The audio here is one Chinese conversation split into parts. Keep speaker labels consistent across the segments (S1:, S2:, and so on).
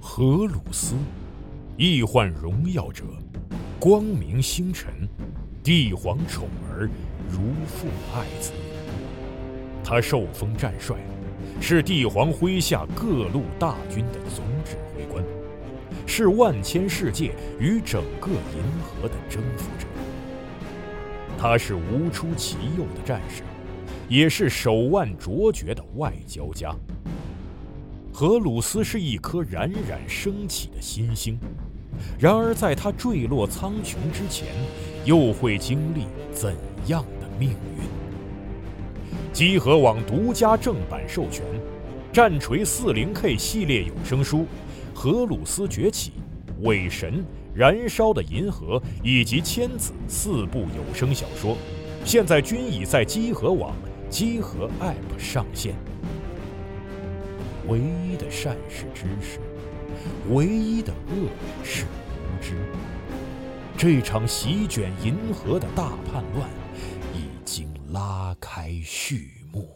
S1: 荷鲁斯，易患荣耀者，光明星辰，帝皇宠儿，如父爱子。他受封战帅，是帝皇麾下各路大军的总指挥官，是万千世界与整个银河的征服者。他是无出其右的战士，也是手腕卓绝的外交家。荷鲁斯是一颗冉冉升起的新星，然而在他坠落苍穹之前，又会经历怎样的命运？集合网独家正版授权，《战锤 40K 系列有声书》《荷鲁斯崛起》《伪神》《燃烧的银河》以及《千子》四部有声小说，现在均已在集合网、集合 App 上线。唯一的善是知识，唯一的恶是无知。这场席卷银河的大叛乱已经拉开序幕。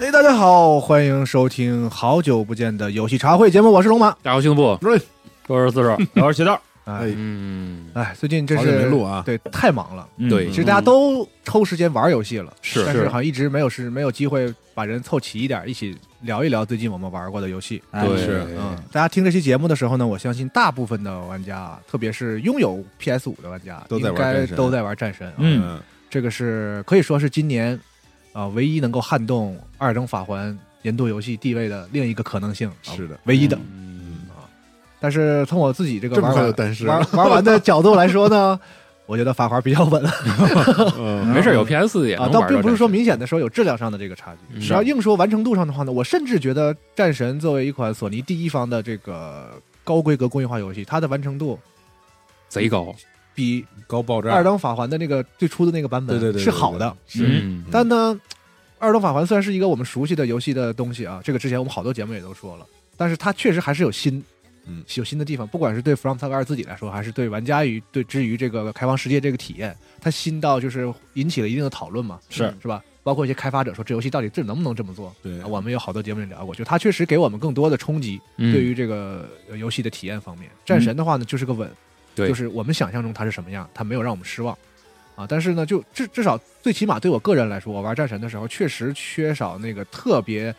S2: 哎，大家好，欢迎收听好久不见的游戏茶会节目，我是龙马。
S3: 大家兴部，
S4: 对
S3: 周是四十，我是齐道。
S2: 哎
S3: 嗯，
S2: 哎，最近真是
S4: 好久没录啊嗯
S2: 对，太忙了。
S3: 对
S2: 其实大家都抽时间玩游戏了，
S3: 是
S2: 但是
S3: 是
S2: 好像一直没有时没有机会把人凑齐一点，一起聊一聊最近我们玩过的游戏。
S4: 哎
S3: 对
S4: 是
S2: 嗯，大家听这期节目的时候呢，我相信大部分的玩家，特别是拥有 PS 五的玩家，
S4: 都在玩
S2: 应该
S4: 战神
S2: 都在玩战神啊。
S3: 嗯
S2: 这个是可以说是今年啊、呃唯一能够撼动《二等法环》年度游戏地位的另一个可能性，啊
S4: 是的
S2: 唯一的。
S3: 嗯
S2: 但是从我自己这个
S4: 这么
S2: 玩
S4: 快就
S2: 完
S4: 单身
S2: 玩玩完的角度来说呢， 我觉得法环比较稳
S4: 嗯
S3: 没事，有 PS 四也
S2: 啊，
S3: 能
S2: 倒
S3: 玩
S2: 并
S3: 到
S2: 不是
S3: 这
S2: 说明显的说有质量上的这个差距。
S3: 嗯
S2: 只要硬说完成度上的话呢，我甚至觉得《战神》作为一款索尼第一方的这个高规格工业化游戏，它的完成度
S3: 贼高。
S2: 比
S4: 高爆
S2: 《
S4: 炸
S2: 二等法环》的那个最初的那个版本
S4: 对对对对
S2: 是好的。
S4: 是
S3: 嗯
S2: 但呢，《二等法环》虽然是一个我们熟悉的游戏的东西啊，这个之前我们好多节目也都说了，但是它确实还是有新，
S4: 嗯，
S2: 有新的地方，不管是对 From Software 自己来说，还是对玩家于对之于这个开放世界这个体验，它新到就是引起了一定的讨论嘛，
S3: 是
S2: 是吧？包括一些开发者说这游戏到底这能不能这么做？
S4: 对
S2: 啊我们有好多节目也聊过，就它确实给我们更多的冲击，
S3: 嗯
S2: 对于这个呃游戏的体验方面，战神的话呢，就是个稳，
S3: 对
S2: 就是我们想象中它是什么样，它没有让我们失望啊。但是呢，就至至少最起码对我个人来说，我玩战神的时候确实缺少那个特别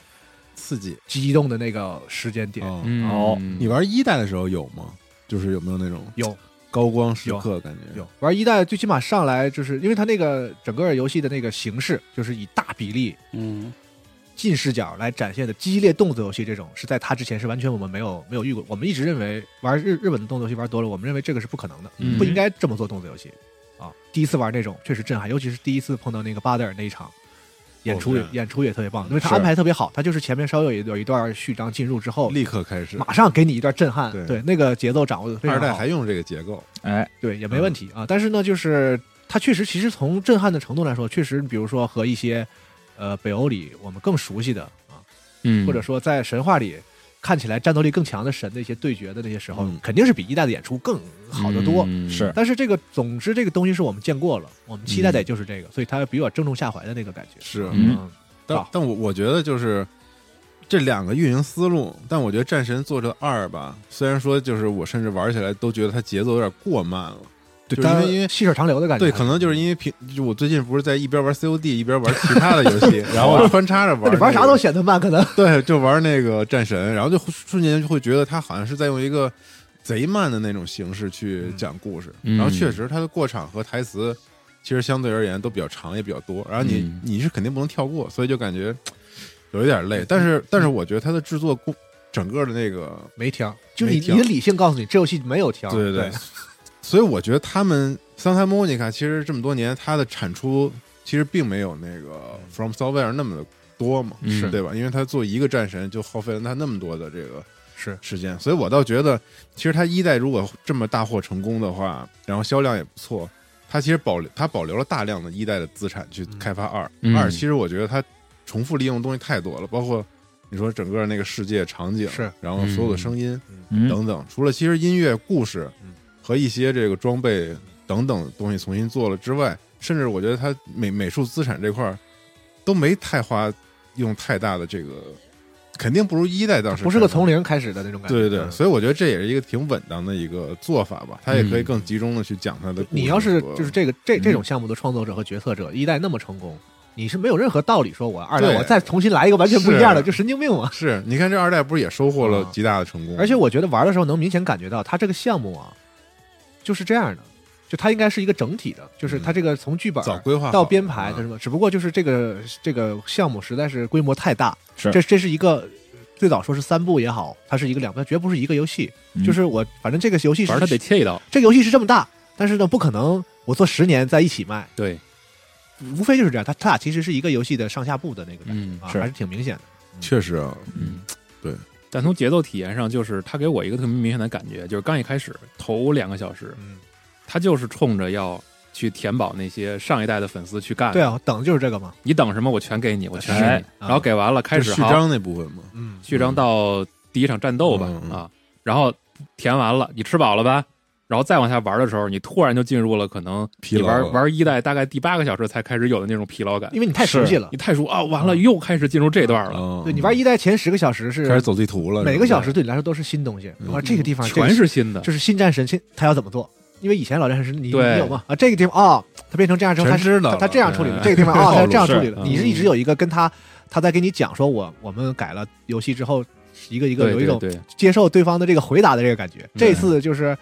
S4: 刺激
S2: 激动的那个时间点。
S4: 哦
S3: 嗯
S2: 哦
S4: 你玩一代的时候有吗？就是有没有那种
S2: 有
S4: 高光时刻感觉？
S2: 有玩一代最起码上来就是因为它那个整个游戏的那个形式，就是以大比例
S5: 嗯，
S2: 近视角来展现的激烈动作游戏，这种是在它之前是完全我们没有没有遇过。我们一直认为玩日日本的动作游戏玩多了，我们认为这个是不可能的，
S3: 嗯
S2: 不应该这么做动作游戏啊。第一次玩那种确实震撼，尤其是第一次碰到那个巴德尔那一场，演出也、
S4: 是
S2: 演出也特别棒，因为他
S4: 哦是
S2: 安排特别好，他就是前面稍微有一段有一段序章进入之后，
S4: 立刻开始。
S2: 哦马上给你一段震撼，
S4: 对
S2: 那个节奏掌握的非
S4: 二
S2: 常
S4: 代
S2: 好
S4: 还，用这个结构，
S3: 哎，
S2: 对也没
S4: 嗯
S2: 问题、啊。但是呢，就是它确实其实从震撼的程度来说，确实比如说和一些呃北欧里我们更熟悉的啊。
S3: 嗯，
S2: 或者说在神话里看起来战斗力更强的神的一些对决的那些时候，
S4: 嗯
S2: 肯定是比一代的演出更好得多。
S3: 嗯
S4: 是
S2: 但是这个，总之这个东西是我们见过了，我们期待的也就是这个，所以它比较正中下怀的那个感觉。
S4: 嗯是
S3: 嗯
S2: 嗯，
S4: 但
S2: 好
S4: 但我我觉得就是这两个运营思路，但我觉得战神做这二吧，虽然说就是我甚至玩起来都觉得它节奏有点过慢了，就是因
S2: 它
S4: 为因为
S2: 细水长流的感觉。
S4: 对，可能就是因为平就我最近不是在一边玩 COD 一边玩其他的游 戏，然后穿插着玩
S2: 那
S4: 那
S2: 你
S4: 个，
S2: 玩啥都显得慢，可能
S4: 对，就玩那个战神，然后就瞬间就会觉得他好像是在用一个贼慢的那种形式去讲故事，
S3: 嗯
S4: 然后确实他的过场和台词其实相对而言都比较长也比较多，然后你、
S3: 嗯
S4: 你是肯定不能跳过，所以就感觉有一点累，但是但是我觉得他的制作工整个的那个
S2: 没挑，就你
S4: 没挑
S2: 你的理性告诉你，这游戏没有挑。
S4: 对对
S2: 啊对
S4: 对，， 所以我觉得他们 Santa Monica 其实这么多年它的产出其实并没有那个 From Software 那么的多嘛，
S3: 是
S4: 对吧？因为他做一个战神就耗费了他那么多的这个
S2: 是
S4: 时间，所以我倒觉得，其实他一代如果这么大获成功的话，然后销量也不错，它其实保留它保留了大量的一代的资产去开发二、
S3: 嗯
S4: 二，其实我觉得它重复利用的东西太多了，包括你说整个那个世界场景
S2: 是，
S4: 然后所有的声音、
S3: 嗯
S4: 等等，除了其实音乐、故事
S2: 嗯
S4: 和一些这个装备等等东西重新做了之外，甚至我觉得它美美术资产这块儿都没太花用太大的这个，肯定不如一代当时
S2: 不是个
S4: 开发
S2: 从零开始的那种感觉。
S4: 对对对，
S2: 嗯
S4: 所以我觉得这也是一个挺稳当的一个做法吧，它也可以更集中的去讲它的故事和。
S2: 你要是就是这个这
S3: 嗯
S2: 这种项目的创作者和决策者，一代那么成功，你是没有任何道理说我二代
S4: 对
S2: 我再重新来一个完全不一样的，
S4: 是
S2: 就神经病嘛。
S4: 是，你看这二代不是也收获了极大的成功？
S2: 啊而且我觉得玩的时候能明显感觉到，它这个项目啊，就是这样的，就它应该是一个整体的，就是它这个从剧本
S4: 早规划好
S2: 到编排，
S4: 嗯
S2: 它什么，只不过就是这个这个项目实在是规模太大，
S3: 是
S2: 这这是一个最早说是三部也好，它是一个两部，它绝不是一个游戏，
S3: 嗯
S2: 就是我反正这个游戏是
S3: 玩他得切一刀，
S2: 这个游戏是这么大，但是呢不可能我做十年在一起卖，
S3: 对，
S2: 无非就是这样，它它俩其实是一个游戏的上下部的那个感觉、
S3: 嗯
S2: 啊，
S3: 是
S2: 还是挺明显的。
S4: 确实啊，
S3: 嗯，
S4: 对。
S3: 但从节奏体验上，就是他给我一个特别明显的感觉，就是刚一开始头两个小时，
S2: 嗯，
S3: 他就是冲着要去填饱那些上一代的粉丝去干。
S2: 对，啊，等的就是这个嘛。
S3: 你等什么？我全给你，我全
S2: 哎
S3: 给你。
S2: 啊
S3: 然后给完了，开
S4: 就
S3: 始
S4: 序
S3: 好，
S4: 章那部分嘛，
S2: 嗯，
S3: 序章到第一场战斗吧
S4: 嗯嗯嗯
S3: 啊，然后填完了，你吃饱了吧？然后再往下玩的时候，你突然就进入了可能
S4: 疲
S3: 你
S4: 劳了
S3: 玩玩一代大概第八个小时才开始有的那种疲劳感
S2: 因，为你太熟悉了
S3: 你。太熟啊，完了又开始进入这段了，
S4: 嗯
S2: 对你玩一代前十个小时是
S4: 开始走地图了，
S2: 每
S4: 是
S2: 个
S4: 吧
S2: 小时对你来说都是新东西。
S4: 嗯
S2: 啊，这个地方
S3: 全
S2: 这个
S3: 是新的，
S2: 就是新战神，新他要怎么做？因为以前老战神你你
S3: 对
S2: 有吗？啊，这个地方哦，他变成这样之后，他
S4: 全知道
S2: 他
S4: 了
S2: 他这样处理了，
S3: 嗯
S2: 这个地方哦，
S4: 套路
S2: 他要这样处理
S3: 是
S2: 了。
S3: 嗯
S2: 你是一直有一个跟他他在跟你讲说我我们改了游戏之后，一个一个
S3: 对
S2: 有一种
S3: 对对
S2: 接受对方的这个回答的这个感觉。这次就是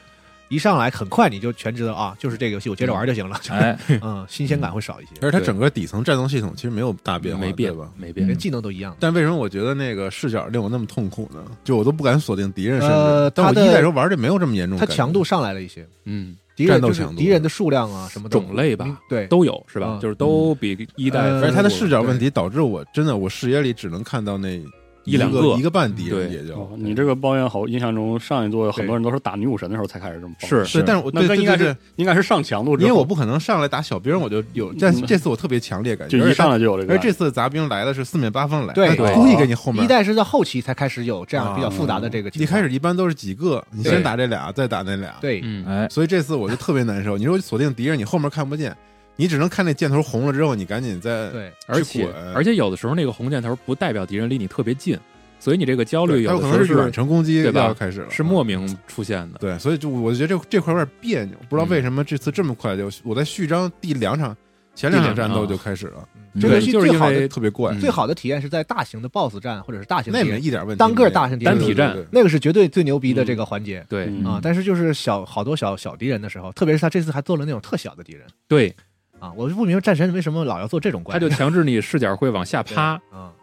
S2: 一上来很快你就全知道啊，就是这个游戏我接着玩就行了，
S3: 哎，
S2: 嗯，新鲜感会少一些，
S4: 而且它整个底层战斗系统其实没有大变化，
S3: 没
S4: 对
S3: 变
S4: 吧？
S3: 没
S2: 连
S3: 变，
S2: 技能都一样。
S4: 但为什么我觉得那个视角令我那么痛苦呢？就我都不敢锁定敌人身
S2: 呃
S4: 份。但我
S2: 它的
S4: 一代时候玩的没有这么严重
S2: 它
S4: 感觉，
S2: 强度上来了一些，
S3: 嗯，
S2: 敌人
S4: 嗯战斗
S2: 就是
S4: 强度
S2: 敌人的数量啊，什么的
S3: 种类吧
S2: 嗯对，
S3: 都有是
S2: 嗯？
S3: 吧就是都比一代
S2: 呃
S3: 丰富了，
S4: 嗯而且他的视角问
S3: 题
S4: 题导致我真的我视野里只能看到那
S3: 一两
S4: 个
S3: 个
S4: 一个半敌
S2: 嗯
S4: 人，
S3: 对
S4: 也就
S5: 哦，你这个抱怨好，印象中上一座很多人都是打女武神的时候才开始这么抱怨
S3: 是
S4: 对，但是我
S5: 那
S4: 对
S5: 个
S4: 对
S5: 应该
S4: 对
S5: 是
S4: 对，
S5: 应该是上强度之
S4: 因
S5: 后，
S4: 为我不可能上来打小兵，我就有，但是
S5: 嗯
S4: 这次我特别强烈感觉，
S5: 就一上
S4: 来，
S5: 来就有这个感
S4: 而
S5: 觉，
S4: 这次杂兵来的是四面八方来，
S2: 对
S4: 他
S3: 对
S4: 故意给你后面
S2: 一。代是在后期才开始有这样比较复杂的这个情
S4: 一
S2: 况。
S4: 开始一般都是几个，你
S3: 对
S4: 先打这俩，再打那俩，，
S2: 对，
S3: 嗯，哎，
S4: 所以这次我就特别难受。你说锁定敌人，你后面看不见，你只能看那箭头红了之后，你赶紧再
S2: 对，
S3: 而且而
S4: 且
S3: 且有的时候那个红箭头不代表敌人离你特别近，所以你这个焦
S4: 它
S3: 虑
S4: 有
S3: 有
S4: 可
S3: 的
S4: 能
S3: 时
S4: 是
S3: 候
S4: 远程攻击
S3: 对吧
S4: 要开始了，嗯
S3: 是莫名出现的。
S4: 对，所以就我觉得这这块有点别扭，不知道
S3: 嗯
S4: 为什么这次这么快就我在序章第两场前两场战斗就开始了，
S2: 这个游
S3: 啊对
S2: 戏
S3: 就是
S2: 最
S3: 因
S2: 好
S3: 为
S2: 的
S4: 特别怪
S3: 嗯，
S2: 最好的体验是在大型的 BOSS 战或者是大型的
S4: 那
S2: 敌
S4: 没
S2: 人，
S4: 一点问题没有，
S2: 单个大型敌人
S3: 单体战
S4: 对对对
S2: 那个是绝对最牛逼的这个环节
S3: 对
S5: 嗯
S2: 啊。但是就是小好多小小敌人的时候，特别是他这次还做了那种特小的敌人
S3: 对，
S2: 啊，我就不明白战神为什么老要做这种怪，
S3: 他就强制你视角会往下趴，
S2: 啊，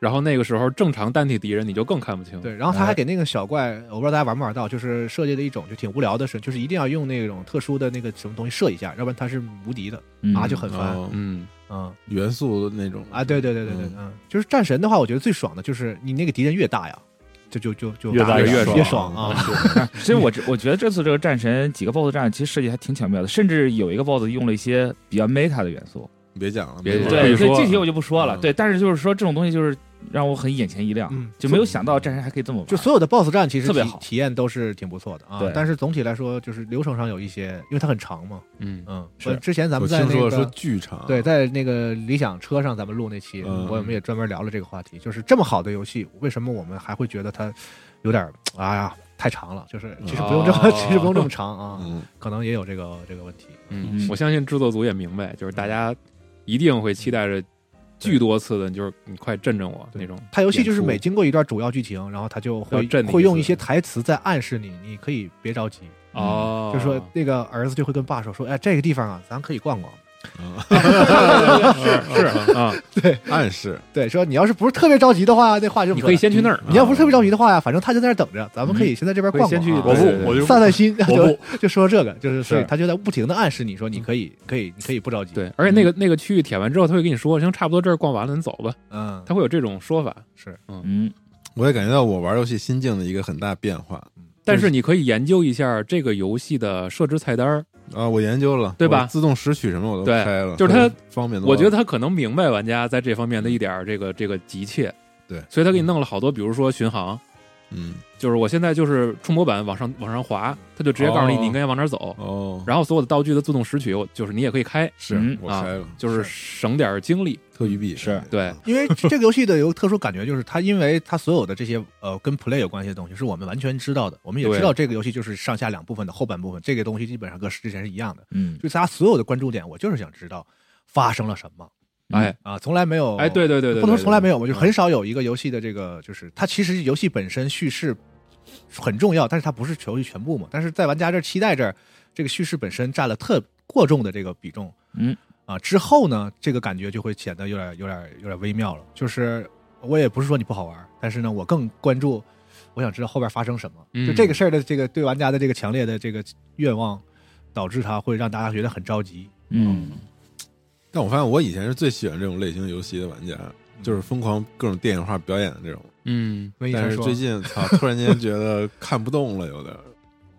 S3: 然后那个时候正常单体敌人你就更看不
S4: 嗯
S3: 清。
S2: 对，然后
S4: 哎
S2: 他还给那个小怪，我不知道大家玩没玩到，就是设计了一种就挺无聊的事，就是一定要用那种特殊的那个什么东西射一下，要不然他是无敌的
S6: 嗯
S2: 啊，就很烦
S4: 哦
S3: 嗯，
S2: 嗯
S4: 元素那种
S2: 啊，对对对对对
S4: 嗯，
S2: 嗯，就是战神的话，我觉得最爽的就是你那个敌人越大呀，就就就就
S5: 越大
S2: 打
S5: 越
S2: 越
S5: 爽
S2: 越爽
S6: 嗯
S2: 啊，
S6: 所以我这我觉得这次这个战神几个 BOSS 战其实设计还挺巧妙的，甚至有一个 BOSS 用了一些比较 meta 的元素。
S4: 别讲了，
S3: 别
S4: 没
S3: 讲
S4: 玩
S3: 了可
S6: 对，
S3: 以
S6: 对，
S3: 说
S6: 具体我就不说了。
S4: 嗯
S6: 对，但是就是说这种东西就是让我很眼前一亮，
S2: 嗯
S6: 就没有想到战神还可以这么玩。
S2: 就所有的 BOSS 战其实
S6: 特别
S2: 体
S6: 好
S2: 体验都是挺不错的啊
S6: 对，
S2: 但是总体来说就是流程上有一些，因为它很长嘛，
S3: 嗯
S2: 嗯，
S6: 是
S2: 我之前咱
S4: 我
S2: 们在
S4: 听
S2: 那
S4: 说说
S2: 个。
S4: 剧场，
S3: 啊
S2: 对，在那个理想车上，咱们录那期，
S4: 嗯
S2: 我们也专门聊了这个话题，就是这么好的游戏，为什么我们还会觉得它有点儿，哎呀，太长了？就是其实不用这么，
S3: 哦
S2: 其实不用这么长啊，
S4: 嗯，
S2: 可能也有这个这个问题。
S3: 嗯，我相信制作组也明白，就是大家一定会期待着巨多次的，就是你快震震我
S2: 对
S3: 那种。
S2: 它游戏就是每
S3: 演出
S2: 经过一段主要剧情，然后它就会
S3: 要震你一次
S2: 会用一些台词在暗示你，你可以别着急，
S3: 哦，
S2: 就说那个儿子就会跟爸说说，哎，这个地方啊，咱可以逛逛。
S3: 是啊，
S4: 暗示
S2: 对，说你要是不是特别着急的话，那话就
S3: 你可以先去那儿，啊嗯
S2: 你要不是特别着急的话呀，反正他就在那儿等着，咱们可以先在这边
S3: 可以
S2: 逛
S3: 先
S2: 逛
S3: 去
S2: 啊。
S5: 我
S3: 对对
S5: 不，我就
S2: 散散心，
S5: 我
S2: 就
S5: 不
S2: 就说这个，就是所以
S4: 是
S2: 他就在不停的暗示你说你可以，可以，你可以不着急。，
S3: 对，而且那个那个区域舔完之后，他会跟你说，行，差不多这儿逛完了，你走吧。
S2: 嗯，
S3: 他会有这种说法，
S2: 是
S6: 嗯，
S4: 我也感觉到我玩游戏心境的一个很大变化，
S3: 但是你可以研究一下这个游戏的设置菜单儿，
S4: 啊，我研究了，
S3: 对吧
S4: 我自动拾取什么我都
S3: 对
S4: 开了，
S3: 就是它
S4: 很方
S5: 哦
S4: 便多了。
S3: 我觉得他可能明白玩家在这方面的一点儿这个这个急切，
S4: 对
S3: 所以他给
S5: 嗯
S3: 你弄了好多，比如说巡航，
S4: 嗯
S3: 就是我现在就是触摸板往上往上滑，他就直接告诉你
S4: 哦
S3: 你应该往哪儿走，
S4: 哦，
S3: 然后所有的道具的自动拾取，我就是你也可以开，
S4: 是
S6: 嗯
S4: 我
S3: 嗯啊
S4: 开了，
S3: 就是省点儿精力。
S4: 特余币
S5: 哦
S6: 是
S3: 对，
S2: 因为这个游戏的有个特殊感觉，就是它因为它所有的这些呃跟 play 有关系的东西，是我们完全知道的。我们也
S3: 对
S2: 知道这个游戏就是上下两部分的后半部分，这个东西基本上跟之前是一样的。
S6: 嗯，
S2: 就是它所有的关注点，我就是想知道发生了什么
S6: 嗯
S3: 哎
S2: 啊，从来没有
S3: 哎，对对对对，嗯
S2: 不能说从来没
S3: 有，
S2: 有，我就很少有一个游戏的这个，就是它其实游戏本身叙事很重要，但是它不是游戏全部嘛。但是在玩家这儿期待这儿，这个叙事本身占了特过重的这个比重。
S6: 嗯，
S2: 啊，之后呢，这个感觉就会显得有点、有点、有点微妙了。就是我也不是说你不好玩，但是呢，我更关注，我想知道后边发生什么。
S3: 嗯
S2: 就这个事儿的这个对玩家的这个强烈的这个愿望，导致他会让大家觉得很着急。
S6: 嗯，
S4: 但我发现我以前是最喜欢这种类型游戏的玩家，就是疯狂各种电影化表演的这种。
S3: 嗯，
S2: 所以
S4: 但
S2: 才
S4: 是
S2: 说
S4: 最近操，突然间觉得看不动了，有点儿。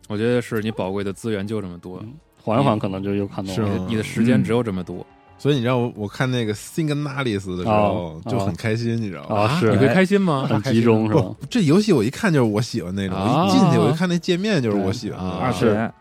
S3: 我觉得是你宝贵的资源就这么多，
S5: 嗯缓一缓可能就又看懂
S4: 是
S5: 了
S4: 吗。
S3: 你的时间只有这么多
S4: 所以你知道我我看那个《Singnalis》的时候
S5: 哦
S4: 就很开心，你知道吗？哦
S5: 啊是
S3: 你会开心哦吗？
S5: 很集中是吧？
S4: 这游戏我一看就是我喜欢那种，
S3: 啊
S4: 我一进去我就看那界面就是我喜欢的。
S3: 对
S6: 二
S3: 啊
S6: 次元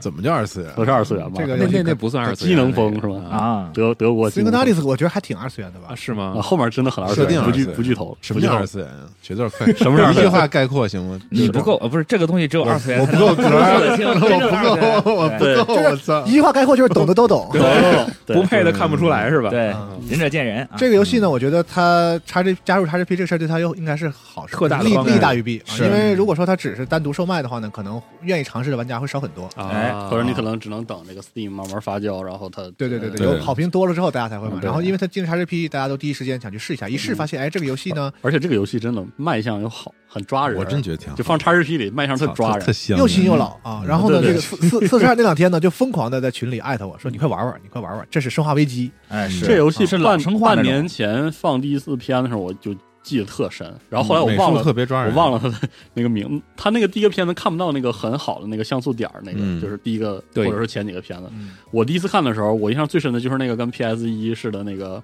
S4: 怎么叫二次元？
S5: 都是二次元吧？
S2: 这个
S3: 那
S2: 游戏
S3: 那那不算二次元，
S5: 机能风是吧
S3: 那个啊
S6: 啊，
S5: 德德国
S2: 斯科纳利斯，我觉得还挺二次元的吧
S3: 啊，是吗
S5: 啊，？后面真的很二次
S4: 设定
S5: 元，
S4: 二
S5: 不
S4: 次
S5: 剧
S4: 元
S5: 不剧透，
S4: 什
S5: 不
S4: 么
S5: 剧
S4: 叫
S5: 透
S4: 二次元啊？学字儿快，什
S5: 么叫二
S4: 一
S5: 次元
S4: 句话概括行 吗？
S6: 你不够，呃，不是这个东西只有二次元，
S4: 我不够格儿
S6: 说得清，真正的二次元
S4: 我不够，我不
S6: 对
S4: 够，我操！
S2: 一句话概括就是懂的都
S3: 嗯
S2: 懂。
S5: 对
S3: 哦不配的看不出来是吧？
S6: 对
S2: 嗯，
S6: 仁者见仁啊。
S2: 这个游戏呢，我觉得它叉 G 加入叉 GP 这个事儿对它又应该是好事，
S3: 特大的
S2: 利
S3: 帮助
S2: 利大于弊，啊
S3: 是
S2: 因为如果说它只是单独售卖的话呢，可能愿意尝试的玩家会少很多。
S6: 哎
S3: 啊，
S5: 或者你可能只能等这个 Steam 慢慢发酵，然后它
S2: 对对对
S4: 对
S2: 有好评多了之后，大家才会买。
S5: 嗯对
S2: 然后因为它进了叉 GP，大家都第一时间想去试一下，一试发现，哎，这个游戏呢
S5: 而且这个游戏真的卖相又好，很抓人。
S4: 我真觉得挺好
S5: 就放 XGP 里卖相特
S4: 操
S5: 抓
S4: 特
S5: 人，
S4: 香，嗯
S2: 又新又老啊。然后呢，
S5: 对
S2: 这
S5: 对
S2: 个四四四十二那两天呢，就疯狂的在群里艾特我说：“你快玩玩，你快玩玩，这是《生化危机
S6: 哎，是
S5: 这游
S4: 啊
S5: 戏
S6: 是老
S5: 半
S6: 生化
S5: 半
S6: 那种
S5: 年前放第一次 PN 的时候，我就记得特深。然后后来我
S4: 美
S5: 忘
S4: 术
S5: 了，
S4: 特别抓
S5: 我
S4: 人，
S5: 忘了他的 那个名。他那个第一个片子看不到那个很好的那个像素点儿，那个、
S4: 嗯
S5: 就是第一个或
S3: 对
S5: 者是前几个片子。
S2: 嗯
S5: 我第一次看的时候，我印象最深的就是那个跟 PS 一似的那个，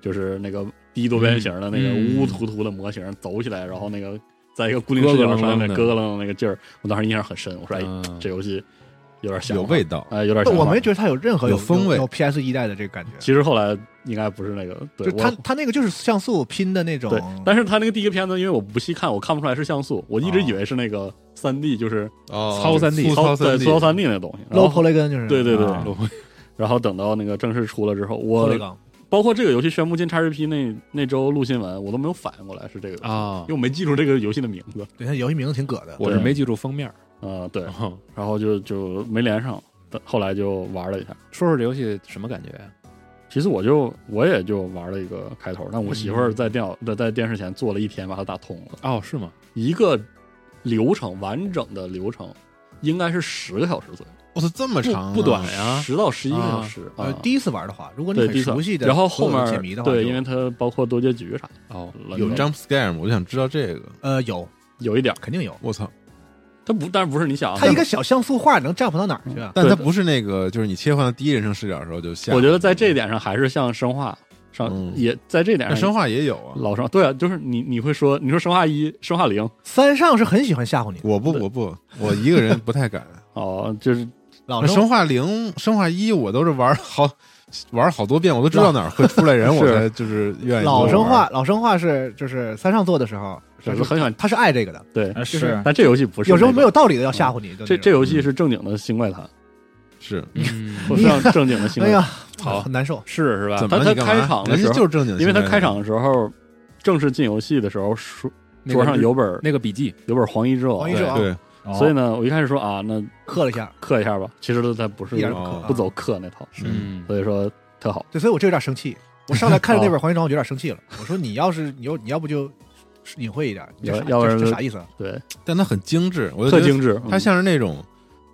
S5: 就是那个低多边形的那个
S3: 嗯
S5: 乌乌突突的模型走起来，然后那个在一个固定视
S3: 咯
S5: 角
S3: 咯
S5: 上
S3: 楞
S5: 面
S3: 楞的
S5: 咯咯楞楞那个劲儿，我当时印象很深。我说哎，
S3: 嗯
S5: 这游戏有点像
S4: 有味道。
S5: 哎，有点》，像。
S2: 但我没觉得它有任何
S4: 有风味
S2: 有 PS 一代的这个感觉。
S5: 其实后来应该不是那个，对
S2: 就它
S5: 我
S2: 它那个就是像素拼的那种
S5: 对，，但是他那个第一个片子，因为我不细看，我看不出来是像素，我一
S3: 哦
S5: 直以为是那个三 D，就是
S4: 哦
S3: 糙3D
S4: 粗糙
S5: 对
S4: 三 D，
S5: 粗糙三 D 那东西。然
S2: low
S5: 后
S2: polygon 就是
S5: 对对对
S6: 啊，
S5: 然后等到那个正式出了之后，我
S2: polygon。
S5: 包括这个游戏宣布进 XGP 那那周录新闻，我都没有反应过来是这个游戏，
S3: 啊
S5: 因为，我没记住这个游戏的名字。
S2: 对，它游戏名字挺葛的。
S3: 我是没记住封面儿。
S5: 啊，对，
S3: 哼
S5: 然后就就没连上，但后来就玩了一下。
S3: 说说这游戏什么感觉啊？
S5: 其实我就我也就玩了一个开头，但我媳妇儿在电脑在在电视前坐了一天，把它打通了。
S3: 哦，是吗？
S5: 一个流程完整的流程，应该是十个小时左右，
S4: 我操，这么长啊
S3: 不不短呀，
S5: 十到十一个小时。
S2: 呃，
S5: 啊
S2: 第一次玩的话，如果你
S5: 对
S2: 很
S5: 第一次
S2: 熟悉的，
S5: 然后后面
S2: 解谜的话就，
S5: 对，因为它包括多结局啥的，
S3: 哦，
S4: 有
S5: 乱七八糟
S4: jump scare 吗？我就想知道这个。
S2: 呃有
S5: 有一点儿，
S2: 肯定有，
S4: 我操！
S5: 它不，但不是你想，啊
S2: 它一个小像素画能 jump 到哪儿去啊？
S4: 但
S5: 对
S4: 它不是那个，就是你切换到第一人称视角的时候就下。
S5: 我觉得在这一点上还是像生化上、
S4: 嗯
S5: 也在这点
S4: 那
S5: 上
S4: 生化也有啊。
S5: 老生对啊，就是你你会说你说生化一、生化零
S2: 三上是很喜欢吓唬你的，
S4: 我不，我不，我一个人不太敢。
S5: 哦，就是
S2: 老
S4: 那
S2: 生
S4: 生化零、生化一，我都是玩好玩好多遍，我都知道哪儿会出来人，我才就是愿意。
S2: 老生化，老生化是就是三上做的时候，
S5: 我
S2: 他
S5: 是很喜欢
S2: 他是爱这个的，
S5: 对，
S6: 啊
S2: 就是
S6: 是
S5: 但这游戏不是
S2: 有时候
S5: 那
S2: 没
S5: 种
S2: 有道理的要吓唬你。就
S5: 这
S2: 那种
S5: 这游戏是正经的新怪谈，
S4: 是
S3: 嗯
S5: 不是让正经的新
S2: 哎
S5: 怪
S2: 呀
S5: 谈，，
S3: 好
S2: 很难受。
S3: 是是吧？
S4: 怎么了
S5: 他
S4: 你干嘛
S5: 开场的
S4: 人
S5: 时
S4: 家
S5: 候
S4: 就是正经，
S5: 因为他开场的时候正式进游戏的时候说。
S3: 那个
S5: 桌上有本
S3: 那个笔记，
S5: 有本《黄衣之王
S2: 黄衣》之
S5: 对，
S2: 王
S4: 对，
S5: 所以呢，我一开始说啊，那
S2: 刻了一下，
S5: 氪一下吧。其实它不是
S2: 一点儿不刻
S4: 哦
S2: 啊
S5: 不走氪那套，
S3: 嗯，
S5: 所以说特好。
S2: 对，所以我就有点生气。我上来看着
S5: 哦
S2: 那本《黄衣装》，我就有点生气了。我说你要是你要你要不就隐晦一点，你这啥
S5: 要要不然
S2: 这这啥意思啊？
S5: 对，
S4: 但它很精致，我就
S5: 特
S4: 觉得
S5: 精致，
S4: 它
S5: 嗯
S4: 像是那种。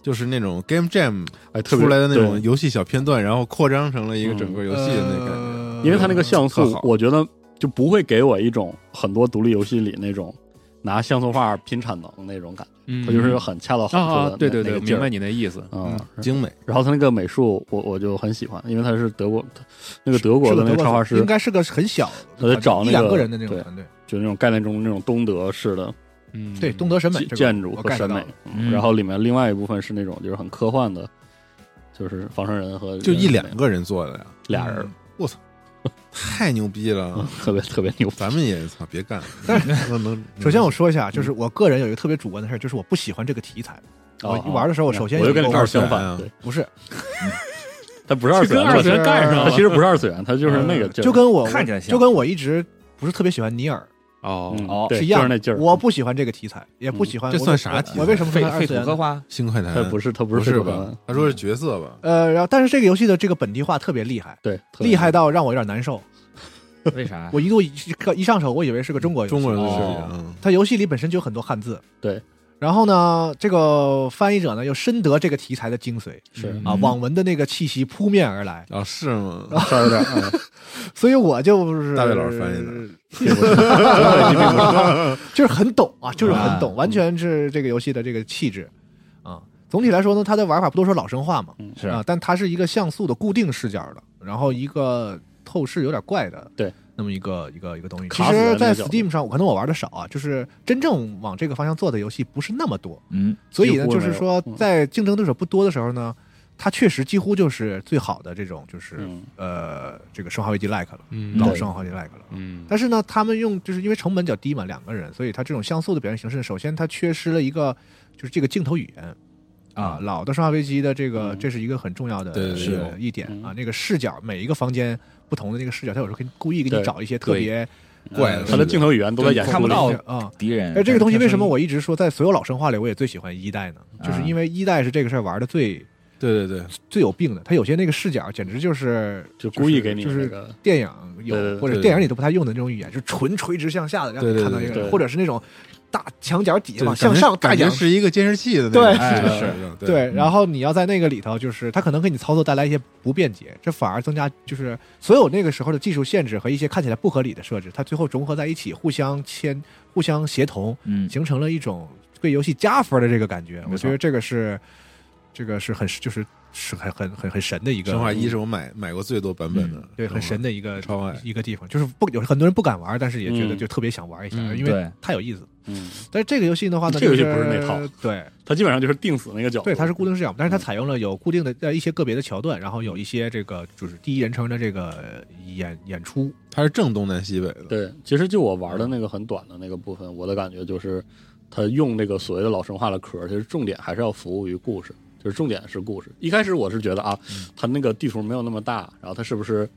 S4: 就是那种 Game Jam
S5: 哎特别
S4: 出来的那种
S5: 对
S4: 游戏小片段，然后扩张成了一个整
S5: 嗯
S4: 个游戏的那感觉。
S2: 呃
S5: 因为它那个像
S4: 特
S5: 素
S4: 好，
S5: 我觉得就不会给我一种很多独立游戏里那种拿像素画拼产能那种感觉。
S3: 嗯
S5: 它就是很恰到好处的、
S3: 啊，对对对，
S5: 那个劲
S3: 明
S5: 儿
S3: 白你那意思。
S5: 啊、
S4: 嗯精美，
S5: 然后他那个美术我我就很喜欢，因为他是德国，他那个德国的那个插画师，
S2: 应该是个很小
S5: 我
S2: 的
S5: 得找
S2: 团
S5: 那
S2: 队
S5: 个
S2: 一两个人的那种
S5: 对
S2: 团队，
S5: 就那种概念中那种东德式的
S3: 嗯，
S2: 对东德审美
S5: 建
S2: 这个
S5: 建筑
S2: 我
S5: 和
S2: get
S5: 审
S2: 到
S5: 美
S2: 了，
S6: 嗯
S5: 然后里面另外一部分是那种就是很科幻的，就是仿生人和
S4: 就一
S5: 人
S4: 两个人做的呀，嗯
S5: 俩人，嗯
S4: 太牛逼
S2: 嗯
S4: 了！
S5: 特别特别牛。
S4: 咱们也操，别 干了。
S2: 但是
S4: 能能，
S2: 首先
S5: 嗯
S2: 我说一下，就是我个人有一个特别主观的事儿，就是我不喜欢这个题材。我
S5: 啊
S2: 一玩的时候
S5: 啊
S2: 我嗯首先
S5: 我就
S2: 有
S5: 跟
S2: 一
S5: 你
S2: 个
S5: 正好相
S4: 二
S5: 反，
S4: 次
S5: 对，
S2: 不是，
S5: 它不是二
S3: 去
S5: 次
S3: 跟
S5: 元，
S3: 二次元干上
S5: 它
S3: 了
S5: 其实不是二次元，它就是那个劲儿，
S2: 呃嗯就跟我
S6: 看起来像
S2: 就跟我一直不是特别喜欢尼尔
S3: 哦，
S5: 嗯
S6: 哦
S5: 对
S2: 是一
S5: 就
S2: 样
S5: 是那
S2: 的
S5: 劲儿。
S2: 我嗯不喜欢这个题材，也不喜欢
S4: 嗯这
S2: 我
S4: 算
S2: 为
S4: 啥
S2: 我
S4: 题材
S2: 我为什么说
S6: 废
S2: 它二
S6: 废
S2: 次
S6: 土
S2: 元
S6: 科
S2: 呢？
S6: 幻，
S4: 新快谈
S5: 它不是它不
S4: 不
S5: 是
S4: 是
S5: 这个
S4: 吧
S5: 版？
S4: 他说是角色吧？
S2: 呃，然后但是这个游戏的这个本地化特别厉害，
S5: 对特别
S2: 厉害到让我有点难受。
S6: 为啥？
S2: 我一度一一上手，我以为是个中国游戏，啊
S4: 中国人的
S6: 哦
S4: 视角，嗯
S2: 它游戏里本身就有很多汉字。
S5: 对。
S2: 然后呢，这个翻译者呢又深得这个题材的精髓
S5: 是
S2: 啊，
S6: 嗯
S2: 网文的那个气息扑面而来，
S4: 啊是吗？
S5: 稍微有点，嗯
S2: 所以我就是
S4: 大卫老师翻译的，
S5: 并不是并不是
S2: 就是很懂啊，就是很懂，
S5: 嗯
S6: 啊
S2: 完全是这个游戏的这个气质啊。总体来说呢，它的玩法不都说老生化嘛，
S5: 嗯
S6: 是
S2: 啊，但它是一个像素的固定视角的，然后一个透视有点怪的，
S5: 对，
S2: 那么一个一个一个东西。其
S5: 卡死在
S2: 实，
S5: 那
S2: 在
S5: 角度
S2: Steam 上，可能我玩的少啊，就是真正往这个方向做的游戏不是那么多，
S6: 嗯，
S2: 所以呢，
S5: 几乎
S2: 就
S5: 没
S2: 是
S5: 有
S2: 说
S5: 嗯
S2: 在竞争对手不多的时候呢，它确实几乎就是最好的这种就是、
S5: 嗯
S2: 呃这个生化危机 like 了，
S3: 嗯
S2: 老
S5: 对
S2: 生化危机 like 了。
S3: 嗯，
S2: 但是呢，他们用就是因为成本较低嘛，两个人，所以它这种像素的表现形式，首先它缺失了一个就是这个镜头语言啊，老的《生化危机》的这个
S5: 嗯
S2: 这是一个很重要的
S4: 对对
S2: 这个
S4: 是
S2: 一点啊
S5: 嗯，
S2: 那个视角，每一个房间不同的那个视角，它有时候可以故意给你
S5: 对
S2: 找一些特别
S4: 怪的
S5: 它的镜头语言都在演出
S6: 看不
S5: 里
S6: 到
S2: 啊。
S6: 敌人。
S2: 哎，这个东西为什么
S6: 我
S2: 我一直说在所有老生化里，我也最喜欢一代呢？就是
S6: 啊
S2: 因为一代是这个事儿玩的最
S4: 对对对，
S2: 最有病的，它有些那个视角简直就是
S5: 就故意给你
S2: 就
S5: 那
S2: 是
S5: 个
S2: 电影
S5: 对对
S2: 有
S5: 对
S2: 或者
S4: 对
S2: 电影里都不太用的那种语言，就纯垂直向下的，让
S4: 对
S2: 你
S4: 对
S2: 看到
S4: 对
S2: 一个人，
S5: 对
S2: 或者是那种大墙角底下
S4: 对
S2: 往
S4: 感觉
S2: 向上大
S4: 感觉
S2: 仰。
S4: 是一个监视器的那
S2: 对
S4: 种，哎
S5: 是
S4: 是，
S2: 对，然后你要在那个里头，就是它可能给你操作带来一些不便捷，这反而增加就是所有那个时候的技术限制和一些看起来不合理的设置，它最后融合在一起，互相牵、互相协同，
S6: 嗯
S2: 形成了一种对游戏加分的这个感觉。
S6: 没
S2: 我
S6: 错
S2: 觉得这个是，这个是很就是是很很很很神的一个
S4: 生化一是我买买过最多版本的，
S2: 对，很神的一个
S4: 超爱
S2: 一个地方，就是不有很多人不敢玩，但是也觉得
S5: 嗯
S2: 就特别想玩一下，
S4: 嗯
S2: 因为
S6: 对
S2: 太有意思。
S5: 嗯，
S2: 但是这个游戏的话呢，
S5: 这个游戏
S2: 就是
S5: 不是那套，
S2: 对
S5: 它基本上就是定死那个角度，
S2: 对，它是固定视角，但是它
S5: 嗯
S2: 采用了有固定的呃一些个别的桥段，然后有一些这个就是第一人称的这个演演出，
S4: 它是正东南西北的，
S5: 对，其实就我玩
S2: 嗯
S5: 的那个很短的那个部分，我的感觉就是，他用这个所谓的老生化的壳，其实重点还是要服务于故事，就是重点是故事。一开始我是觉得啊，
S2: 嗯
S5: 他那个地图没有那么大，然后他是不是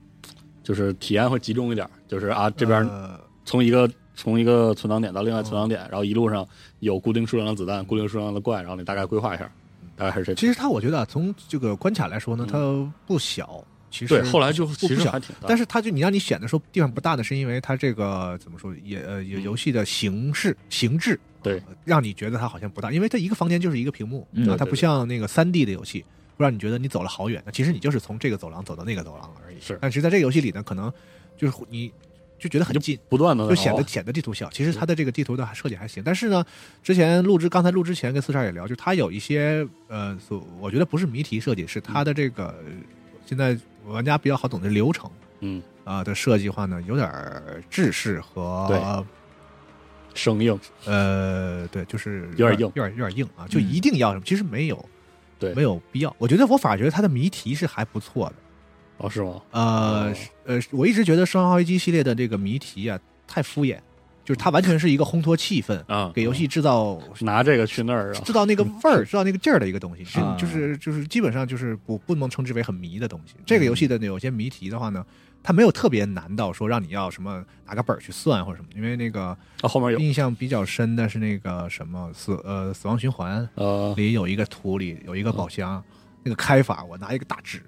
S5: 就是体验会集中一点儿？就是啊，这边
S2: 呃
S5: 从一个、从一个存档点到另外
S2: 嗯
S5: 存档点，然后一路上有固定数量的子弹、固定数量的怪，然后你大概规划一下，大概还是这。
S2: 其实它我觉得啊从这个关卡来说呢，它不小，其实
S5: 嗯对，后来就
S2: 不
S5: 其
S2: 不
S5: 实
S2: 小
S5: 还挺大，
S2: 嗯但
S5: 是
S2: 是它就你让你选的时候地方不大呢，是因为它这个怎么说也呃也游戏的形式形制，
S5: 嗯对
S2: 呃，让你觉得它好像不大，因为它一个房间就是一个屏幕，
S6: 嗯
S2: 啊，它
S5: 对对
S2: 不像那个三 D 的游戏，会让你觉得你走了好远，那其实你就是从这个走廊走到那个走廊而已。
S5: 是
S2: 但其实在这个游戏里呢，可能就是你就觉得很近。
S5: 不断的哦嗯
S2: 就显得显得地图小，其实它的这个地图的设计还行，但是呢，之前录制刚才录之前跟四少也聊，就它有一些呃，所我觉得不是谜题设计，是它的这个呃现在玩家比较好懂的流程，
S5: 嗯
S2: 啊、的设计话呢，有点儿制式和
S5: 生硬，
S2: 呃，对，就是
S5: 有点硬嗯
S2: 有点有点硬啊，就一定要什么，其实没有，
S5: 对
S2: 没有必要。我觉得我反而觉得它的谜题是还不错的，
S5: 哦是吗？
S2: 呃、
S5: 哦
S2: 是呃，是我一直觉得《生化危机》系列的这个谜题啊太敷衍，就是它完全是一个烘托气氛，
S3: 啊，
S2: 给游戏制造。
S5: 拿这个去那儿啊，
S2: 制造那个味儿，制造那个劲儿的一个东西，是
S6: 啊
S2: 就是就是基本上就是不不能称之为很迷的东西。这个游戏的有些谜题的话呢，它没有特别难到说让你要什么拿个本儿去算或者什么，因为那个
S5: 啊后面有
S2: 印象比较深的是那个什么死呃死亡循环
S5: 呃
S2: 里有一个图里有一个宝箱，
S5: 嗯
S2: 那个开法我拿一个大纸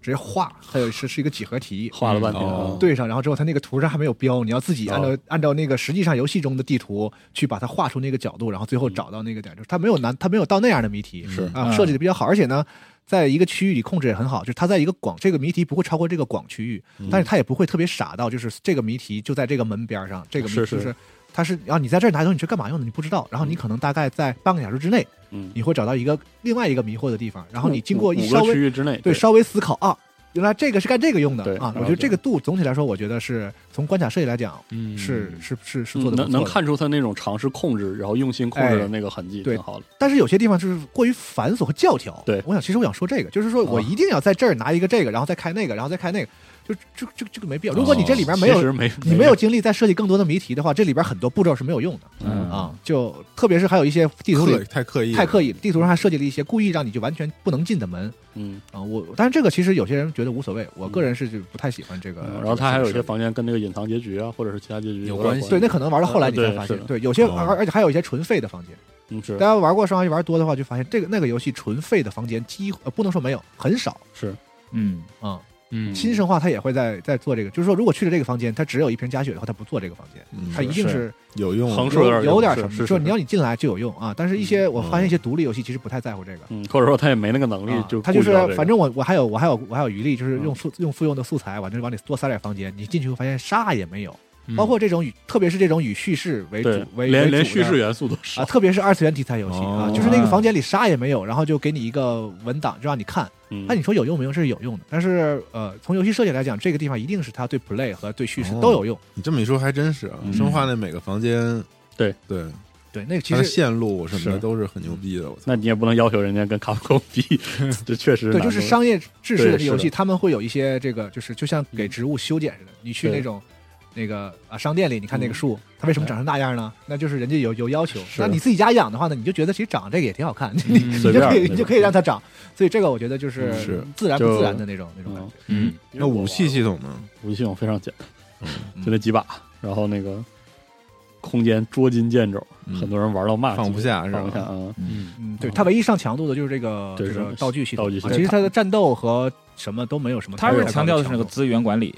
S2: 直接画，它有是是一个几何题。嗯
S5: 画了半天
S4: 哦
S5: 啊，
S2: 对上，然后之后它那个图上还没有标，你要自己按照、
S5: 哦
S2: 按照那个实际上游戏中的地图去把它画出那个角度，然后最后
S5: 嗯
S2: 找到那个点，就是它没有难，它没有到那样的谜题，
S5: 是
S2: 啊，
S6: 嗯
S2: 设计的比较好，而且呢，在一个区域里控制也很好，就是它在一个广这个谜题不会超过
S5: 嗯
S2: 这个广区域，但是它也不会特别傻到就是这个谜题就在这个门边儿上，这个谜
S5: 是
S2: 就是是它是，然后你在这儿拿东西你去干嘛用的？你不知道。然后你可能大概在半个小时之内，
S5: 嗯，
S2: 你会找到一个另外一个迷惑的地方，然后你经过一
S5: 五
S2: 稍
S5: 个
S2: 微
S5: 嗯区域之内，
S2: 对，稍微思考啊，原来这个是干这个用的
S5: 对
S2: 啊。
S5: 然后
S2: 我觉得这个度总体来说，我觉得是从关卡设计来讲，
S4: 嗯
S2: 是是是是
S5: 嗯
S2: 做的哎
S5: 能能。看出他那种尝试控制，然后用心控制的那个痕迹，
S2: 对
S5: 挺好的。
S2: 但是有些地方就是过于繁琐和教条。
S5: 对
S2: 我想其实我想说这个，就是说我
S5: 啊
S2: 一定要在这儿拿一个这个，然后再开那个，然后再开那个，就就就这个没必要。如果你这里边没
S5: 啊哦其实
S2: 有
S5: 没
S2: 你没有精力再设计更多的谜题的话，这里边很多步骤是没有用的
S6: 嗯
S2: 啊。就特别是还有一些地图
S4: 刻
S2: 里
S4: 太
S5: 啊
S4: 刻意了，
S2: 太刻意了，地图上还设计了一些故意让你就完全不能进的门
S5: 嗯，
S2: 啊。我但是这个其实有些人觉得无所谓，我个人是就不太喜欢这个。
S5: 嗯然后他还有一些
S2: 这个设计
S5: 房间跟那个隐藏结局啊，或者是其他结局点
S4: 有关系
S2: 对，那可能玩到后来你
S5: 呃
S2: 才
S5: 对
S2: 发现
S5: 是，的
S2: 对，有些
S4: 哦
S2: 而而且还有一些纯废的房间。
S5: 嗯是
S2: 大家玩过《生化危机》玩多的话，就发现这个那个游戏纯废的房间几乎呃不能说没有，很少
S5: 是，
S6: 嗯，
S2: 啊。
S4: 嗯
S2: 新生化它也会在在做这个，就是说如果去了这个房间，它只有一瓶加血的话，它不做这个房间，
S4: 嗯
S2: 它一定
S6: 是
S2: 是
S4: 有用，
S5: 横竖
S2: 有
S5: 有点
S2: 有点
S5: 是
S2: 什么，
S5: 是
S2: 就是是你要你进来就有用啊。但是一些我发现
S4: 嗯
S2: 一些独立游戏其实不太在乎这个。
S5: 嗯，或者说他也没那个能力
S2: 啊，
S5: 就
S2: 他就是
S5: 顾及到这个
S2: 反正我我还有我还有我还有余力，就是
S5: 嗯
S2: 用复用复用的素材，完了往里多塞点房间，你进去会发现啥也没有，包括这种以特别是这种以叙事为主
S5: 嗯对
S2: 为为
S5: 连
S2: 主的
S5: 连叙事元素都是
S2: 啊，特别是二次元题材游戏、啊，
S4: 哦
S2: 就是那个房间里啥也没有，然后就给你一个文档就让你看，
S5: 嗯
S2: 那、你说有用没用？这是有用的，但是呃，从游戏设计来讲，这个地方一定是它对 play 和对叙事
S4: 哦
S2: 都有用。
S4: 你这么一说还真是啊，
S5: 嗯
S4: 生化那每个房间，
S5: 对
S4: 对，
S2: 对，那个其
S4: 它的
S2: 实
S4: 线路什么的
S5: 是
S4: 都是很牛逼的，我操，
S5: 那你也不能要求人家跟卡普空比， 这确实
S2: 对，
S5: 难
S2: 就是
S5: 度
S2: 商业制式
S5: 对
S2: 的
S5: 是
S2: 游戏，
S5: 的嗯
S2: 他们会有一些这个，就是就像给植物修剪似的，你去
S5: 对
S2: 那种。那个啊，商店里你看那个
S5: 嗯
S2: 树，它为什么长成那样呢？那就是人家有有要求。
S5: 是
S2: 那
S5: 的
S2: 你自己家养的话呢，你就觉得其实长这个也挺好看，你
S3: 嗯
S5: 随
S2: 你就
S5: 便
S2: 可以
S5: 那
S2: 你就
S5: 种嗯
S2: 可以让它长。所以这个我觉得就是
S4: 嗯是
S2: 自然不
S5: 就
S2: 自然的那种那种感觉
S5: 嗯。
S6: 嗯，
S4: 那武器嗯系统呢？
S5: 武器系统非常简单，就那几把，然后那个空间捉襟见肘，
S4: 嗯
S5: 很多人玩到骂
S4: 放不
S5: 街
S4: 下是
S5: 放不下
S4: 吧？
S5: 啊。
S2: 嗯，对，它唯一上强度的就是这个
S5: 对
S2: 这个
S5: 是
S2: 道具系统，
S5: 道具系统
S2: 啊其实它的战斗和什么都没有什么太
S6: 他
S2: 大的
S6: 是
S2: 强度。
S6: 强调的是那个资源管理，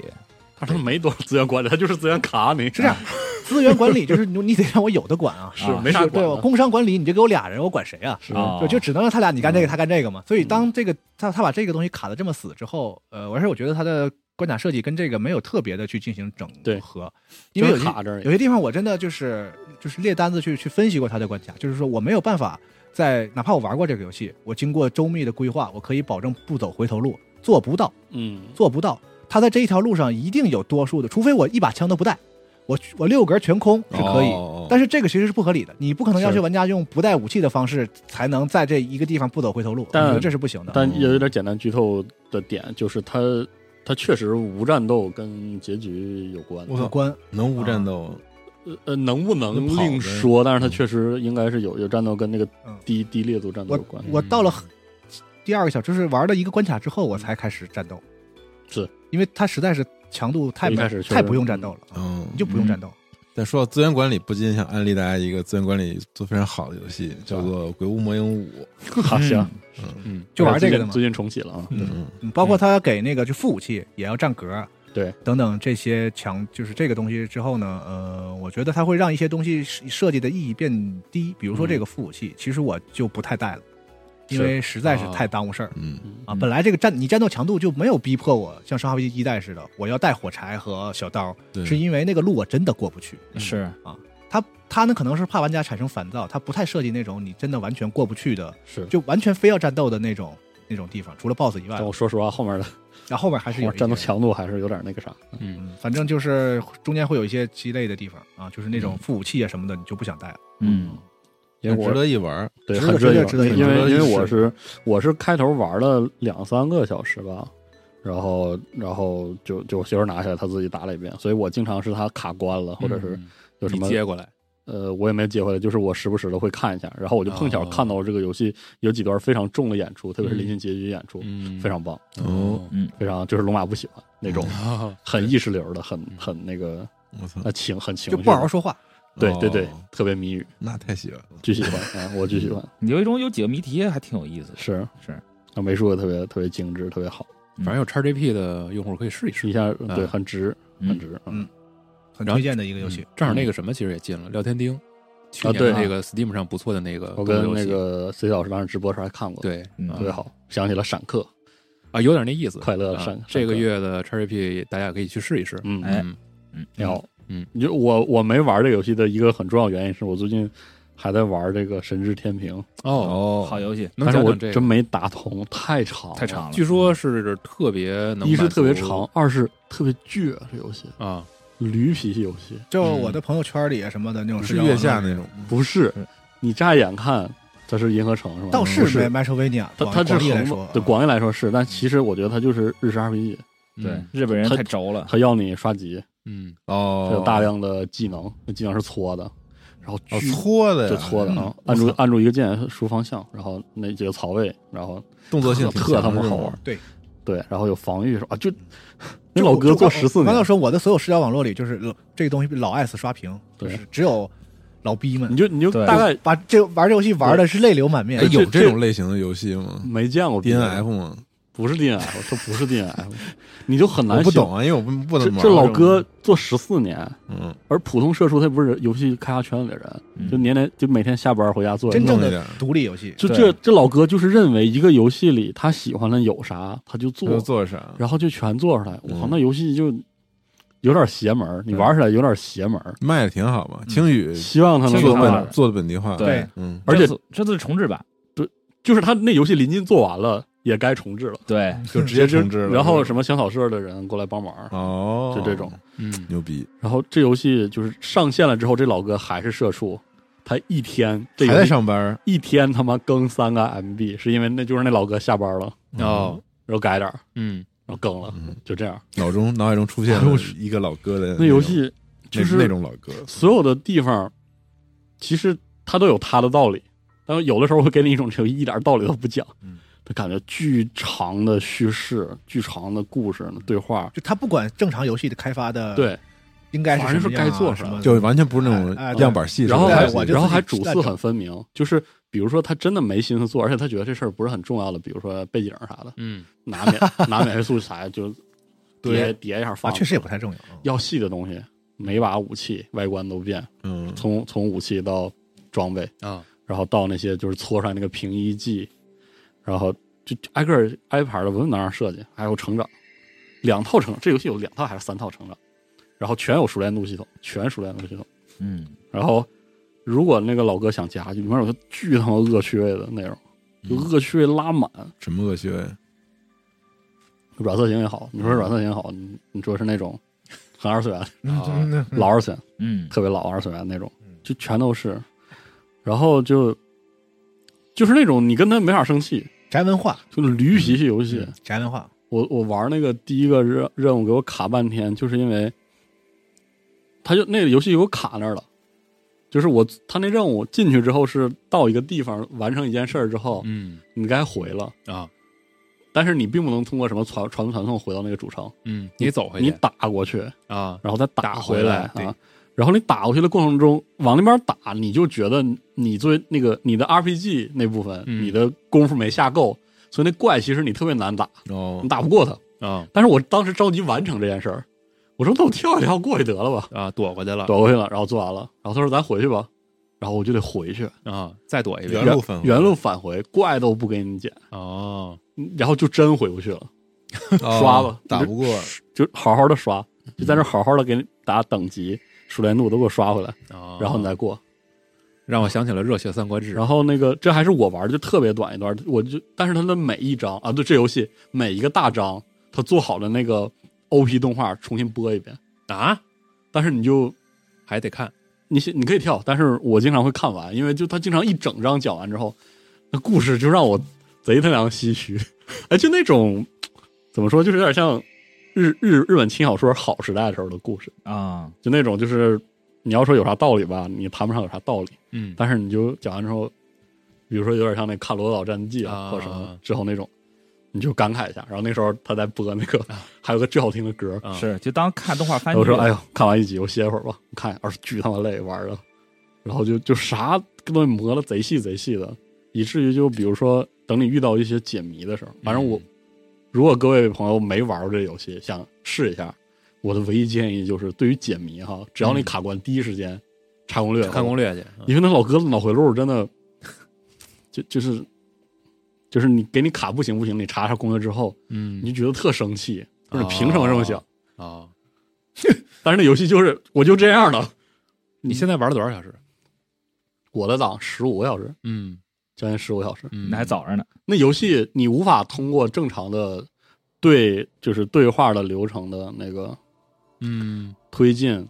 S5: 但是他没多少资源管理，他就是资源卡你，啊
S2: 是这样，资源管理，就是你你得让我有的管啊，
S5: 是
S6: 啊
S5: 没啥
S2: 对
S5: 管
S2: 吧？
S5: 的
S2: 工商管理，你就给我俩人，我管谁啊？
S5: 是
S6: 啊
S2: 对，就只能让他俩你干这个，
S5: 哦嗯
S2: 他干这个嘛。所以当这个他他把这个东西卡的这么死之后，呃，而且我觉得他的关卡设计跟这个没有特别的去进行整
S5: 对
S2: 合，因
S5: 就
S2: 为有
S5: 是
S2: 些
S5: 卡这儿
S2: 有些地方我真的就是就是列单子去去分析过他的关卡，就是说我没有办法在哪怕我玩过这个游戏，我经过周密的规划，我可以保证不走回头路，做不到。
S5: 嗯，
S2: 做不到。他在这一条路上一定有多数的，除非我一把枪都不带，我我六格全空是可以，
S4: 哦
S2: 但是这个其实是不合理的。你不可能要
S5: 是
S2: 求玩家用不带武器的方式才能在这一个地方不走回头路，
S5: 但
S2: 我觉得这是不行的。
S5: 但也有点简单剧透的点就是他。他确实无战斗跟结局有关，
S4: 我操
S2: 有关
S4: 能无战斗，
S5: 呃呃，能不能
S4: 能跑
S5: 另
S4: 呗
S5: 说？嗯但是他确实应该是有有战斗跟那个
S2: 嗯
S5: 低低烈度战斗
S2: 我
S5: 有关，
S2: 我到了第二个小，就是玩了一个关卡之后，我才开始战斗，
S5: 是
S2: 因为它实在是强度太
S5: 一开始确实
S2: 太不用战斗了，
S4: 嗯
S2: 你，就不用战斗。
S4: 但说到资源管理，不禁想安利大家一个资源管理做非常好的游戏，叫做《鬼屋魔影五》。
S5: 好行，
S3: 嗯，
S2: 就玩这个的嘛
S5: 最近最近重启了啊，
S4: 嗯，
S2: 嗯，包括他给那个就副武器也要占格，
S5: 对，
S2: 等等这些强，就是这个东西之后呢，呃，我觉得它会让一些东西设设计的意义变低，比如说这
S5: 嗯
S2: 个副武器，其实我就不太带了，因为实在是太耽误事儿。
S4: 嗯，
S2: 啊，本来这个战你战斗强度就没有逼迫我像《生化危机一代》似的，我要带火柴和小刀，
S5: 嗯
S4: 对
S2: 是因为那个路我真的过不去。
S6: 嗯是
S2: 他他呢可能是怕玩家产生烦躁，他不太设计那种你真的完全过不去的，
S5: 是。
S2: 就完全非要战斗的那种那种地方，除了 BOSS 以外
S5: 但，我说实话，后面的
S2: 然后后面还是
S5: 后
S2: 有
S5: 面
S2: 一
S5: 战斗
S2: 些
S5: 强度还是有点那个啥，
S2: 嗯，反正就是中间会有一些鸡肋的地方啊，就是那
S5: 嗯
S2: 种副武器啊什么的，你就不想带了。
S6: 嗯
S4: 也值得一玩。
S5: 对，
S2: 值得
S5: 很热
S2: 值得值得
S5: 因
S4: 值得
S5: 为因
S4: 一
S5: 为我
S4: 试
S5: 是我是开头玩了两三个小时吧，然后然后就就我媳妇儿拿下来，她自己打了一遍，所以我经常是她卡关了，或者是有什
S3: 嗯你
S5: 么
S3: 接过来，
S5: 呃，我也没接回来，就是我时不时的会看一下，然后我就碰巧
S3: 哦
S5: 看到这个游戏有几段非常重的演出，特别是
S3: 嗯
S5: 临近结局演出，
S3: 嗯
S5: 非常棒，
S4: 哦，
S5: 非常就是龙马不喜欢那种
S3: 哦
S5: 很意识流的，很
S3: 嗯
S5: 很那个
S4: 我操，
S5: 呃情很情
S2: 就
S5: 绪
S2: 不好好
S5: 的，
S2: 说话。
S5: 对对对
S4: 哦，
S5: 特别谜语，
S4: 那太喜欢了。
S5: 巨喜欢啊，我巨喜欢，
S3: 嗯
S6: 你游戏中有几个谜题还挺有意思的，
S5: 是
S6: 是，
S5: 那美术也特别特别精致，特别好，
S3: 反正有 XGP 的用户可以试一试
S5: 一。下对
S3: 嗯
S5: 很直
S6: 嗯
S5: 很直，
S2: 嗯很
S3: 然后
S2: 推荐的一个游戏
S3: 嗯，正好那个什么其实也进了，聊天钉，去
S5: 啊
S3: 年
S5: 对
S3: 那个 Steam 上不错的那个
S5: 我
S3: 动作
S5: 跟
S3: 游
S5: 那
S3: 戏，
S5: 个 C 老师当时直播时候还看过，，
S3: 对
S5: 特别
S6: 嗯
S5: 好，想起了闪客，
S3: 啊，有点那意思。
S5: 快乐
S3: 啊
S5: 闪
S3: 这个
S5: 闪客
S3: 月的 XGP 大家可以去试一试。
S5: 嗯，
S6: 哎
S3: 嗯，
S5: 挺好，
S3: 嗯，
S5: 你就我我没玩这个游戏的一个很重要原因是我最近还在玩这个《神之天平》，
S3: 哦
S6: 好游戏，
S3: 能
S5: 但是
S3: 讲
S5: 我
S3: 讲这
S5: 真
S3: 个？
S5: 没打通，太长
S6: 太长了。
S3: 据说是特别能，
S5: 一是特别长，二是特别倔，这游戏
S3: 啊，
S5: 驴脾气游戏
S2: 就我的朋友圈里啊什么的那种
S4: 哦是月下那种，
S3: 嗯
S5: 不是
S6: 是。
S5: 你乍眼看它是银河城是吧？
S2: 倒
S5: 不是
S2: 是 Metrovania，
S5: 它它是
S2: 广义来
S5: 横
S2: 说啊嗯
S5: 的，，对广义来说是，但其实我觉得它就是日式 RPG，
S6: 对
S3: 嗯，
S6: 日本人
S5: 他
S6: 太轴了，
S5: 它要你刷级，
S3: 嗯，
S5: 它有
S4: 哦，
S5: 大量的技能，那技能是搓的，然后
S4: 哦
S5: 巨
S4: 搓的
S5: 就
S4: 呀，
S5: 搓的啊
S2: 嗯，
S5: 按住
S2: 我操
S5: 按住一个键输方向，然后那几个槽位，然后
S4: 动作性挺
S5: 特他
S4: 强
S5: 妈
S4: 的
S5: 好玩，，
S2: 对嗯
S5: 对，然后有防御什么啊，就那
S2: 就
S5: 老哥
S2: 就
S5: 做
S2: 我
S5: 十四
S2: 我刚才
S5: 年，
S2: 说我的所有社交网络里，就是呃这个东西老爱死刷屏，就
S5: 对
S2: 是只有老逼
S5: 你
S2: 们
S5: 就你就
S6: 对
S5: 大概
S2: 把这玩这游戏玩的是泪流满
S4: 这
S2: 面
S4: 种哎，。有
S5: 这
S4: 这种类型的游戏吗
S5: 没见过
S4: ？DNF 吗？
S5: 不是 DNF，这不是 DNF，你 就很
S4: 我
S5: 难
S4: 不
S5: 形
S4: 懂。啊，因为我不不
S5: 这
S4: 怎么玩
S5: 这老
S4: 种
S5: 哥，做十四年，
S4: 嗯，
S5: 而普通社畜他不是游戏开发圈里的人，
S6: 嗯
S5: 就年年就每天下班回家做。
S2: 真正
S4: 弄
S2: 的
S4: 一点
S2: 独立游戏，
S5: 就
S6: 对
S5: 这这老哥就是认为一个游戏里他喜欢的有啥他就做
S4: 要，做啥？
S5: 然后就全做出来。我靠，
S4: 嗯
S5: 那游戏就有点邪门儿，你玩起来有点邪门儿。
S4: 卖的挺好嘛，嗯青宇
S5: 希望他能
S6: 青
S4: 做
S6: 宇
S5: 做
S6: 他
S5: 慢
S6: 们
S5: 点
S4: 本
S5: 儿。
S4: 做的本地化，
S6: 对
S4: 嗯，
S5: 而且
S6: 这次这次是重置版，
S5: 就是他那游戏临近做完了，也该重置了，
S6: 对，
S4: 就直接
S5: 就
S4: 重置了。
S5: 然后什
S4: 么？
S5: 么香草社的人过来帮忙，
S4: 哦，
S5: 就这种。
S3: 嗯，
S4: 牛逼，
S5: 然后这游戏就是上线了之后，这老哥还是社畜，他一天这
S4: 还
S5: 游
S4: 在
S5: 戏
S4: 上班儿
S5: 一天他妈更三个 MB，是因为那就是那老哥下班了，
S3: 哦，
S5: 然后改点儿，
S3: 嗯，
S5: 然后更了，
S4: 嗯
S5: 就这样。
S4: 脑中脑海中出 现了一个老哥的
S5: 那
S4: 种
S5: 游戏就是
S4: 那那种老哥，
S5: 所有的地方，其实它都有它的道理，但有的时候会给你一种这个一点道理都不讲
S4: 嗯，
S5: 它感觉巨长的叙事、巨长的故事、对话，
S2: 就他不管正常游戏的开发的，，
S5: 对，
S2: 应该是
S5: 反正
S2: 什
S5: 是
S2: 么样啊
S5: 该做啥
S2: 什么的，
S4: 就完全不是那
S2: 哎哎
S4: 种
S2: 对
S4: 样板戏似的
S5: 然后
S4: 东西。
S5: 还
S2: 对我就
S5: 然后
S2: 自己
S5: 还主次
S2: 在整
S5: 很分明，就是比如说他真的没心思做，而且他觉得这事儿不是很重要的，比如说背景啥的，
S3: 嗯，
S5: 拿免 拿免费素材就叠
S2: 对
S5: 叠一下发
S2: 啊，
S5: 了，
S2: 确实也不太重要。嗯
S5: 要细的东西，每把武器外观都变，
S4: 嗯，
S5: 从从武器到装备
S3: 啊，
S5: 然后到那些就是搓出来那个平一技，然后就就挨个儿挨排的文文样设计，还有成长，两套成长，这游戏有两套还是三套成长，然后全有熟练度系统，全熟练度系统。
S6: 嗯，
S5: 然后如果那个老哥想加，就里面有个巨他妈恶趣味的内容，就恶趣味拉满，
S4: 什么恶趣味？啊
S5: 软色情也好，你说软色情也好，你你说是那种很二次元、
S3: 嗯
S2: 嗯
S5: 老二次元，
S6: 嗯，
S5: 特别老二次元那种
S2: 嗯，
S5: 就全都是，然后就就是那种你跟他没法生气，
S2: 宅文化，
S5: 就是驴脾气游戏。
S3: 嗯
S2: 宅文化，
S5: 我我玩那个第一个任任务给我卡半天，就是因为他就那个游戏给我卡那儿了。就是我他那任务进去之后是到一个地方完成一件事儿之后，
S3: 嗯
S5: 你该回了，
S3: 啊，
S5: 但是你并不能通过什么传传送传送回到那个主城，
S3: 嗯，你走回去
S5: 你打过去，
S3: 啊，
S5: 然后再
S3: 打
S5: 打
S3: 回
S5: 回
S3: 来对
S5: 啊。然后你打过去的过程中，往那边打，你就觉得你作为那个你的 RPG 那部分，
S3: 嗯
S5: 你的功夫没下够，所以那怪其实你特别难打，
S4: 哦
S5: 你，打不过他。
S3: 啊
S5: 但是我当时着急完成这件事儿，我说那我跳一跳过去得了吧，
S3: 啊，躲回去了
S5: 躲过去了，然后做完了，然后他说咱回去吧，然后我就得回去，
S3: 啊，再躲一
S4: 原
S3: 遍
S4: 路返回
S5: 原路返回，怪都不给你捡，
S3: 哦，
S5: 然后就真回不去了，
S4: 哦
S5: 刷吧
S4: 打不过，
S5: 就好好的刷，就在那好好的给你打等级、熟练度都给我刷回来，
S3: 啊
S5: 然后你再过。
S3: 让我想起了《热血三国志》
S5: 然后那个这还是我玩的，就特别短一段，我就但是它的每一章啊，对这游戏每一个大章，它做好的那个 OP 动画重新播一遍，
S3: 啊，
S5: 但是你就
S3: 还得看
S5: 你先你可以跳，但是我经常会看完，因为就他经常一整章讲完之后，那故事就让我贼他娘唏嘘， 哎，就那种怎么说，就是有点像日日日本轻小说好时代的时候的故事，
S6: 啊，
S5: 就那种就是你要说有啥道理吧，你谈不上有啥道理，
S3: 嗯
S5: 但是你就讲完之后，比如说有点像那《看罗岛战记》啊，
S3: 啊
S5: 或者什么之后那种，你就感慨一下，然后那时候他在播那个，还有个最好听的歌，
S3: 啊
S6: 是就当看动画番剧。
S5: 我说：“哎，呦，看完一集，我歇会儿吧。看一会儿，巨他妈累，玩的。然后就就啥东西磨的贼细贼细的，以至于就比如说，等你遇到一些解谜的时候，
S3: 嗯
S5: 反正我、如果各位朋友没玩过这游戏，想试一下，我的唯一建议就是，对于解谜哈，只要你
S3: 嗯
S5: 卡关，第一时间查攻略，
S3: 看攻
S5: 略，
S3: 略去，嗯
S5: 因为那老哥子脑回路真的就就是就是你给你卡不行不行，你查查攻略之后，
S3: 嗯
S5: 你就觉得特生气，就是你凭什么这么想？
S3: 啊
S5: 但是那游戏就是我就这样了。你现在玩了多少小时？我的档十五个小时，
S3: 嗯
S5: 将近十五小时。
S3: 嗯，
S6: 那还早着呢。
S5: 那游戏你无法通过正常的对就是对话的流程的那个
S3: 嗯
S5: 推进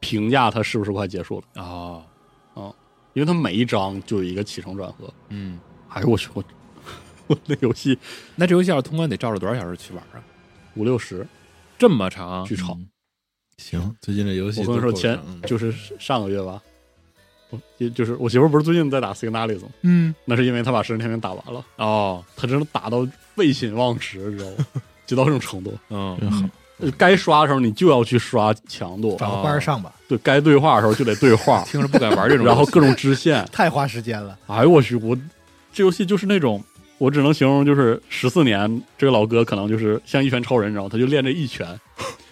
S5: 评价它是不是快结束了，
S3: 哦，
S5: 因为它每一章就有一个起承转合。
S3: 嗯，
S5: 哎呦我去，我 我那游戏
S3: 那这游戏要是通关得照着多少小时去玩啊？
S5: 五六十
S3: 这么长
S5: 巨？长。
S4: 行，最近这游戏
S5: 我跟你
S4: 都
S5: 说，
S4: 够
S5: 前
S4: 长嗯
S5: 就是上个月吧，我也就是我媳妇儿不是最近在打 Signalis 吗？
S3: 嗯，
S5: 那是因为她把《神神天平》打完了，
S3: 哦，
S5: 她真的打到废寝忘食，知道吗？就到这种程度，
S3: 嗯，，
S4: 真好，
S5: 呃该刷的时候你就要去刷强度，
S2: 找个班儿上吧，
S5: 对该对话的时候就得对话
S3: 听着不敢 玩这种游戏。
S5: 然后各种支线。
S2: 太花时间了。
S5: 哎呦我去，我这游戏就是那种，我只能形容就是十四年这个老哥可能就是像一拳超人，你知道吗？他就练这一拳，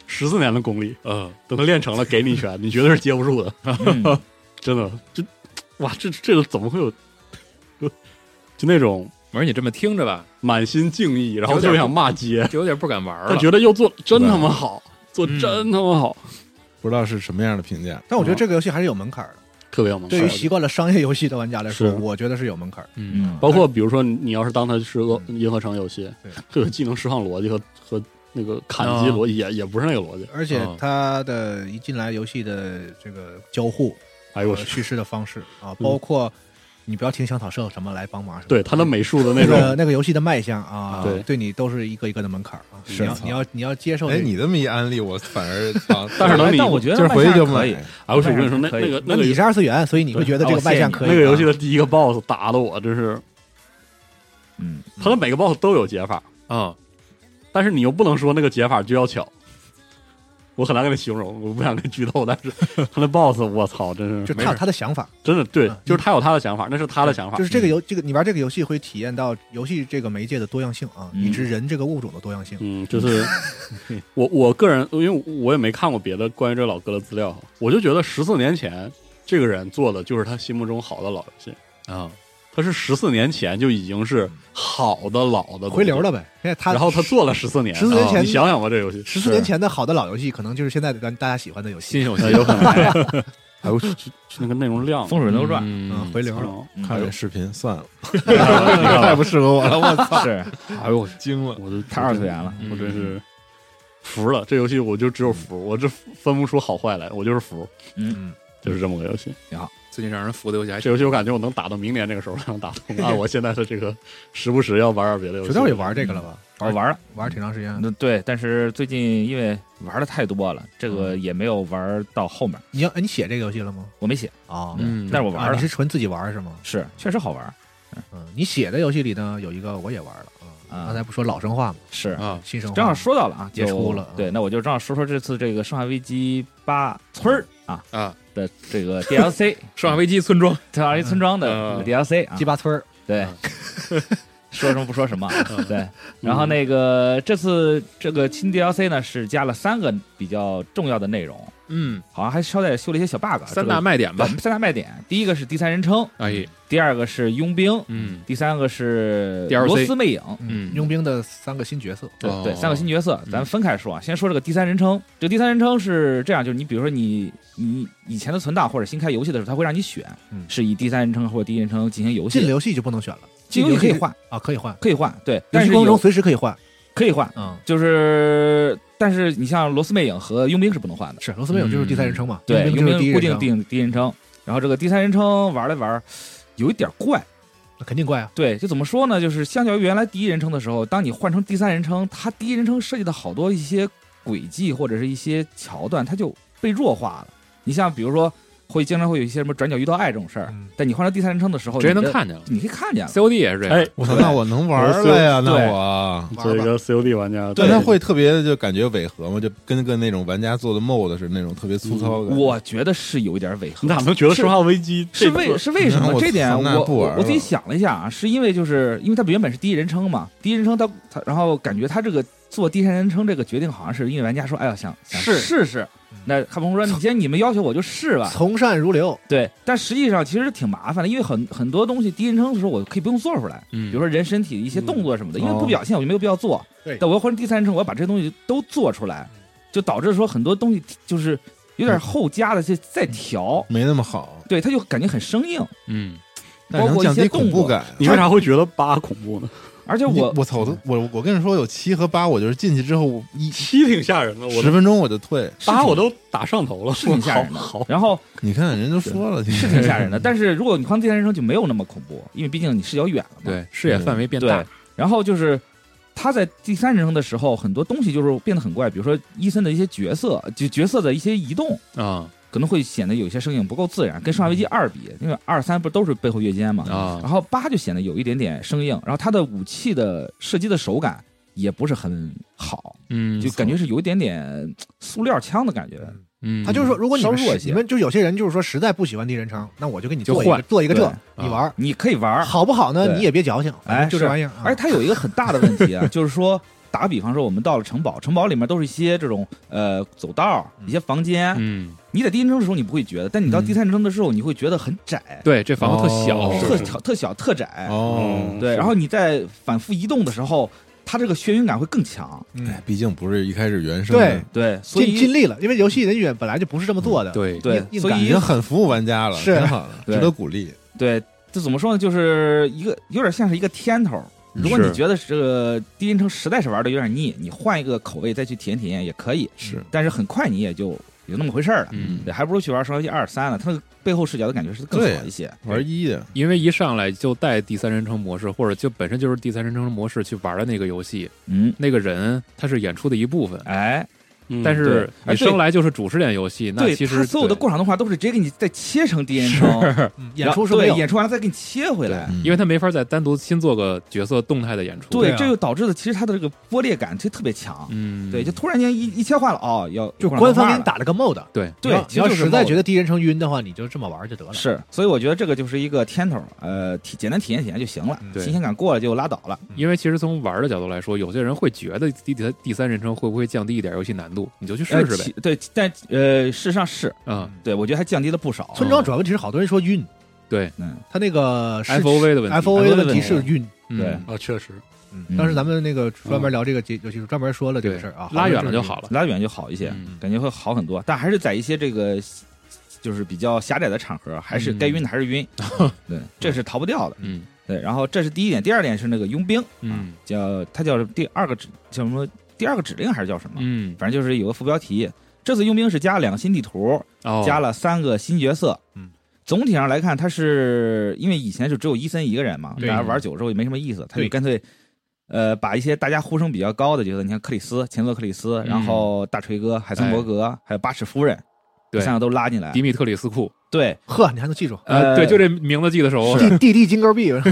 S5: 十四年的功力，
S3: 嗯
S5: 等他练成了给你一拳，你绝对是接不住的。
S6: 嗯
S5: 真的，就哇，这这怎么会有？就就那种
S3: 我说你这么听着吧，
S5: 满心敬意，然后
S3: 有
S5: 特
S3: 点
S5: 别想骂街，
S3: 就有点不敢 玩
S5: 但
S3: 了。
S5: 觉得又做得真
S4: 对
S5: 他妈好，做得真他妈
S3: 嗯
S5: 好，
S4: 不知道是什么样的评价。
S2: 但我觉
S5: 哦
S2: 得这个游戏还是有门槛的。
S5: 特别有门槛
S2: 对于习惯了商业游戏的玩家来说，
S5: 是
S2: 我觉得是有门槛的。
S3: 嗯
S6: 嗯，
S5: 包括比如说你要是当它是个银河城游戏
S2: 嗯对，哦
S5: 这个技能释放逻辑和和那个砍击逻辑也也不是那个逻辑。
S2: 而且
S3: 嗯
S2: 它的一进来游戏的这个交互、
S5: 哎呦我
S2: 呃
S5: 去，
S2: 叙事的方式啊，包括你不要听香草社什么来帮忙什么的，
S5: 嗯对它的美术的那
S2: 那个
S5: 种，
S2: 那个游戏的卖相啊，
S5: 对
S2: 对你都是一个一个的门槛儿啊。
S5: 是
S2: 你要你要你要接受这
S4: 哎，
S2: 个。
S4: 你这么一安利，我反而啊，
S5: 但是能理
S6: 但我觉
S4: 今
S6: 得
S4: 儿回去就
S6: 卖相
S4: 买
S6: 可以，。
S5: 哎我去，我跟你说，那
S6: 可以
S5: 那个
S2: 那
S5: 那个哦
S2: 你是二次元，所以你会觉得这个卖相可以。啊
S5: 那个游戏的第一个 BOSS 打的我真是，
S6: 嗯，
S5: 它的每个 BOSS 都有解法，
S2: 哦
S3: 啊，
S5: 但是你又不能说那个解法就要巧。我很难给你形容，我不想给你剧透，但是他那 boss，我操，真是
S2: 就他有他的想法，
S5: 真的对
S2: 嗯，
S5: 就是他有他的想法，那是他的想法，嗯
S2: 就是这个游这个你玩这个游戏会体验到游戏这个媒介的多样性啊，
S6: 嗯
S2: 以及人这个物种的多样性。
S5: 嗯，就是我我个人，因为我也没看过别的关于这老哥的资料哈，我就觉得十四年前这个人做的就是他心目中好的老游戏，
S3: 啊，
S5: 他是十四年前就已经是好的老的
S2: 回流
S5: 了，
S2: 了呗，现在他
S5: 然后他做了十四年，
S2: 14年前
S5: 啊你想想吧，这游戏
S2: 十四年前的好的老游戏，可能就是现在的大家喜欢的游戏。
S3: 新手
S5: 呃
S3: 戏
S5: 有 可能，哎呦，去那个内容量，
S6: 风水轮流转，
S2: 嗯，
S3: 嗯，
S2: 回流了。
S5: 嗯
S6: 嗯
S4: 看这视频算了，
S5: 哎
S4: 太不适合我了，我操，
S6: 是
S4: 哎呦，我惊了，
S5: 我就
S6: 太二次啊元了。
S5: 我真是服了。这游戏我就只有服，我这分不出好坏来，我就是服，
S6: 嗯，
S5: 就是这么个游戏。
S3: 最近让人服的游戏还
S5: 哎这游戏我感觉我能打到明年这个时候才能打通。按我现在的这个，时不时要玩点别的游戏。
S2: 石头也玩这个了吧？
S6: 我哦玩了，
S2: 玩挺长时间了。
S6: 那对，但是最近因为玩的太多了，这个也没有玩到后面，
S2: 你要哎你写这个游戏了吗？
S6: 我没写，
S2: 啊，
S3: 嗯
S6: 但是我
S2: 啊
S6: 玩
S2: 你
S6: 了
S2: 是，纯自己玩是吗？
S6: 是确实好玩，
S2: 嗯，你写的游戏里呢有一个我也玩了啊，
S6: 啊
S2: 刚才不说老生化吗？
S6: 是
S3: 啊，
S2: 新生化
S6: 正好说到了啊，
S2: 也
S6: 就
S2: 出了
S6: 对，那我就正好说说这次这个《生化危机八》村儿啊
S3: 啊
S6: 的这个 DLC《
S3: 生化危机村庄，
S6: 生化危机村庄》的
S3: 嗯
S6: DLC 啊
S2: 鸡，巴村儿，
S6: 对，说什么不说什么，啊
S3: 嗯
S6: 对。 然后那个这次这个新 DLC 呢是加了三个比较重要的内容，
S3: 嗯，啊
S6: 好像还捎带修了一些小 bug。啊
S3: 三大卖点
S6: 这个嗯
S3: 吧，
S6: 对三大卖点，第一个是第三人称，
S3: 哎，
S6: 第二个是佣兵，
S3: 嗯
S6: 第三个是
S3: DLC
S6: 罗斯魅影。
S3: 嗯
S2: 佣兵的三个新角色，
S6: 对
S3: 哦
S6: 对，三个新角色，
S3: 嗯
S6: 咱们分开说啊。先说这个第三人称，这个第三人称是这样，就是你比如说你你以前的存档或者新开游戏的时候，它会让你选
S2: 嗯，
S6: 是以第三人称或者第一人称进行游
S2: 进了
S6: 戏，
S2: 游戏就不能选了，
S6: 进游戏可以换，
S2: 啊，可以换，
S6: 可以换，对，
S2: 游
S6: 但
S2: 戏
S6: 是
S2: 过程中
S6: 有
S2: 随时可以换，
S6: 可以换，
S2: 嗯，
S6: 就是，但是你像罗斯魅影和佣兵是不能换的，
S2: 是罗斯魅影就是第三人称嘛，
S6: 嗯对，
S2: 佣
S6: 佣
S2: 兵就是第一
S6: 兵固
S2: 人
S6: 定
S2: 称，
S6: 定第一人称，然后这个第三人称玩来玩，有一点怪，
S2: 那肯定怪啊，
S6: 对，就怎么说呢？就是相较于原来第一人称的时候，当你换成第三人称，它第一人称设计的好多一些轨迹或者是一些桥段，它就被弱化了。你像比如说，会经常会有一些什么转角遇到爱这种事儿
S2: 嗯，
S6: 但你换成第三人称的时候，
S3: 直接能
S6: 你的，
S3: 看见了
S6: 你可以看见了。
S3: ，COD 也是这
S5: 哎
S3: 样，，
S4: 我操，那我能玩了呀，那我。
S5: 作为一个 COD 玩家，
S4: 但
S5: 对
S4: 它会特别就感觉违和嘛，就跟个那种玩家做的 mod 是那种特别粗糙的。
S6: 嗯我觉得是有一点违和
S5: 你。咋能觉得《
S6: 是
S5: 生化危机》
S6: 是
S5: 这
S6: 为是为什
S4: 嗯
S6: 么
S4: 我
S6: 这点
S4: 操那
S6: 我
S4: 不玩
S6: 我我自己
S4: 了
S6: 想了一下啊，是因为就是因为它原本是第一人称嘛，第一人称它它然后感觉它这个做第三人称这个决定好像是因为玩家说哎呀想想
S2: 是
S6: 试试
S2: 嗯，
S6: 那卡普空说你既然你们要求我就试吧，
S2: 从善如流，
S6: 对，但实际上其实挺麻烦的，因为很很多东西第一人称的时候我可以不用做出来，
S3: 嗯，
S6: 比如说人身体的一些动作什么的，因为
S4: 哦
S6: 不表现我就没有必要做，
S2: 嗯对
S6: 但我要换成第三人称，我要把这些东西都做出来
S2: 嗯，
S6: 就导致说很多东西就是有点后加的去再调，
S4: 没那么好，
S2: 嗯
S6: 对，它就感觉很生硬，
S3: 嗯，
S4: 但是
S6: 包
S4: 能
S6: 括一
S4: 降
S6: 些
S4: 低
S6: 动
S4: 恐
S6: 作
S4: 怖。感。啊
S5: 你为啥会觉得八恐怖呢？
S6: 而且
S4: 你
S6: 我
S4: 我操，我都我我跟你说，有七和八，我就是进去之后我一
S5: 七挺吓人的，我
S4: 十分钟我就退。
S5: 八我都打上头了，
S6: 是挺吓人的
S5: 好，好
S6: 然后
S4: 你看人都说了，
S6: 是挺吓人 的，但是如果你看第三人称就没有那么恐怖，因为毕竟你视角远了嘛。
S3: 对，视野范围变大
S6: 对，，然后就是他在第三人称的时候，很多东西就是变得很怪，比如说伊森的一些角色，就角色的一些移动，
S3: 啊
S6: 可能会显得有一些生硬，不够自然，跟《生化危机二》比，因为二三不都是背后越肩嘛，
S3: 啊
S6: 然后八就显得有一点点生硬，然后他的武器的射击的手感也不是很好，
S3: 嗯，
S6: 就感觉是有一点点塑料枪的感觉，
S3: 嗯，
S2: 他就是说，如果你们
S6: 稍弱一
S2: 是
S6: 些
S2: 你们就有些人就是说实在不喜欢第一人称，那我就给你做一
S3: 就
S2: 个
S3: 换
S2: 做一个这
S6: 对，
S2: 你玩儿
S6: 你可以玩儿，
S2: 好不好呢？
S6: 对
S2: 你也别矫情，反正
S6: 哎
S2: 就这
S6: 是
S2: 玩意儿啊。
S6: 而且它有一个很大的问题啊， 就是说，打个比方说，我们到了城堡，城堡里面都是一些这种呃走道、一些房间。
S3: 嗯，
S6: 你在第一人称的时候你不会觉得，但你到
S3: 嗯
S6: 第三人称的时候，你会觉得很窄，
S3: 对，这房子特小
S4: 哦，
S6: 特
S5: 是
S6: 小特小特窄。
S5: 嗯
S4: 哦，
S6: 对，然后你在反复移动的时候，它这个眩晕感会更强。
S2: 嗯
S4: 哎，毕竟不是一开始原生
S2: 对
S4: 的，，
S6: 对，所
S2: 尽尽
S6: 以嗯
S2: 力了，因为游戏人员本来就不是这么做的。
S3: 对
S6: 对
S2: 硬，硬
S6: 所
S2: 感
S4: 已
S6: 以
S4: 经很服务玩家了，
S2: 是
S4: 挺好的，
S6: 对
S4: 值得鼓励。
S6: 对，这怎么说呢？就是一个有点像是一个天头。
S4: 嗯
S6: 如果你
S3: 是
S6: 觉得这个第一人称实在是玩的有点腻，你换一个口味再去体验体验也可以。
S4: 是，
S6: 但是很快你也就有那么回事儿了。
S3: 嗯，
S6: 对，还不如去玩《生化危机二》三呢，它那个背后视角的感觉是更
S4: 对
S6: 好一些。
S4: 玩一啊的，
S3: 因为一上来就带第三人称模式，或者就本身就是第三人称模式去玩的那个游戏，
S6: 嗯，
S3: 那个人他是演出的一部分，
S6: 哎，
S5: 嗯
S3: 但是
S6: 对
S3: 你生来就是主视点游戏，那
S6: 对，
S3: 其
S6: 它
S3: 实
S6: 所有的过场动画都是直接给你再切成第一人称，
S2: 嗯
S6: 然
S2: 演出
S6: 后
S2: 是没
S6: 对，
S2: 有，
S6: 演出完了再给你切回来。
S4: 嗯
S3: 因为他没法再单独新做个角色动态的演出。
S6: 对，
S2: 对啊
S6: 这就导致了其实它的这个割裂感其实特别强。
S3: 嗯，
S6: 对，就突然间一一切换了，哦，要
S2: 就
S6: 有过场
S2: 官
S6: 动
S2: 方
S6: 画
S2: 给你
S6: 了
S2: 打了个 mod。
S3: 对
S2: 你
S6: 对
S2: 要，
S6: 其
S2: 你要
S6: 实就是
S2: 实在
S6: mode
S2: 觉得第一人称晕的话，你就这么玩儿就得了。
S6: 是，所以我觉得这个就是一个天头，呃，体简单体验体验就行了，
S2: 嗯
S3: 对
S6: 新鲜感过了就拉倒了。
S3: 因为其实从玩的角度来说，有些人会觉得第第第三人称会不会降低一点游戏难度，你就去试
S6: 呃
S3: 试呗
S6: 其。对，但呃，事实上是
S3: 啊，
S6: 对我觉得还降低了不少。
S2: 村庄主要问题是好多人说晕，
S3: 对
S6: 哦嗯，
S2: 他那个是
S3: FOV 的问题
S2: FOV 的问
S6: 问题
S2: 题是晕。
S3: 嗯
S6: 对
S5: 啊，确实，
S6: 嗯
S2: 当时咱们那个专门聊这个节，尤其是专门说了这个
S3: 对
S2: 事儿啊，
S3: 拉远了就
S2: 好。
S3: 好了。
S6: 拉远就好一些，
S3: 嗯
S6: 感觉会好很多。但还是在一些这个就是比较狭窄的场合，还是该晕的还是晕，对，这是逃不掉的。
S3: 嗯
S6: 对，然后这是第一点，第二点是那个佣兵，啊
S3: 嗯
S6: 叫他叫第二个指叫什么？第二个指令还是叫什么？
S3: 嗯，
S6: 反正就是有个副标题。这次佣兵是加了两个新地图，
S3: 哦，
S6: 啊加了三个新角色。
S2: 嗯，
S6: 总体上来看，他是因为以前就只有伊森一个人嘛，大
S2: 对
S6: 家玩久了之后也没什么意思，他就
S2: 对
S6: 干脆。呃，把一些大家呼声比较高的角色，你看克里斯、钱洛克里斯，然后大锤哥、海森伯格，还有八尺夫人，
S3: 对
S6: 这三个都拉进来
S3: 迪。米特里斯库，
S6: 对，
S2: 呵，你还能记住？
S6: 呃
S3: 呃，对，就这名字记得
S6: 哦
S3: 熟。啊
S2: 弟弟弟金钩 币，
S6: 呃，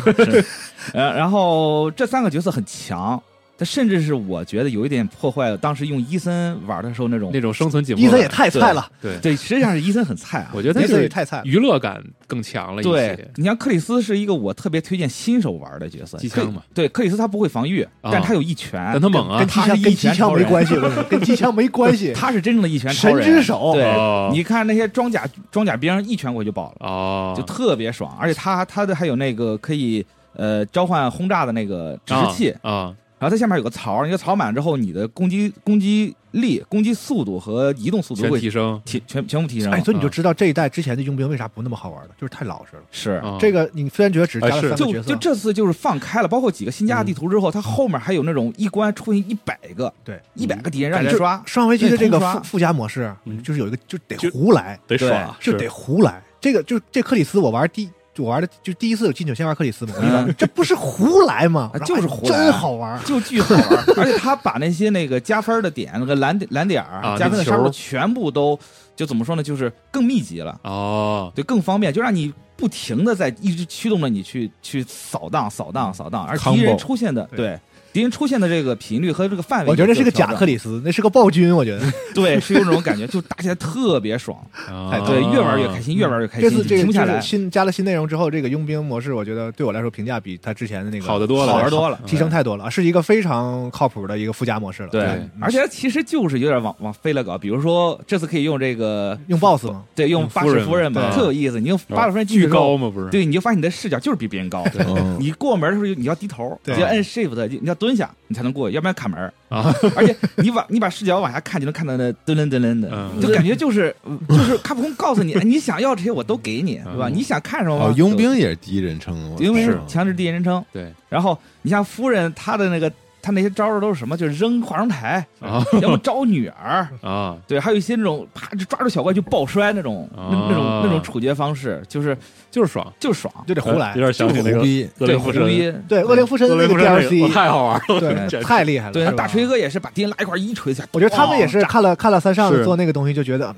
S6: 然后这三个角色很强，他甚至是我觉得有一点破坏了当时用伊森玩的时候那种
S3: 那种生存紧迫
S2: 伊
S3: 感，
S2: 森也太菜了，
S3: 对，
S6: 对，实际上是伊森很菜 啊。
S3: 我觉得
S2: 伊
S3: 他就
S2: 森也
S3: 是
S2: 太菜了。
S3: 娱乐感更强了一
S6: 对
S3: 些，，
S6: 你像克里斯是一个我特别推荐新手玩的角色，
S3: 机枪嘛，
S6: 对，克里斯他不会防御，
S3: 啊
S6: 但他有一拳，
S3: 但他猛啊
S2: 跟，机枪跟机枪没关系，我跟你说跟机枪没关 系。
S6: 他是真正的一拳超
S2: 神
S6: 人。
S2: 之手，
S6: 对
S3: 哦
S6: 你看那些装甲装甲兵一拳过去就爆了，
S3: 哦，
S6: 就特别爽，而且他他的还有那个可以呃召唤轰炸的那个指示器，
S3: 啊，
S6: 然后它下面有个槽，你个槽满了之后，你的攻击攻击力、攻击速度和移动速度
S3: 全
S6: 会
S3: 提升，
S6: 提全全部提升
S2: 哎，
S6: 了。
S2: 所以你就知道这一代之前的佣兵为啥不那么好玩了，就是太老实了。
S6: 是，
S3: 啊
S2: 这个你虽然觉得只加了三个
S6: 啊就
S2: 角色嗯
S6: 就，这次就是放开了，包括几个新加的地图之后，它后面还有那种一关出现一百个，
S2: 对，嗯
S6: 一百个敌人让你
S2: 就
S6: 刷
S2: 《生化危机》的这
S6: 对
S2: 个
S6: 通刷
S2: 附附加模式
S5: 嗯，
S2: 就是有一个就得
S5: 就
S2: 胡来，
S5: 得
S6: 对
S5: 耍，
S2: 就是得胡来。这个就这克里斯，我玩第我玩的就第一次有进球先玩克里斯嘛，我一玩
S6: 嗯
S2: 这不是胡来吗
S6: 啊？就是
S2: 然后
S6: 胡来啊
S2: 真好玩。
S6: 就巨好玩儿，而且他把那些那个加分儿的点、那个蓝点蓝点儿、
S3: 啊
S6: 加分
S3: 那
S6: 的
S3: 球
S6: 杀手全部都就怎么说呢，就是更密集了，
S3: 哦，
S6: 就更方便，就让你不停的在一直驱动着你去去扫荡、扫荡、扫荡，而敌
S4: Combo
S6: 人出现的对。敌人出现的这个频率和这个范围，
S2: 我觉得是个假克
S6: 里，
S2: 里斯，那是个暴君，我觉
S6: 嗯
S2: 得。
S6: 对，是有这种感觉，就打起来特别爽，
S3: 啊
S6: 对，越玩越开心，越玩越开心，
S2: 嗯 这次
S6: 你
S2: 这个
S6: 停不
S2: 就
S6: 下
S2: 是
S6: 来，
S2: 新加了新内容之后，这个佣兵模式，我觉得对我来说评价比他之前的那个
S3: 好得多了
S6: 好玩多了，
S2: 提升太多了，是一个非常靠谱的一个附加模式了。
S6: 对
S3: 对，
S4: 嗯
S6: 而且其实就是有点往往飞了搞，比如说这次可以用这个，
S2: 用 BOSS 吗？
S6: 对，用
S3: 用
S6: 八
S3: 夫
S6: 尺
S3: 人
S6: 夫人嘛，
S3: 对
S6: 特有意思。你用
S5: 哦
S6: 八尺夫人进去
S3: 巨
S6: 之后
S3: 高，嘛，不是？
S6: 对，你就发现你的视角就是比别人高。
S4: 嗯
S6: 你过门的时候，你要低头，
S2: 对
S6: 你就按 Shift，你要蹲下，你才能过，要不然卡门儿
S3: 啊。
S6: 而且你往你把视角往下看，就能看到那噔噔噔噔的，
S3: 嗯
S6: 就感觉就是就是卡普空告诉你，哎你想要这些我都给你，对吧？
S3: 嗯
S6: 你想看什么
S4: 哦
S6: 吗？，
S4: 佣兵也是第一人称的吗？
S6: 对，佣兵
S4: 是
S6: 是
S4: 吗
S6: 强制第一人称。
S3: 对，
S6: 然后你像夫人，她的那个她那些招儿都是什么？就是扔化妆台，
S3: 啊
S6: 要么招女儿，
S3: 啊，
S6: 对，还有一些那种啪就抓住小怪就抱摔那种、那那种那种处决方式，就是
S3: 就是爽，
S6: 就是爽，
S2: 就得胡来
S5: 哎有。点想起那个
S4: 胡逼
S5: 恶
S6: 对，
S5: 灵附
S6: 胡
S5: 身，
S6: 逼。
S2: 对，恶灵附身
S5: 恶
S2: 那
S5: 灵
S2: 个
S5: 附身那个我哦
S2: DLC，
S5: 太好玩了，
S2: 对，太厉害了。
S6: 对，
S2: 是
S6: 那
S2: 吧
S6: 大锤哥也是把敌人拉一块儿一锤下，
S2: 我觉得他们也
S6: 咣
S2: 是看了看了三上
S5: 是
S2: 做那个东西，就觉得
S6: 哦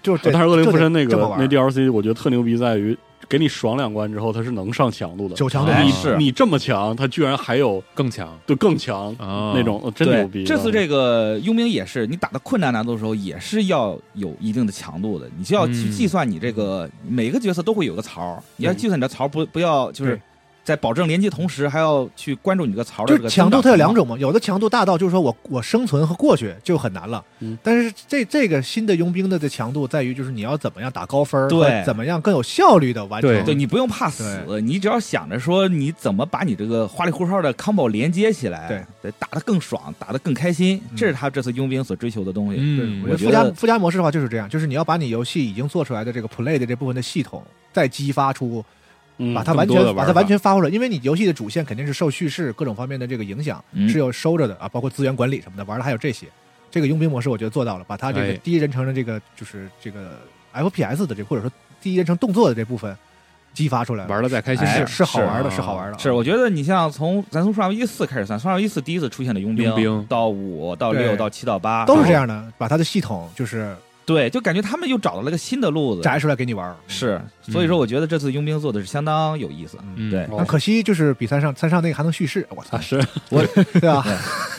S2: 就是这
S5: 但是恶灵附身那
S2: 这么
S5: 个
S2: 玩
S5: 那 DLC，我觉得特牛逼在于给你爽两关之后，它是能上强度的。
S2: 九强
S3: 哎
S2: 的
S5: 你
S6: 是
S5: 你这么强，它居然还有
S3: 更强
S5: 就更强
S3: 啊
S5: 那种，呃真牛逼
S6: 对，。这次这个佣兵也是，你打到困难难度的时候，也是要有一定的强度的，你就要去
S3: 嗯
S6: 计算你这个、
S2: 嗯
S6: 每个角色都会有个槽儿，你要
S5: 嗯
S6: 计算你的槽儿不不要就是
S2: 对
S6: 在保证连接同时，还要去关注你这个槽儿的
S2: 就
S6: 这个
S2: 是强度它有两
S6: 种，
S2: 种嘛，有的强度大到就是说我我生存和过去就很难了，
S5: 嗯
S2: 但是这这个新的佣兵的这强度在于就是你要怎么样打高分儿，
S6: 对
S2: 和怎么样更有效率的完
S3: 对
S2: 成。
S6: 对你不用怕死，你只要想着说你怎么把你这个花里胡哨的 combo 连接起来，
S2: 对，
S6: 得打得更爽，打得更开心，
S2: 嗯
S6: 这是他这次佣兵所追求的东西。
S3: 嗯
S2: 我觉得附
S6: 我觉
S2: 加
S6: 得
S2: 附加模式的话就是这样，就是你要把你游戏已经做出来的这个 play 的这部分的系统再激发出，
S5: 嗯
S2: 把它
S3: 更
S2: 完
S3: 多的
S2: 全
S3: 玩
S2: 把
S3: 法
S2: 它完全发挥出来，因为你游戏的主线肯定是受叙事各种方面的这个影响
S6: 嗯
S2: 是有收着的啊，包括资源管理什么的，玩的还有这些。这个佣兵模式我觉得做到了，把它这个
S3: 哎
S2: 第一人称的这个就是这个 FPS 的这或者说第一人称动作的这部分激发出来了，
S3: 玩的再开心
S2: 是
S3: 点
S2: 是是
S3: 儿
S2: 好玩的，
S3: 是
S2: 是好玩的啊，
S6: 是，我觉得你像从咱从《数码一四》开始算，《数码一四》第一次出现的佣
S3: 佣兵
S6: 到五到
S2: 对
S6: 六到七到八
S2: 啊都是这，
S6: 然
S2: 样
S6: 后
S2: 的，把它的系统就是
S6: 对，就感觉他们又找到了个新的路子，
S2: 摘出来给你玩儿。嗯
S6: 是，所以说我觉得这次佣兵做的是相当有意思。
S3: 嗯
S6: 对，
S2: 但可惜就是比三上三上那个还能叙事，我操
S5: 啊，是
S2: 对啊吧？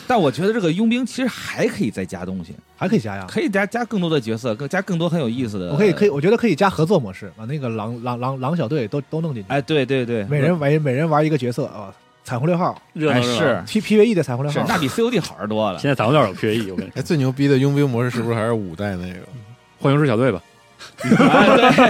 S6: 但我觉得这个佣兵其实还可以再加东西，
S2: 还可以加呀，
S6: 可以加加更多的角色，更加更多很有意思的。
S2: 我可以可以，，我觉得可以加合作模式，把那个狼狼狼狼小队都都弄进去，
S6: 哎，对对对，
S2: 每人每每人玩一个角色啊，彩虹六号
S5: 热闹
S6: 哎
S5: 热闹。
S6: 是
S2: T P V E 的彩虹六
S6: 是
S2: 号，，
S6: 那比 COD 好玩 多了
S5: 现。在咱们这儿有 PVE，我跟你
S4: 哎，最牛逼的佣兵模式是不是还是五代那个？
S3: 幻影师小队吧，
S6: 哎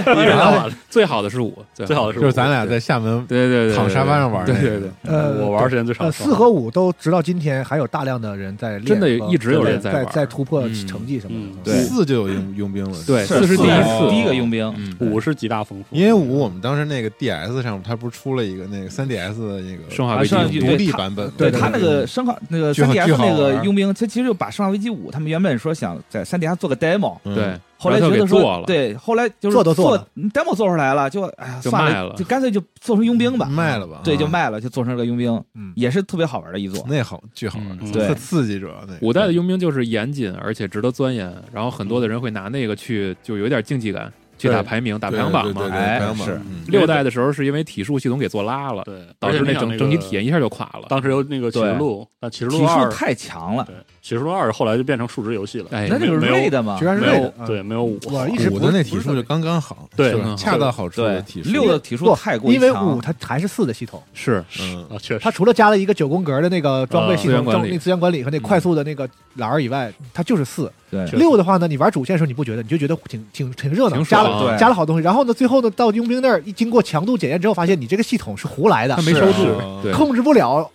S6: 对，
S5: 说，热闹 了
S3: 最好的是五，
S5: 最好的
S4: 就是咱俩在厦门
S3: 对对对，
S4: 躺沙发上玩
S3: 对
S4: 那个
S3: 对对，
S2: 呃，
S5: 我玩时间最长
S2: 呃
S5: 的。
S2: 四和五都直到今天还有大量的人在练
S3: 真的
S2: 和
S3: 一直有人在
S2: 在
S3: 玩
S2: 突破
S3: 嗯
S2: 成绩什么的
S5: 嗯。
S6: 对
S4: 四就有佣佣兵了，
S3: 对
S6: 是
S3: 四是第
S6: 第
S3: 一
S6: 一
S3: 次
S6: 第一个佣兵，
S3: 嗯
S5: 五是极大丰富，
S4: 因为五我们当时那个 DS 上，它不是出了一个那个 3DS 的那个
S3: 生化
S6: 啊
S3: 危机
S6: 生化危机
S4: 独
S6: 对
S4: 立
S6: 它
S4: 版本吗，
S6: 对
S2: 对
S6: 他那个生化那个三 DS
S4: 巨好
S6: 那
S4: 巨好
S6: 个
S4: 玩
S6: 佣兵，他其实就把《生化危机五》他们原本说想在三 DS 做个 demo，
S4: 嗯
S3: 对，
S6: 后来觉
S3: 然
S6: 得
S3: 后就
S6: 说
S3: 给做了，
S6: 对，后来就是
S2: 做都做了
S6: demo 做出来了，就哎呀
S3: 就
S6: 算
S3: 卖了
S6: 就干脆就做成佣兵吧，
S4: 卖了吧，
S6: 对，
S4: 啊
S6: 就卖了，就做成了个佣兵，
S2: 嗯
S6: 也是特别好玩的一座。
S4: 那好，巨好玩，
S3: 嗯
S6: 对
S4: 特刺激主要那个
S3: 五代的佣兵就是严谨而且值得钻研，然后很多的人会拿那个去就有点竞技感，去
S5: 对
S3: 打排名、打
S4: 对
S3: 排行榜
S4: 对对
S3: 嘛。
S4: 对
S6: 哎
S4: 排行榜
S6: 是
S4: 嗯
S3: 六代的时候是因为体术系统给做拉了，
S5: 对，
S3: 导
S5: 而且
S3: 致那
S5: 你想
S3: 整
S5: 个
S3: 整体体验一下就垮了。
S5: 当时有那个启示录，那启示
S6: 体
S5: 录
S6: 术
S5: 二，
S6: 太强了，
S5: 对，启示录二后来就变成数值游戏了，
S3: 哎，
S6: 那这个是
S5: 没有
S6: 瑞的嘛
S2: 居，然是
S5: 没
S2: 这
S5: 有
S2: 个啊
S5: 对没有五好，
S2: 我一直
S4: 五
S2: 不
S4: 的
S2: 是
S4: 那体术就刚刚好，
S5: 对
S3: 嗯
S4: 恰到好处的
S6: 对
S4: 体，术。
S6: 六的体术
S2: 不
S6: 太过于
S2: 因为
S6: 强了
S2: 五它还是四的系统，
S3: 是
S4: 嗯，
S5: 啊，确实
S2: 它除了加了一个九宫格的那个装备系
S3: 啊资源
S2: 统、
S3: 管理嗯
S2: 装那资源管理和那快速的那个栏儿以外，它就是四。
S6: 对
S5: 确实
S2: 六的话呢，你玩主线的时候你不觉得，你就觉得挺挺挺热闹，
S3: 挺
S2: 加
S3: 爽啊
S2: 了
S6: 对
S2: 加了好东西。然后呢，最后呢，到佣兵那儿一经过强度检验之后，发现你这个系统是胡来的
S3: 他，没
S5: 是
S3: 收
S5: 啊
S3: 住，对，
S2: 控制不了，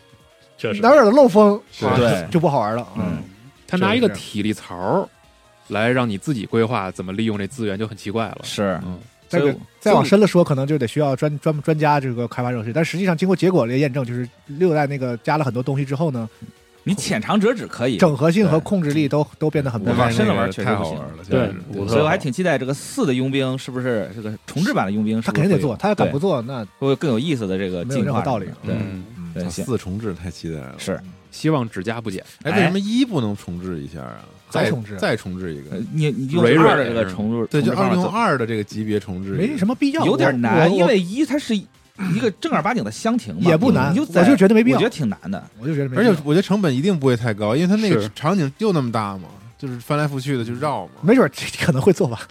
S5: 确实
S2: 哪儿有漏风，
S4: 是
S2: 啊
S6: 对
S2: 就不好玩了。啊
S6: 嗯，
S3: 他拿一个
S2: 是是
S3: 体力槽儿来让你自己规划怎么利用这资源就很奇怪了。
S6: 是
S3: 嗯，
S2: 再
S6: 所以
S2: 给再往深了说，可能就得需要专专专家这个开发这个游戏。但实际上，经过结果的验证，就是六代那个加了很多东西之后呢，
S6: 你浅尝辄止可以，
S2: 整合性和
S6: 对
S2: 控制力都都变得很不
S6: 我
S2: 一
S6: 往
S2: 样。
S6: 深了玩
S4: 那个
S6: 确实
S4: 太
S6: 不
S4: 好
S6: 行
S4: 玩了，
S5: 对
S4: 简直
S5: 五
S6: 所以我还挺期待这个四的佣兵是不是这个重置版的佣兵是
S2: 他
S6: 不
S2: 肯
S6: 是会
S2: 定
S6: 有，
S2: 得做，他要敢不做，那
S6: 会有更有意思的这个
S2: 没有
S6: 进
S2: 任
S6: 化
S2: 何道理
S6: 对
S3: 嗯
S6: 对，行
S4: 四重置太期待了。
S6: 是
S3: 希望只加不减。
S4: 哎，为什么一不能重置一下啊？
S2: 再
S4: 再
S2: 重置
S4: 再重置一个
S6: 呃，你你用
S3: 蕊蕊
S6: 二的这个重置，
S4: 对，就
S6: 重置方
S4: 二
S6: 法
S4: 用
S6: 做
S4: 二的这个级别重置，
S2: 没什么必要，
S6: 有
S2: 我
S6: 点难，
S2: 我
S6: 因为一它是一个正儿八经的乡亭嘛，
S2: 也不难
S6: 你就
S2: 我就觉得没必要
S6: 我觉得挺难的。
S2: 我就觉得没
S4: 而
S2: 必
S4: 且
S2: 要，
S4: 我觉得成本一定不会太高，因为它那个
S5: 是
S4: 场景就那么大嘛，就是翻来覆去的就绕嘛，
S2: 没准儿这可能会做吧。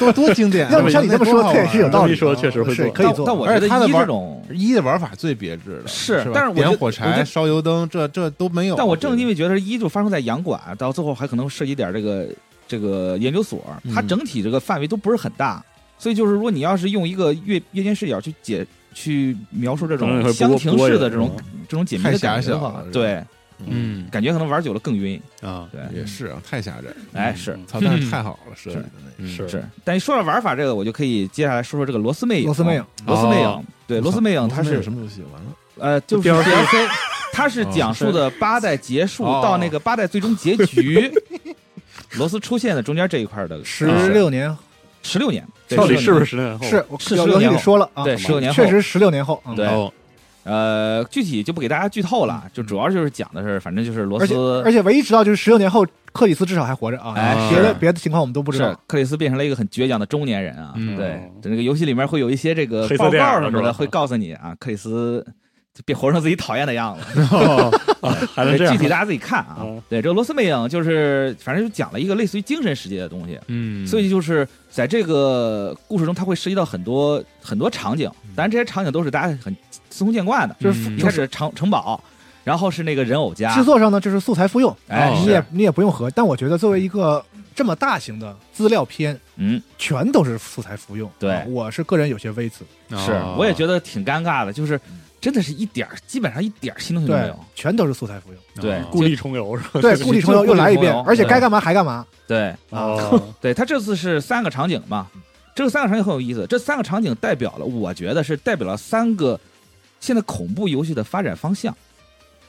S4: 多多经典啊。
S2: 要不像你这么说，
S4: 多好
S2: 他
S4: 玩啊
S2: 也是有道理的。
S5: 这么一说确实会
S2: 是
S5: 做
S2: 可以
S6: 但但
S2: 做。
S6: 我
S4: 而且
S6: 觉得
S4: 它的
S6: 一
S4: 玩
S6: 这种，
S4: 一的玩法最别致的，
S6: 是
S4: 吧
S6: 但是我
S4: 点
S6: 就
S4: 火
S6: 我
S4: 柴、
S6: 就
S4: 烧油灯，这这都没有。
S6: 但我正因
S4: 为
S6: 为觉得一就发生在洋馆，到最后还可能涉及点这个这个研究所，它
S4: 嗯
S6: 整体这个范围都不是很大，所以就是如果你要是用一个夜夜间视角去解去描述这
S5: 可能也会
S6: 种
S5: 不
S6: 乡
S5: 过
S6: 亭式的这种这种解谜的感觉的
S4: 太
S6: 话
S4: 狭小，了
S6: 对，
S3: 嗯，
S6: 感觉可能玩久了更晕。
S5: 啊，
S6: 对，
S4: 也是啊，太狭窄。
S6: 哎是
S5: 嗯
S4: 操，但是太好了，设计的那个
S5: 嗯是
S6: 是。但说到玩法这个，我就可以接下来说说这个螺丝魅影。
S2: 螺丝魅影，
S6: 螺丝魅影
S3: 哦，
S6: 对，螺丝魅影它
S4: 那有
S6: 是
S4: 什么游戏？完了，
S6: 呃，就是 DLC，它是
S5: 哦
S6: 讲述的八代结束
S4: 哦
S6: 到那个八代最终结 局，罗斯出现的中间这一块的
S2: 十六年
S6: 十六年，对
S5: 到底
S6: 16
S5: 是不是十
S6: 年
S5: 年后？
S2: 是我
S6: 哦是
S2: 有
S6: 16
S2: 游戏
S6: 年
S2: 里
S6: 后
S2: 说了啊，
S6: 对16年后
S2: 确实十六年后，嗯
S6: 对
S3: 哦
S6: 呃，具体就不给大家剧透了，
S5: 嗯
S6: 就主要就是讲的是，反正就是罗
S2: 而且
S6: 斯
S2: 而且唯一知道就是十六年后克里斯至少还活着啊，
S6: 哎
S2: 别的
S6: 是
S2: 别的情况我们都不知
S6: 是
S2: 道。
S6: 克里斯变成了一个很倔强的中年人啊，
S3: 嗯
S6: 对，这个游戏里面会有一些这个
S5: 黑色
S6: 报
S5: 电影
S6: 告
S5: 了
S6: 什么
S5: 是吧
S6: 的，会告诉你啊，克里斯就别活成自己讨厌的样子。
S5: 哦还能这样
S6: 具体大家自己看啊。
S5: 嗯
S6: 对，这个《罗斯魅影》就是反正就讲了一个类似于精神世界的东西，
S3: 嗯，
S6: 所以就是在这个故事中，它会涉及到很多很多场景，当然这些场景都是大家很司空见惯的，
S2: 就是
S3: 嗯
S6: 一开始城城堡，然后是那个人偶家
S2: 制，作上呢，就是素材复用，
S6: 哎，
S2: 你
S6: 是
S2: 也你也不用合。但我觉得作为一个这么大型的资料片，
S6: 嗯，
S2: 全都是素材复用。
S6: 对
S2: 啊我是个人有些微词，
S3: 哦
S6: 是，我也觉得挺尴尬的，就是真的是一点儿，基本上一点儿新东西都没
S2: 对
S6: 有，，
S2: 全都是素材 复用。
S3: 得
S6: 对
S5: 故地重游是吧？
S2: 对，
S5: 这个
S2: 故地重游又来一遍
S6: 故地重，游
S2: 而且
S6: 对
S2: 该干嘛还干嘛。
S6: 对
S5: 哦，
S6: 对，它这次是三个场景嘛，这三个场景很有意思，这三个场景代表了，我觉得是代表了三个现在恐怖游戏的发展方向。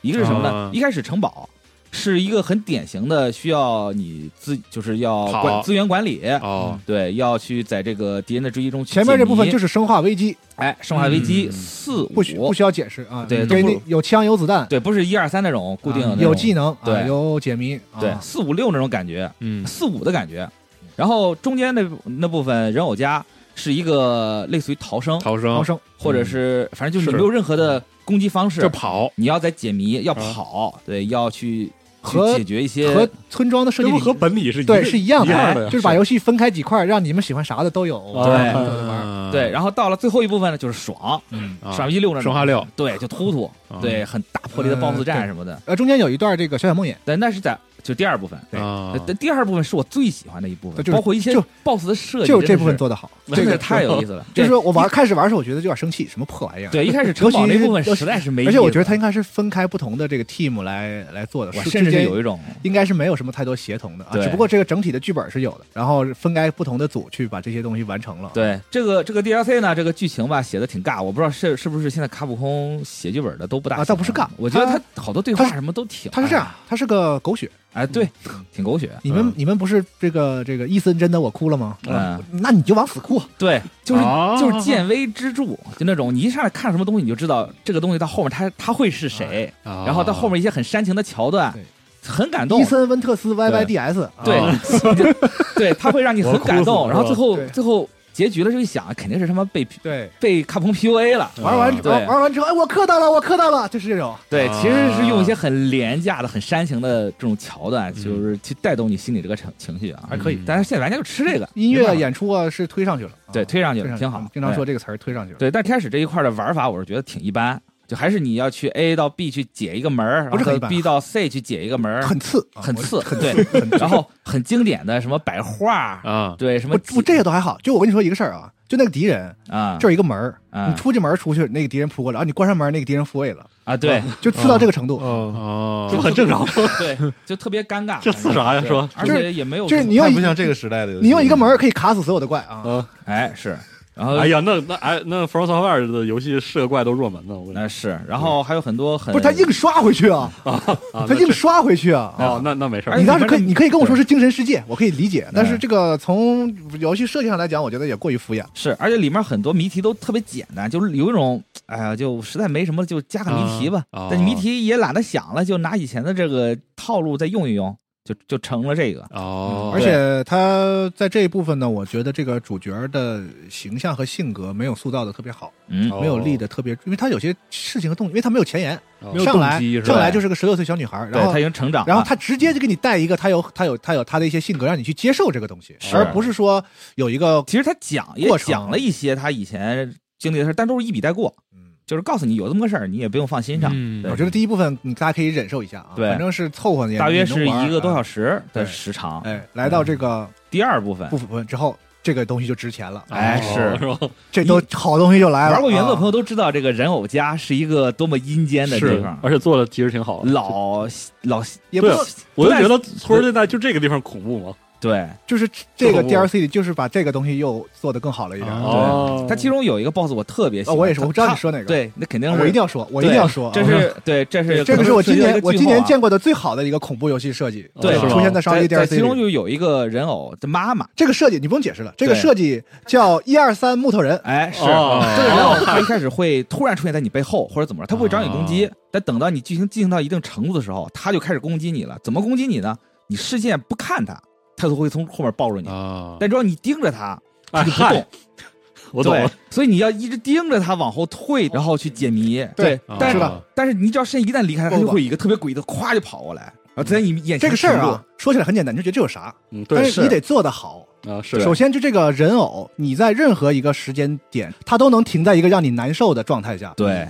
S6: 一个是什么呢？
S3: 啊
S6: 一开始城堡是一个很典型的需要你自就是要
S3: 跑
S6: 管资源管理，
S3: 哦，
S6: 对，要去在这个敌人的追击中去
S2: 前面这部分
S6: 解
S2: 就是生化危机，
S6: 谜哎，生化危机
S3: 嗯
S6: 四五
S2: 不需不需要解释啊。
S6: 对
S2: 给
S6: 都
S2: 你
S6: 不
S2: 有枪有子弹，
S6: 对，不是一二三那种固定的
S2: 啊
S6: 那种
S2: 有技能，啊
S6: 对
S2: 有解谜，啊
S6: 对四五六那种感觉，
S3: 嗯
S6: 四五的感觉。然后中间那部那部分人偶家是一个类似于逃生，
S3: 逃生
S2: 逃生
S6: 或者是
S2: 嗯
S6: 反正就是
S3: 是
S6: 你没有任何的攻击方式
S3: 就，跑，
S6: 你要在解谜，要跑，对，要去去
S2: 啊和
S6: 解决一些
S2: 和村庄的设
S5: 这
S2: 计
S5: 不
S2: 理
S5: 和本体是一
S2: 对是
S5: 一
S2: 一样
S5: 一样的
S2: 的，
S5: 呀
S2: 就是把游戏分开几块，让你们喜欢啥的都有。
S5: 对
S2: 都能玩
S3: 嗯
S6: 对，然后到了最后一部分呢，就是爽，
S2: 啊
S3: 后
S6: 爽一六那
S3: 啊
S6: 种
S3: 生化六，
S6: 对，就突突，
S3: 啊
S6: 对，很大魄力的
S2: 嗯
S6: BOSS 战什么的，
S2: 呃，中间有一段这个小小梦魇，
S6: 但那是在就第二部分。
S2: 对
S3: 啊
S6: 但第二部分是我最喜欢的一部分
S2: 就，是
S6: 包括一些
S2: 就
S6: BOSS 的设计，
S2: 就是这部分
S6: 真
S2: 做得好。
S6: 的 是真的太有意思了。
S2: 就是
S6: 对
S2: 说我玩开始玩的时候，我觉得就有点生气，什么破玩意儿。
S6: 对一开始
S2: 尤其
S6: 城堡那
S2: 是
S6: 部分
S2: 尤其
S6: 实在是没意思，
S2: 而且我觉得它应该是分开不同的这个 team 来来做的，
S6: 我
S2: 是
S6: 甚至
S2: 之
S6: 是
S2: 间
S6: 有一种
S2: 应该是没有什么太多协同的啊，
S6: 对
S2: 只不过这个整体的剧本是有的，然后分开不同的组去把这些东西完成了。，
S6: 对这个这个 DLC 呢，这个剧情吧写的挺尬，我不知道是是不是现在卡普空写剧本的都不大
S2: 啊倒不是尬
S6: 我觉得
S2: 他
S6: 他好多对
S2: 他
S6: 话
S2: 是
S6: 什么都挺
S2: 它是这样，它是个狗血。
S6: 哎，对，挺狗血，
S2: 你们你们不是这个这个伊森真的我哭了吗？
S6: 嗯，
S2: 那你就往死哭。
S6: 对，哦就是
S3: 啊
S6: 就是见微知著，就那种你一上来看什么东西你就知道这个东西到后面他他会是谁，哦然
S3: 然
S6: 后到后面一些很煽情的桥段
S2: 对，
S6: 很感动
S2: 伊。森温特斯 YYDS，啊
S6: 对，对，他会让你很感 动，
S5: 我哭死了
S6: 然后最后
S2: 对
S6: 最后结局了，就一想肯定是他妈被
S2: 对，
S6: 被卡普空 PUA 了，
S2: 玩完
S6: 嗯对
S2: 玩玩完之后，哎，我磕到了，我磕到了，就是这种。
S6: 对，
S3: 啊
S6: 其实是用一些很廉价的、很煽情的这种桥段，
S3: 嗯
S6: 就是去带动你心里这个情情绪啊，
S3: 还可以
S6: 但是现在玩家就吃这个
S2: 音
S6: 没办
S2: 乐
S6: 法
S2: 演出啊是推上去了，啊
S6: 对推上去了
S2: 推上
S6: 挺好
S2: 嗯经常说这个词儿推上去了。
S6: 对，但是开始这一块的玩法，我是觉得挺一般，就还是你要去 A 到 B 去解一个门儿，
S2: 不是
S6: 然
S2: 很
S6: 后
S2: 一
S6: 到
S2: 般
S6: B 到 C 去解一个门儿，
S2: 很次，啊
S6: 很
S2: 我
S6: 次，
S2: 很
S6: 对，然后很经典的什么摆画，
S3: 啊，
S6: 对，什么
S2: 我我这个都还好，就我跟你说一个事儿啊，就那个敌人，
S6: 啊，
S2: 这儿一个门儿，
S6: 啊
S2: 你出去门儿出去，那个敌人扑过来，然后啊你关上门儿，那个敌人复位了，
S6: 啊，对
S2: 就刺到这个程度，
S4: 哦，
S3: 哦，
S5: 这不很正常吗？
S6: 对，就特别 尴尬，
S5: 这刺啥呀
S6: 对
S5: 是吧
S6: 而
S2: 就是
S6: 且也没有
S2: 就是
S6: 什么
S2: 你用
S4: 太
S2: 一
S4: 不像这个时代的游戏。
S2: 你用一个门儿可以卡死所有的怪啊，
S5: 啊，
S6: 哎是，然后
S5: 哎呀，那那哎那 From Software 的游戏是个怪都入门的，我跟你
S6: 那是，然后还有很多很
S2: 不是他硬刷回去啊，
S5: 说啊，
S2: 他
S5: 那
S2: 硬
S5: 这
S2: 刷回去啊。
S5: 哦，那那没事儿
S6: 哎
S2: 你当时可以，你可以跟我说
S6: 对
S2: 是精神世界，我可以理解，但是这个从游戏设计上来讲，我觉得也过于敷衍。
S6: 是，而且里面很多谜题都特别简单，就是有一种，哎呀，就实在没什么，就加个谜题吧。
S3: 啊
S6: 但谜题也懒得想了，就拿以前的这个套路再用一用，就就成了这个。
S3: 哦，
S2: 而且他在这一部分呢，我觉得这个主角的形象和性格没有塑造的特别好，
S6: 嗯，
S5: 哦
S2: 没有立的特别，因为他有些事情和动，因为他没有前言，
S5: 哦
S3: 没有
S2: 上来
S3: 动机是吧
S2: 上来就是个十六岁小女孩，
S6: 对
S2: 然后
S6: 他已经成长了，
S2: 然后他直接就给你带一个他有他有他有他的一些性格，让你去接受这个东西，
S6: 是
S2: 而不是说有一个
S6: 其实他讲也
S2: 过程
S6: 讲了一些他以前经历的事儿，但都是一笔带过，
S2: 嗯。
S6: 就是告诉你有这么个事儿，你也不用放心上。
S3: 嗯
S6: 对
S2: 我觉得第一部分你大家可以忍受一下啊，
S6: 对
S2: 反正是凑合你，
S6: 大约是一个多小
S2: 时。
S6: 时的
S2: 啊
S6: 嗯
S2: 对
S6: 时长。
S2: 哎哎，来到这个
S6: 第二部分
S2: 部分之后，这个东西就值钱了，
S5: 哦
S6: 哎，是
S5: 是吧？
S2: 这都好东西就来了。
S6: 玩过原作
S2: 啊
S6: 的朋友都知道，这个人偶家是一个多么阴间的地
S5: 是
S6: 方，，
S5: 而且做的其实挺好的。
S6: 老老
S2: 也不
S5: 对
S2: 知道
S5: 我就觉得村儿现在就这个地方恐怖嘛。
S6: 对，
S2: 就是这个
S5: 不不不
S2: DLC 就是把这个东西又做得更好了一点。
S3: 啊
S2: 啊
S5: 哦，
S6: 它其中有一个 boss 我特别喜欢，
S2: 哦我也是，
S6: 它
S2: 我知道你
S6: 它
S2: 说哪个，
S6: 对，那肯定
S2: 啊
S6: 是
S2: 我一定要说，我
S6: 我
S2: 一定要说，啊
S6: 这是对，这是
S2: 这个是我今
S6: 可能
S2: 年
S6: 是
S2: 我今年
S6: 最后啊
S2: 见过的最好的一个恐怖游戏设计，呃
S6: 对
S5: 是吧
S2: 出现在上一
S6: 在
S2: DLC
S6: 在
S2: 里。
S6: 其中就有一个人偶的妈妈，
S2: 这个设计你不用解释了，这个
S6: 对
S2: 设计叫一二三木头人，
S6: 哎，是。
S5: 哦
S6: 这个人偶他一开始会突然出现在你背后或者怎么着，他不会找你攻击，
S5: 哦
S6: 但等到你剧情进行到一定程度的时候，他就开始攻击你了。怎么攻击你呢？你视线不看他，他就会从后面抱住你。
S3: 啊，
S6: 但只要你盯着他，
S5: 哎
S6: 他就不动
S5: 哦嗨，，我懂
S6: 对
S5: 了。，
S6: 所以你要一直盯着他往后退，然后去解谜。
S2: 对
S3: 啊
S6: 但
S2: 是
S6: 哦是
S2: 吧
S6: 但是你只要身一旦离开他，
S2: 不
S6: 他
S2: 不
S6: 就会以一个特别诡异的咵就跑过来，然后在你眼前
S2: 这个事儿
S6: 停住
S2: 啊，，说起来很简单，你就觉得这有啥？
S5: 嗯，
S2: 但
S5: 对，
S2: 是你得做得好。
S5: 啊，是
S2: 首先，就这个人偶，你在任何一个时间点，它都能停在一个让你难受的状态下。，
S6: 对，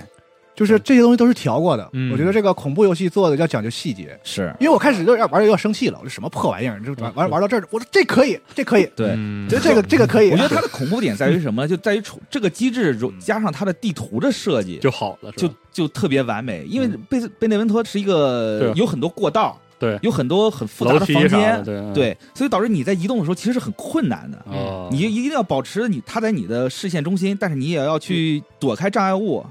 S2: 就是这些东西都是调过的。
S3: 嗯
S2: 我觉得这个恐怖游戏做的要讲究细节，
S6: 是，
S2: 因为我开始就要玩就要生气了，我说什么破玩意儿，就
S6: 嗯
S2: 玩玩玩到这儿，我说这可以，这 可以，
S6: 对。
S3: 嗯
S2: 这这个这个可以。
S6: 我觉得它的恐怖点在于什么呢？就在于出这个机制如加上它的地图的设计，
S5: 就好了，是
S6: 就
S5: 吧
S6: 就特别完美。因为
S5: 嗯
S6: 贝斯贝内文托是一个
S5: 对
S6: 有很多过道，
S5: 对
S6: 有很多很复杂
S5: 楼
S6: 的嗯
S5: 梯啥
S6: 房间
S5: 的，，对对
S6: 对，所以导致你在移动的时候其实是很困难的。
S5: 哦，
S6: 你一定要保持你他在你的视线中心，但是你也要去躲开障碍物，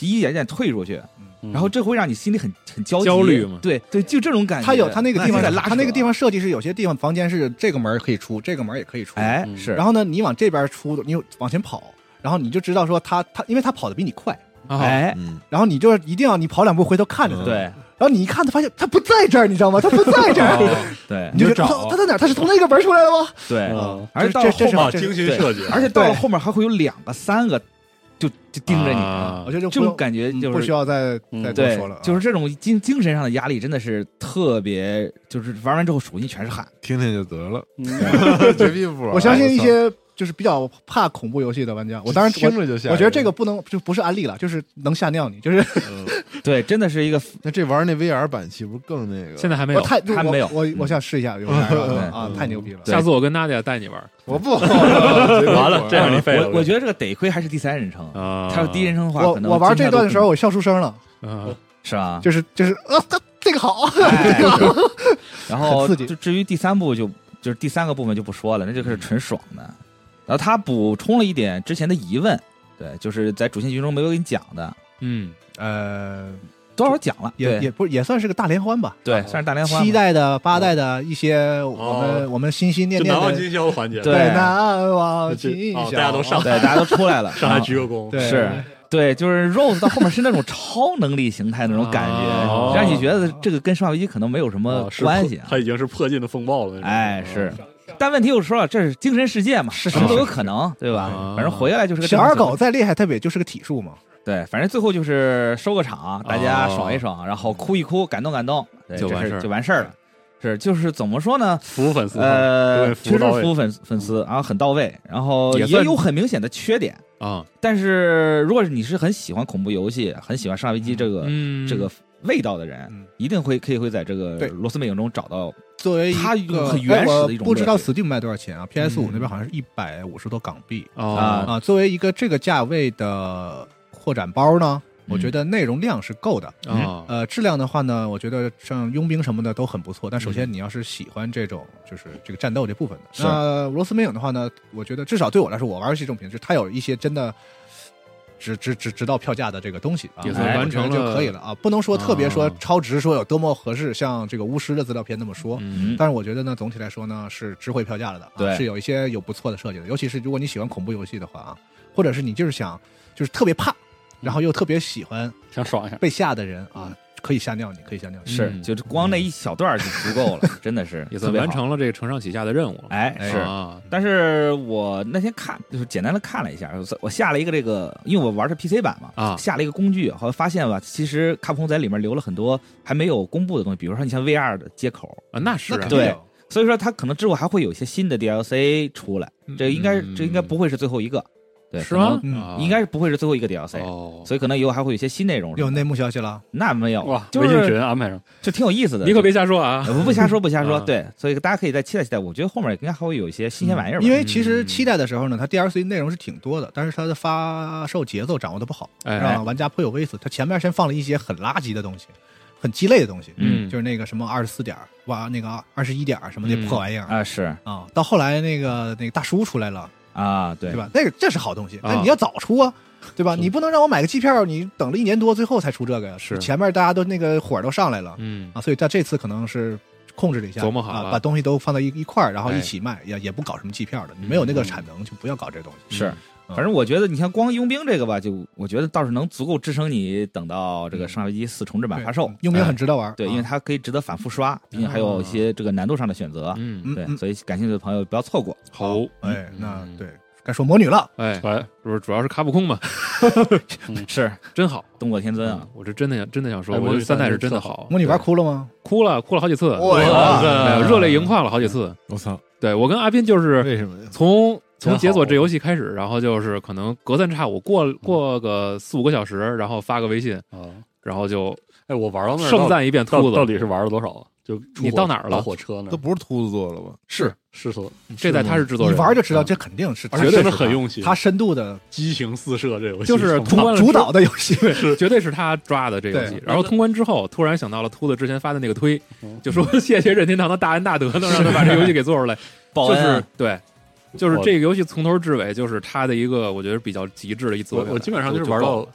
S6: 一点一点退出去，
S5: 嗯
S6: 然后这会让你心里很很焦急
S3: 焦虑嘛
S6: 对对，就这种感觉。
S2: 它有它那个地方，
S6: 在拉扯，
S2: 它那个地方设计是有些地方房间是这个门儿可以出，这个门儿也可以出。
S6: 哎
S5: 嗯
S6: 是，
S2: 然后呢，你往这边出，你往前跑，然后你就知道说他他，因为他跑得比你快，
S3: 啊，
S6: 哎
S4: 嗯，
S2: 然后你就一定要你跑两步回头看着他，然
S6: 嗯对
S2: 后你一看他发现他不在这儿，你知道吗？他不在 这儿，
S6: 对
S2: 你就觉得
S6: 啊
S2: 他他在哪儿？他是从那个门儿出来的吗？
S6: 对，
S5: 嗯
S6: 而且到
S2: 这这
S6: 了后
S2: 是
S6: 面，
S5: 啊，
S2: 这
S5: 精心
S6: 对
S5: 设计，
S6: 而且到了
S2: 对
S6: 后面还会有两个三个，就就盯着你，
S3: 啊
S2: 我觉得就
S6: 这
S2: 不
S6: 种
S2: 用
S6: 感觉
S2: 嗯
S6: 就
S2: 不
S6: 是
S2: 需要再再
S5: 嗯
S2: 多
S6: 对
S2: 说了啊，，
S6: 就是这种精精神上的压力真的是特别，就是玩完之后手心全是汗。
S4: 听听就得了，
S5: 嗯
S4: 绝壁不玩。
S2: 我相
S6: 哎
S2: 信一些就是比较怕恐怖游戏的玩家，我当然
S4: 听
S2: 我
S4: 着就吓人。
S2: 我觉得这个不能就不是安利了，就是能吓尿你，就是
S6: 对，真的是一个
S4: 那这玩那 VR 版岂不是更那个？
S3: 现在还没
S2: 我
S3: 有。
S2: 太
S6: 还没有
S2: 我我我想试一下有点儿啊，啊太牛逼了。
S6: 对
S3: 下次我跟娜姐带你玩
S4: 我不完
S5: 完了，这样你废了。
S6: 呃我我觉得这个得亏还是第三人称，
S3: 啊，
S6: 他要第一人称的话，
S2: 我
S6: 可能
S2: 我玩
S6: 惊
S2: 这
S6: 吓
S2: 段
S6: 度
S2: 的时候，我笑出声了，
S3: 啊，
S6: 是吧？
S2: 就是就是呃，这这个好，
S6: 哎是然后
S2: 很刺激
S6: 就至于第三部就就是第三个部分就不说了，那就是纯爽的。然后他补充了一点之前的疑问，对，就是在主线剧中没有给你讲的，
S3: 嗯，
S2: 呃，
S6: 多少讲了，
S2: 也
S6: 对
S2: 也不也算是个大联欢吧，
S6: 对，算是大联欢嘛。
S2: 七代的、八代的一些我们、我们心心念
S5: 哦就
S2: 念
S5: 难忘
S2: 的，
S5: 今宵的环节，
S6: 对
S2: 难忘今
S5: 这
S2: 宵，
S5: 哦大家都上
S6: 对，大家都出来了，
S5: 上海
S6: 然后
S5: 鞠个躬，
S2: 对
S6: 是对，就是 Rose 到后面是那种超能力形态那种感
S3: 哦
S6: 觉，让你觉得这个跟《生化危机》可能没有什么
S5: 啊是
S6: 关
S5: 破
S6: 系啊。
S5: 他已经是破镜的风暴了。那种
S6: 哎，是，但问题又说了，这是精神世界嘛，什么都有可能，对吧
S3: 啊？
S6: 反正回来就是个
S2: 小二
S6: 正常
S2: 狗再厉害，它不也就是个体术嘛？
S6: 对，反正最后就是收个场，大家爽一爽，然后哭一哭，感动感动，对
S3: 哦就
S6: 这
S3: 完
S6: 事
S3: 事
S6: 儿
S3: 儿
S6: 就完事儿了。是，就是怎么说呢？
S5: 服务粉丝，
S6: 呃，
S5: 对服
S6: 确
S5: 务
S6: 实
S5: 到位
S6: 服务粉粉丝，然后很到位，然后
S3: 也
S6: 也
S3: 算
S6: 有很明显的缺点。
S3: 啊，
S6: 但是如果是你是很喜欢恐怖游戏，很喜欢《生化危机》这个、
S3: 嗯，
S6: 这个味道的人，
S2: 嗯
S6: 一定会可以会在这个
S2: 对
S6: 《罗斯魅影》中找到。
S2: 作为
S6: 它
S2: 一个
S6: 很原始的一
S2: 哎我
S6: 种
S2: 不知道
S6: 乐趣
S2: Steam 卖多少钱啊？PS 五
S3: 嗯
S2: 那边好像是一百五十多港币
S3: 啊
S6: 啊
S2: 啊。作为一个这个价位的扩展包呢，我
S6: 嗯
S2: 觉得内容量是够的。
S3: 啊，
S2: 呃，质量的话呢，我觉得像佣兵什么的都很不错。但首
S3: 嗯
S2: 先你要是喜欢这种就是这个战斗这部分的，
S6: 是
S2: 那俄罗斯魅影的话呢，我觉得至少对我来说，我玩游戏这种品质，它有一些真的值值值值到票价的这个东西啊，
S3: 也
S6: 算
S2: 哎
S3: 完成
S2: 我觉得就
S3: 了
S2: 可以了啊，不能说特别说
S3: 啊
S2: 超值，说有多么合适，像这个巫师的资料片那么说。
S3: 嗯
S2: 但是我觉得呢，总体来说呢是值回票价了的、啊，
S6: 对
S2: 是有一些有不错的设计的，尤其是如果你喜欢恐怖游戏的话啊，或者是你就是想就是特别怕，然后又特别喜欢
S5: 想爽一下。
S2: 被吓的人啊，可以吓尿你，可以吓尿你。
S6: 是，
S3: 嗯
S6: 就是光那一小段儿就足够 了，真的是
S3: 也
S6: 特
S3: 算
S6: 别
S3: 完
S6: 好。
S3: 成了这个承上启下的任务了。
S6: 哎，
S2: 哎
S6: 是。
S3: 啊，
S6: 但是我那天看，就是简单的看了一下，我下了一个这个，因为我玩的 PC 版嘛，
S3: 啊
S6: 下了一个工具，后来发现吧，其实卡普空在里面留了很多还没有公布的东西，比如说你像 VR 的接口，
S3: 啊，那是啊
S2: 肯定
S6: 对
S2: 有，
S6: 所以说它可能之后还会有一些新的 DLC 出来，这应该、
S3: 嗯
S6: 这应该不会是最后一个，
S7: 对，
S3: 是
S7: 可能
S3: 吗？
S2: 嗯
S3: 啊
S7: 应该是不会是最后一个 DLC，、
S3: 哦，
S7: 所以可能以后还会有一些新内容。
S2: 有内幕消息了，
S7: 那没
S6: 哦
S7: 有，
S5: 哇，
S7: 就
S5: 微信群
S7: 是
S5: 安排上，
S7: 就挺有意思的。
S3: 你可别瞎说啊！
S7: 呃不不瞎说不瞎说，
S3: 啊
S7: 对，所以大家可以再期待期待。我觉得后面应该还会有一些新鲜玩意儿吧。
S2: 因为其实
S3: 嗯
S2: 期待的时候呢，它 DLC 内容是挺多的，但是它的发售节奏掌握的不好，
S3: 哎，
S2: 让玩家颇有微词。它前面先放了一些很垃圾的东西，很鸡肋的东西，
S3: 嗯
S2: 就是那个什么二十四点儿哇，那个二十一点儿什么那
S3: 嗯
S2: 破玩意儿
S6: 哎
S2: 啊、
S7: 啊是
S2: 到后来那个那个大叔出来了，
S7: 啊，对
S2: 对吧？那个这是好东西，
S3: 啊
S2: 那你要早出啊，对吧？你不能让我买个机票，你等了一年多，最后才出这个呀。
S3: 是
S2: 前面大家都那个火儿都上来了
S3: 嗯，
S2: 啊，所以他这次可能是控制了一下，
S3: 琢磨好
S2: 啊
S3: 了
S2: 把东西都放到一一块儿，然后
S3: 哎嗯
S2: 一起卖，也也不搞什么机票的，你没有那个产能就不要搞这东西。
S7: 是
S2: 嗯，
S7: 反正我觉得你像光佣兵这个吧，就我觉得倒是能足够支撑你等到这个《生化危机四》重置版
S2: 对
S7: 发售
S2: 嗯。
S3: 哎
S2: 佣兵很值得玩，
S7: 对，
S2: 啊
S7: 因为它可以值得反复刷，毕竟还有一些这个难度上的选择。
S3: 嗯，
S7: 对
S2: 嗯，
S7: 所以感兴趣的朋友不要错过。
S3: 好，
S2: 哎，那
S3: 嗯
S2: 对该说魔女了，
S3: 哎，
S5: 哎，
S3: 不是，主要是卡普空嘛，
S7: 是
S3: 真好。嗯
S7: 动作天尊啊，
S3: 我是真的想真的想说，
S5: 哎
S3: 我
S5: 魔
S3: 觉
S5: 女
S3: 得三代
S5: 三
S3: 是真的
S5: 特好
S3: 好，
S2: 魔女玩哭了吗？啊
S3: 哭了哭了好几次，
S2: 哇
S3: 哎呦热泪盈眶了好几次。
S4: 我操，
S3: 对我跟阿斌就是
S4: 为什么呀？
S3: 从从
S4: 真
S3: 解锁这
S4: 好
S3: 游戏开始，然后就是可能隔三差五过过个四五个小时，然后发个微信，
S5: 啊，
S3: 然后就
S5: 哎，我玩到那儿
S3: 盛赞一遍
S5: 到
S3: 秃
S5: 到到
S3: 子。
S5: 底是玩了多少啊？就出
S3: 你
S5: 火
S3: 到哪儿了
S5: 到火车那
S4: 都
S5: 儿
S4: 不是秃子做了吧？
S5: 是是所，
S3: 这代他是制作嗯
S2: 你
S3: 人，
S2: 玩就知道，这肯定是
S5: 绝对
S2: 真
S5: 是
S2: 的
S5: 很用心，
S2: 它深度的啊
S5: 激情四射这游戏
S3: 就是
S5: 从
S3: 通关了哦之
S2: 主导的游戏，
S3: 绝对是他抓的这游戏
S2: 对。嗯
S3: 然后通关之后，突然想到了秃子之前发的那个推，就说谢谢任天堂的大恩大德，能让他把这游戏给做出来。
S7: 报
S3: 就
S7: 恩啊
S3: 是对，就是
S5: 我
S3: 这个游戏从头至尾就是他的一个，我觉得比较极致的一自我
S5: 我
S3: 表达。
S5: 我基本上就是
S3: 就
S5: 玩
S3: 够
S5: 到
S3: 了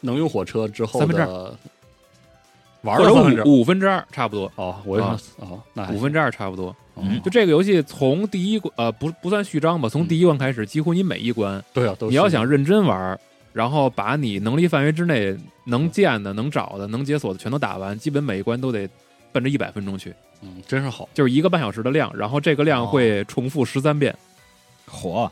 S5: 能用火车之后
S3: 三分之
S5: 的，玩
S3: 或
S5: 了三分
S3: 者
S5: 之二
S3: 五五分之二差不多，
S5: 哦，我就
S3: 啊
S5: 想哦，那还
S3: 五分之二差不多。
S5: 嗯
S7: 嗯，
S3: 就这个游戏从第一关呃不不算序章吧，从
S5: 嗯
S3: 第一关开始，几乎你每一关
S5: 对啊，都
S3: 你要
S5: 是
S3: 想认真玩儿，然后把你能力范围之内能
S5: 嗯
S3: 见的、能找的、能解锁的全都打完，基本每一关都得奔着一百分钟去，
S5: 嗯，真是好，
S3: 就是一个半小时的量，然后这个
S5: 哦
S3: 量会重复十三遍。
S7: 火，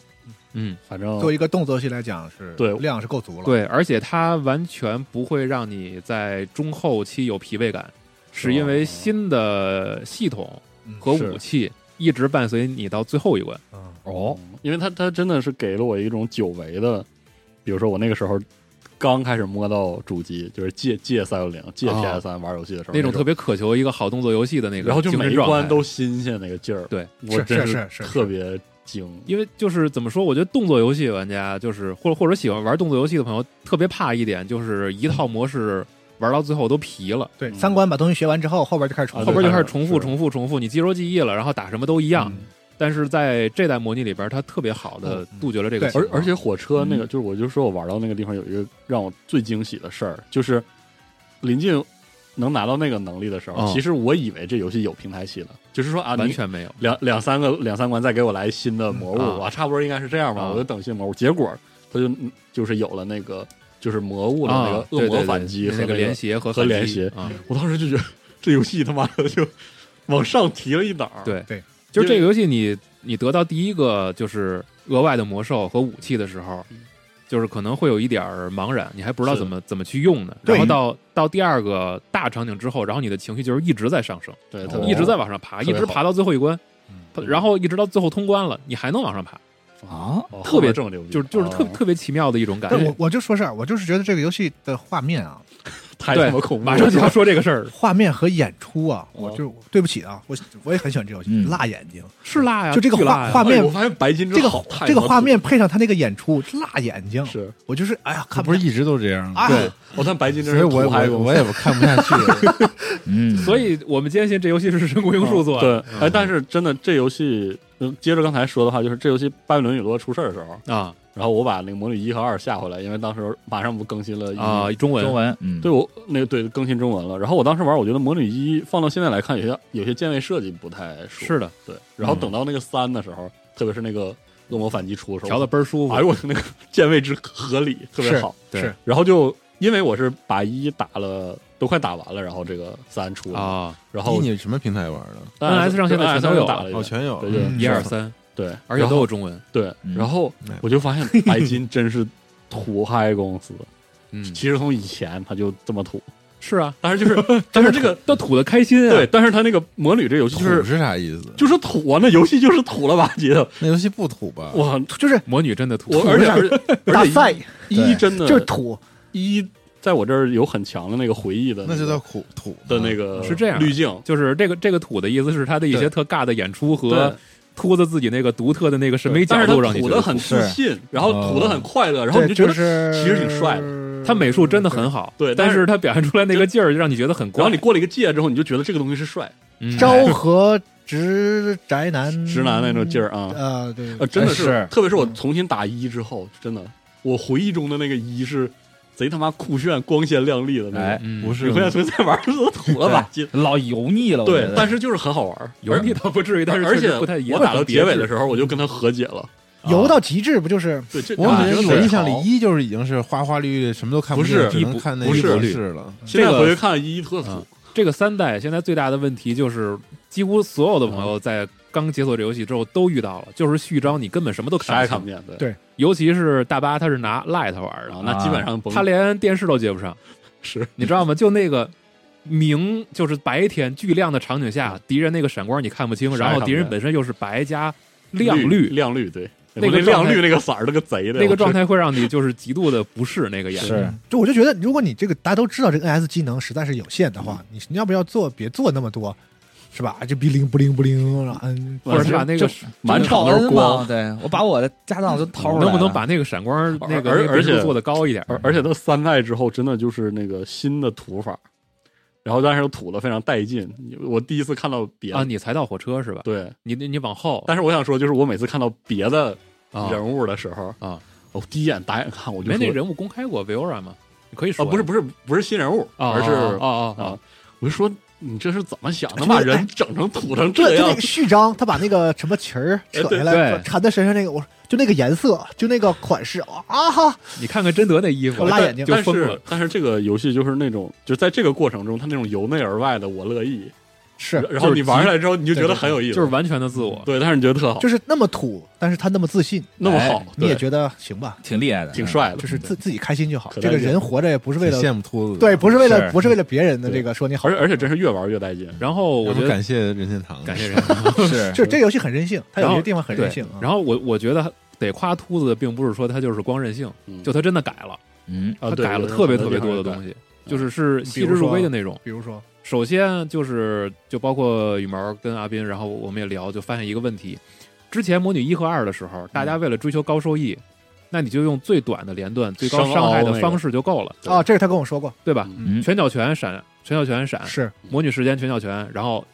S3: 嗯，
S5: 反正
S2: 作为一个动作游戏来讲是
S5: 对
S2: 量是够足了。
S3: 对，而且它完全不会让你在中后期有疲惫感，是因为新的系统
S2: 嗯
S3: 和
S5: 哦是
S3: 武器一直伴随你到最后一关。
S2: 嗯，
S7: 哦，
S5: 嗯因为他他真的是给了我一种久违的，比如说我那个时候刚开始摸到主机，就是借借三六零、借
S3: 哦
S5: PS 三玩游戏的时候，
S3: 那
S5: 那
S3: 种特
S5: 别，
S3: 别渴求一个好动作游戏的那个，
S5: 然后就每一关都。新鲜那个劲儿，
S3: 对，
S5: 我
S2: 是
S5: 真
S2: 是是是
S5: 特别惊，
S3: 因为就是怎么说，我觉得动作游戏玩家就是或者或者喜欢玩动作游戏的朋友，特别怕一点就是一套模式玩到最后都疲了，
S2: 对，
S5: 嗯
S2: 三关把东西学完之后，后边就开始重
S5: 啊
S2: 复
S3: 后
S5: 对
S3: 边就开始
S5: 是
S3: 重复、
S5: 是嗯
S3: 重复、重复，你肌肉记忆了，然后打什么都一样。但是在这代模拟里边，它特别好的杜绝了这个
S2: 对
S3: 情啊
S5: 而
S3: 况，
S5: 而且火车那个，就是我就说我玩到那个地方有一个让我最惊喜的事儿，就是临近能拿到那个能力的时候，
S3: 哦
S5: 其实我以为这游戏有平台期了，就是说啊，
S3: 完
S5: 你
S3: 全没有。
S5: 两两三个两三关再给我来一新的魔物
S3: 嗯啊
S5: 啊，差不多应该是这样吧，
S3: 啊
S5: 我就等新魔物。结果他就嗯就是有了那个就是魔物的那个
S3: 啊，
S5: 恶
S3: 对
S5: 魔
S3: 对
S5: 反击
S3: 对
S5: 和
S3: 那
S5: 那
S3: 个联，携和
S5: 和
S3: 反
S5: 联
S3: 击
S5: 携
S3: 啊，
S5: 我当时就觉得这游戏他妈的就往上提了一档，
S3: 对
S2: 对，
S3: 就是这个游戏你你得到第一个就是额外的魔兽和武器的时候
S5: 嗯，
S3: 就是可能会有一点儿茫然，你还不知道
S5: 是
S3: 怎么怎么去用呢。
S2: 对
S3: 然后到到第二个大场景之后，然后你的情绪就是一直在上升，
S5: 对，
S2: 哦
S3: 一直在往上爬，
S5: 特
S3: 一
S5: 别哦
S3: 直爬到最后一关，
S5: 嗯
S3: 然后一直到最后通关了，你还能往上爬，
S7: 啊，
S5: 哦
S3: 特
S5: 后
S3: 别
S5: 面正流利，
S3: 就是就是特
S5: 哦
S3: 特别奇妙的一种感
S2: 但我
S3: 觉。
S2: 啊我就说是，我就是觉得这个游戏的画面啊，
S5: 太
S3: 对
S5: 他妈恐怖了，
S3: 马上就要说这个 事儿了，
S2: 画面和演出啊，
S5: 哦
S2: 我就对不起啊，我我也很喜欢这游戏，
S7: 嗯
S2: 辣眼睛，
S3: 是辣呀，
S2: 就这个
S3: 巨
S2: 画
S3: 辣 呀
S2: 画
S5: 哎
S2: 面
S5: 我，发现白金
S2: 这个
S5: 好太
S2: 这个
S5: 他妈
S2: 画
S5: 恐
S2: 面配上他那个演出，辣眼睛，
S5: 是
S2: 我就是哎呀，
S4: 他
S2: 看
S4: 不是
S2: 一
S4: 一直都这样吗？
S2: 啊，
S5: 对，我看哦白金真
S4: 所以
S5: 是
S4: 我
S5: 土嗨
S4: 我我也看不下去了。
S7: 嗯，
S3: 所以我们坚信这游戏是神谷英树做的
S4: 嗯
S5: 对，
S2: 嗯
S5: 哎，但是真的这游戏，嗯接着刚才说的话，就是这游戏《巴比伦陨落》出事儿的时候，
S3: 啊
S5: 然后我把那个《魔女一》和二下回来，因为当时马上不更新了一
S3: 啊，，中文
S7: 中文，嗯，
S5: 对我那个对更新中文了。然后我当时玩，我觉得《魔女一》放到现在来看，有些有些键位设计不太舒服
S3: 是的，
S5: 对。然后等到那个三的时
S4: 嗯
S5: 候，特别是那个恶魔反击出的时候，
S3: 调的倍儿舒服
S5: 哎。呦我那个 键位之合理，特别
S2: 是
S5: 好。
S3: 对
S2: 是
S5: 然后就因为我是把一打了，都快打完了，然后这个三出了，
S3: 啊
S5: 然
S4: 一
S5: 后
S4: 你什么平台玩的？
S5: 当然
S3: NS 上现在全都有
S5: 打了一
S4: 哦，
S5: 遍，
S4: 全有
S5: 对
S2: 嗯
S5: 对，
S3: 一二三，
S5: 对，
S3: 而且都有中文。
S5: 对，
S7: 嗯
S5: 然后
S4: 哎
S5: 我就发 现白金真是土嗨公司。
S3: 嗯
S5: 其实从以前他就这么土，是啊，但是 就是，但是这个
S3: 都吐的开心啊！
S5: 对，，但是他那个魔女这游戏
S4: 土
S5: 就是
S4: 是啥意思？
S5: 就是土啊，那游戏就是土了吧唧 的，
S4: 那游戏不土吧？
S5: 哇！
S8: 就是
S3: 魔女真的吐
S5: 我，而且 而且
S2: 大
S5: 而且
S2: 赛
S5: 一真的
S2: 就是土，
S5: 一在我这儿有很强的那个回忆的，
S4: 那就叫苦土
S5: 的那个
S3: 嗯是这样
S5: 滤镜，
S3: 就是这个这个吐的意思是他的一些
S4: 对
S3: 特尬的演出和秃子自己那个独特的那个审美
S5: 但
S3: 角
S5: 是
S3: 度，让
S5: 他
S3: 你
S5: 吐
S3: 觉
S5: 的
S3: 得啊
S5: 很自信，然后吐的很快乐，然后
S8: 对，
S5: 你就觉得
S8: 是
S5: 其实挺帅的
S8: 的
S3: 他美术真的很好，
S5: 对
S3: 但
S5: 但是
S3: 是他表现出来那个劲儿，让你觉得很
S5: 然后
S3: 怪
S5: 你。过了一个界之后，你就觉得这个东西是帅，
S3: 嗯
S8: 招
S2: 昭和直宅男
S5: 直男那种劲儿啊，
S2: 啊，对，
S5: 呃，真的是
S6: 是，
S5: 特别是我重新打一之后，真的，我回忆中的那个一是贼他妈酷炫、光鲜亮丽的那
S6: 哎
S5: 种，
S3: 嗯
S4: 不是
S5: 你回来重新再玩儿都土了吧唧。
S6: 老油腻了。我觉
S5: 对
S6: 得，
S5: 但是就是很好玩儿，
S3: 油腻倒不至于，但是
S5: 而
S3: 确
S5: 且
S3: 实不太一样。
S5: 我打到结尾的
S3: 时
S5: 时候，我就跟他和解了。
S2: 游
S5: 啊
S2: 到极致不就是
S5: 对，这
S4: 我
S5: 俩
S4: 感觉
S5: 人
S4: 我
S5: 是
S4: 印象里
S5: 好
S4: 一就是已经是花花绿绿，什么都看
S5: 不
S4: 见，
S5: 是
S4: 只能
S3: 不
S4: 看那
S5: 不
S4: 一
S5: 是
S4: 博士了。
S5: 现在
S3: 这个
S5: 回去看一特土
S3: 啊，候，这个三代现在最大的问题就是，几乎所有的朋友在刚解锁这游戏之后都遇到了，就是序章你根本什么都
S5: 嗯啥
S3: 看
S5: 也
S3: 不
S5: 看不
S3: 清，
S5: 见。对
S2: 对
S3: 尤其是大巴，他是拿 Light 玩
S5: 啊
S3: 的，，
S5: 那基本上甭
S3: 他连电视都接不上，
S5: 是
S3: 你知道吗？就那个明，就是白天巨亮的场景下，敌人那个闪光你看不清，
S5: 嗯啥也
S3: 然后
S5: 看
S3: 敌
S5: 不
S3: 人
S5: 见
S3: 本身又是白加亮
S5: 绿
S3: 绿，
S5: 亮绿，对，
S3: 那
S5: 我
S3: 个
S5: 那
S3: 状
S5: 亮
S3: 态
S5: 绿那个色儿那个贼的
S3: 那个状
S5: 状态，
S3: 态会让你就是极度的不适那个眼睛。
S6: 是
S2: 就我就觉得，如果你这个大家都知道这个 NS 技能实在是有限的话，你你要不要做别做那么多，是吧？就哔灵不灵不灵，嗯，
S3: 或者是把那个
S6: 就
S5: 满场
S6: 报
S5: 都是
S6: 恩
S5: 光
S6: 嘛。对我把我的家当都掏出来了，
S3: 能不能把那个闪光那个
S5: 而
S3: 那个
S5: 而且
S3: 倍数做的高一点？
S5: 而而且它三代之后，真的就是那个新的土法，然后但是又土的非常带劲。我第一次看到别的
S3: 啊，你才到火车是吧？
S5: 对，
S3: 你你你往后
S5: 但是我想说，就是我每次看到别的
S3: 啊，
S5: 人物的时候
S3: 啊，
S5: 我第一眼打眼看我就
S3: 没那
S5: 说
S3: 人物公开过 Viora 吗？你可以
S5: 啊，
S3: 说呀
S5: 不是不是不是新人物，
S3: 啊，
S5: 而是
S3: 哦哦哦，
S5: 啊，我就说你这是怎么想的，
S2: 哎
S5: 把
S2: 哎
S5: 人整成土成
S2: 对，
S5: 这
S2: 就那
S5: 样
S2: 个？序章，他把那个什么旗儿扯下
S3: 对
S2: 来
S3: 对
S2: 缠在身上那个，我就那个颜色，就那个款式啊啊哈，
S3: 你看看贞德那衣服，
S2: 我拉
S5: 但
S2: 眼睛
S3: 就
S5: 但
S3: 疯
S5: 是
S3: 了
S5: 但是这个游戏就是那种，就在这个过程中，它那种由内而外的我乐意，
S2: 是
S5: 然后你玩下来之后，你就觉得很有意思，
S3: 就是完全的自我。
S5: 对，但是你觉得特好，
S2: 就是那么土，但是他那么自信，
S5: 那么好，
S2: 你也
S5: 对
S2: 觉得行吧？
S6: 挺厉害的，
S5: 挺帅的，
S2: 就是自自己开心就好。
S5: 可
S2: 这个
S5: 带劲
S2: 人活着也不是为了
S4: 挺羡慕秃子的，
S2: 对，不是为了
S6: 是
S2: 不是为了别人的
S5: 对
S2: 这个说你好，
S5: 而而且真是越玩越带劲。
S3: 然后我
S4: 我
S3: 觉
S4: 们
S3: 得
S4: 感谢任天堂，
S3: 感谢人。
S7: 嗯
S6: 是
S2: 就是这个游戏很任性，它有
S3: 然
S2: 一
S3: 后
S2: 些地方很
S3: 对
S2: 任性啊。
S3: 然后我我觉得得夸秃子，并不是说他就是光任性，
S5: 嗯
S3: 就他真的改了，
S6: 嗯，
S5: 啊
S3: 他
S5: 对
S3: 改了
S5: 对
S3: 特别
S5: 对
S3: 特别多的
S5: 对
S3: 东西，就是是细致入微的那种。
S2: 比如说，
S3: 首先就是就包括羽毛跟阿斌，然后我们也聊，就发现一个问题：之前魔女一和二的时候，大家为了追求高收益，那你就用最短的连段、最高
S5: 伤
S3: 伤害
S5: 凹
S3: 的
S5: 那个
S3: 方式就够了，
S2: 啊，这个他跟我说过，
S3: 对吧？
S6: 嗯
S3: 拳脚拳闪，拳脚拳闪，
S2: 是
S3: 魔女时间拳脚拳，然后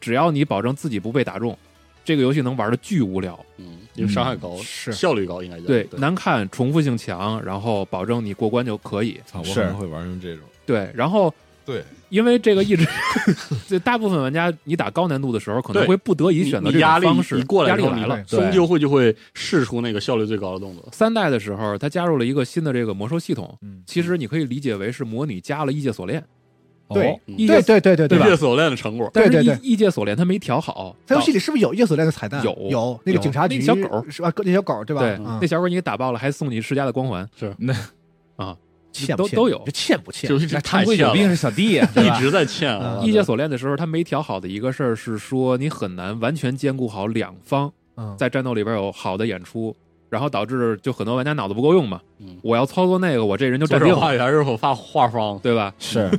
S3: 只要你保证自己不被打中，这个游戏能玩的巨无聊。
S5: 嗯，因为伤害高，
S2: 是
S5: 效率高，应该叫
S3: 对，难看、重复性强，然后保证你过关就可以。
S4: 操，我可能会玩成这种。
S3: 对，然后
S4: 对，
S3: 因为这个一直， 这大部分玩家你打高难度的时候，可能
S5: 对
S3: 会不得已
S5: 你
S3: 选择
S5: 你
S3: 这
S5: 压
S3: 种
S5: 力
S3: 方式，
S5: 一过来
S3: 压
S5: 之
S3: 力
S5: 后
S3: 来
S5: 你
S3: 了。
S5: 终究会就会试出那个效率最高的动作。
S3: 三代的时候，它加入了一个新的这个魔兽系统，
S2: 嗯
S3: 其实你可以理解为是魔女加了异界锁链。哦
S2: 对
S5: 嗯
S3: 异
S2: 对
S3: 界，
S2: 对对对
S5: 这
S2: 对吧
S5: 是？锁链的成果，
S3: 但是
S2: 对对
S3: 异异界锁链它没调好，
S2: 在游戏里是不是有夜锁链的彩蛋？
S3: 啊有
S2: 有那个警察局
S3: 那小狗
S2: 是吧？那小狗对吧？
S3: 对
S2: 嗯
S3: 那小鬼你给打爆了，还送你世家的光环，
S2: 欠
S3: 都
S2: 不欠
S3: 都有
S2: 这欠不欠
S5: 这？游戏真
S6: 那
S5: 太
S6: 常规
S5: 欠
S6: 有
S5: 了，
S6: 病是小弟呀，对
S5: 一
S6: 吧？
S5: 直在欠啊。
S2: 嗯
S3: 异界锁链的时候，它没调好的一个事儿是说，你很难完全兼顾好两方
S2: 嗯
S3: 在战斗里边有好的演出，然后导致就很多玩家脑子不够用嘛。
S5: 嗯
S3: 我要操作那个，我这人就
S5: 左
S3: 站定
S5: 手
S3: 了，
S5: 画圆，右手画画方，
S3: 对吧？
S6: 是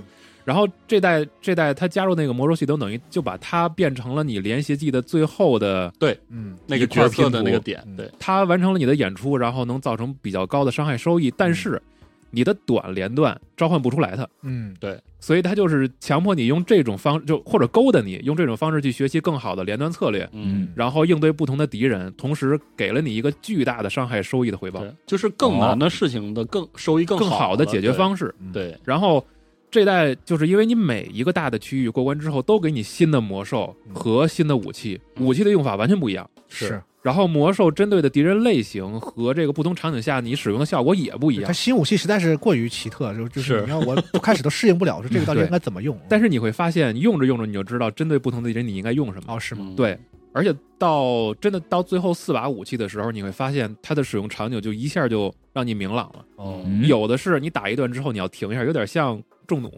S3: 然后这代这代它加入那个魔兽系统，等于就把它变成了你联携技的最后的，
S2: 嗯，
S5: 那个角色的那个点
S2: 嗯，
S5: 对，
S3: 它完成了你的演出，然后能造成比较高的伤害收益，但是你的短连段召唤不出来它。
S2: 嗯，
S3: 所以它就是强迫你用这种方，就或者勾搭你用这种方式去学习更好的连段策略，
S5: 嗯，
S3: 然后应对不同的敌人，同时给了你一个巨大的伤害收益的回报，
S5: 对，就是更难的事情的更收益更
S3: 嗯更
S5: 好
S3: 好的解决，方式。
S5: 对对，
S3: 然后这代就是因为你每一个大的区域过关之后，都给你新的魔兽和新的武器，
S5: 嗯
S3: 武器的用法完全不一样。
S2: 是
S3: 然后魔兽针对的敌人类型和这个不同场景下你使用的效果也不一
S2: 它
S3: 样。
S2: 新武器实在是过于奇特，就就是是你看我不开始都适应不了，说这个到底
S3: 嗯对
S2: 应该怎么用？
S3: 但
S2: 是
S3: 是你会发现，用着用着你就知道，针对不同的敌人你应该用什么。
S2: 哦，是吗？
S5: 嗯，
S3: 对，而且到真的到最后四把武器的时候，你会发现它的使用场景就一下就让你明朗了。
S5: 哦
S6: 嗯
S3: 有的是你打一段之后你要停一下，有点像重弩，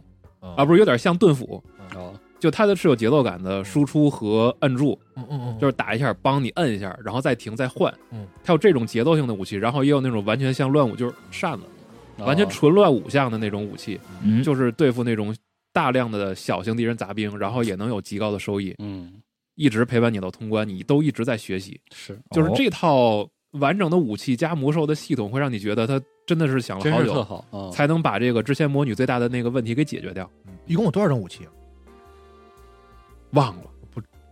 S3: 啊，不是有点像盾斧，
S5: 啊，
S3: 就它的是有节奏感的，输出和摁住，
S9: 嗯嗯
S3: 就是打一下帮你摁一下，然后再停再换，
S9: 嗯，
S3: 它有这种节奏性的武器，然后也有那种完全像乱舞，就是扇子，
S5: 啊
S3: 完全纯乱舞像的那种武器，
S7: 嗯，
S3: 就是对付那种大量的小型敌人杂兵，然后也能有极高的收益，
S5: 嗯
S3: 一直陪伴你到通关，你都一直在学习，
S5: 是，
S3: 就是
S7: 哦
S3: 这套完整的武器加魔兽的系统，会让你觉得它真的是想了
S5: 真
S3: 好
S5: 是特
S3: 久，
S5: 好啊，
S3: 才能把这个之前魔女最大的那个问题给解决掉。
S9: 一共有多少种武器啊？
S3: 忘了，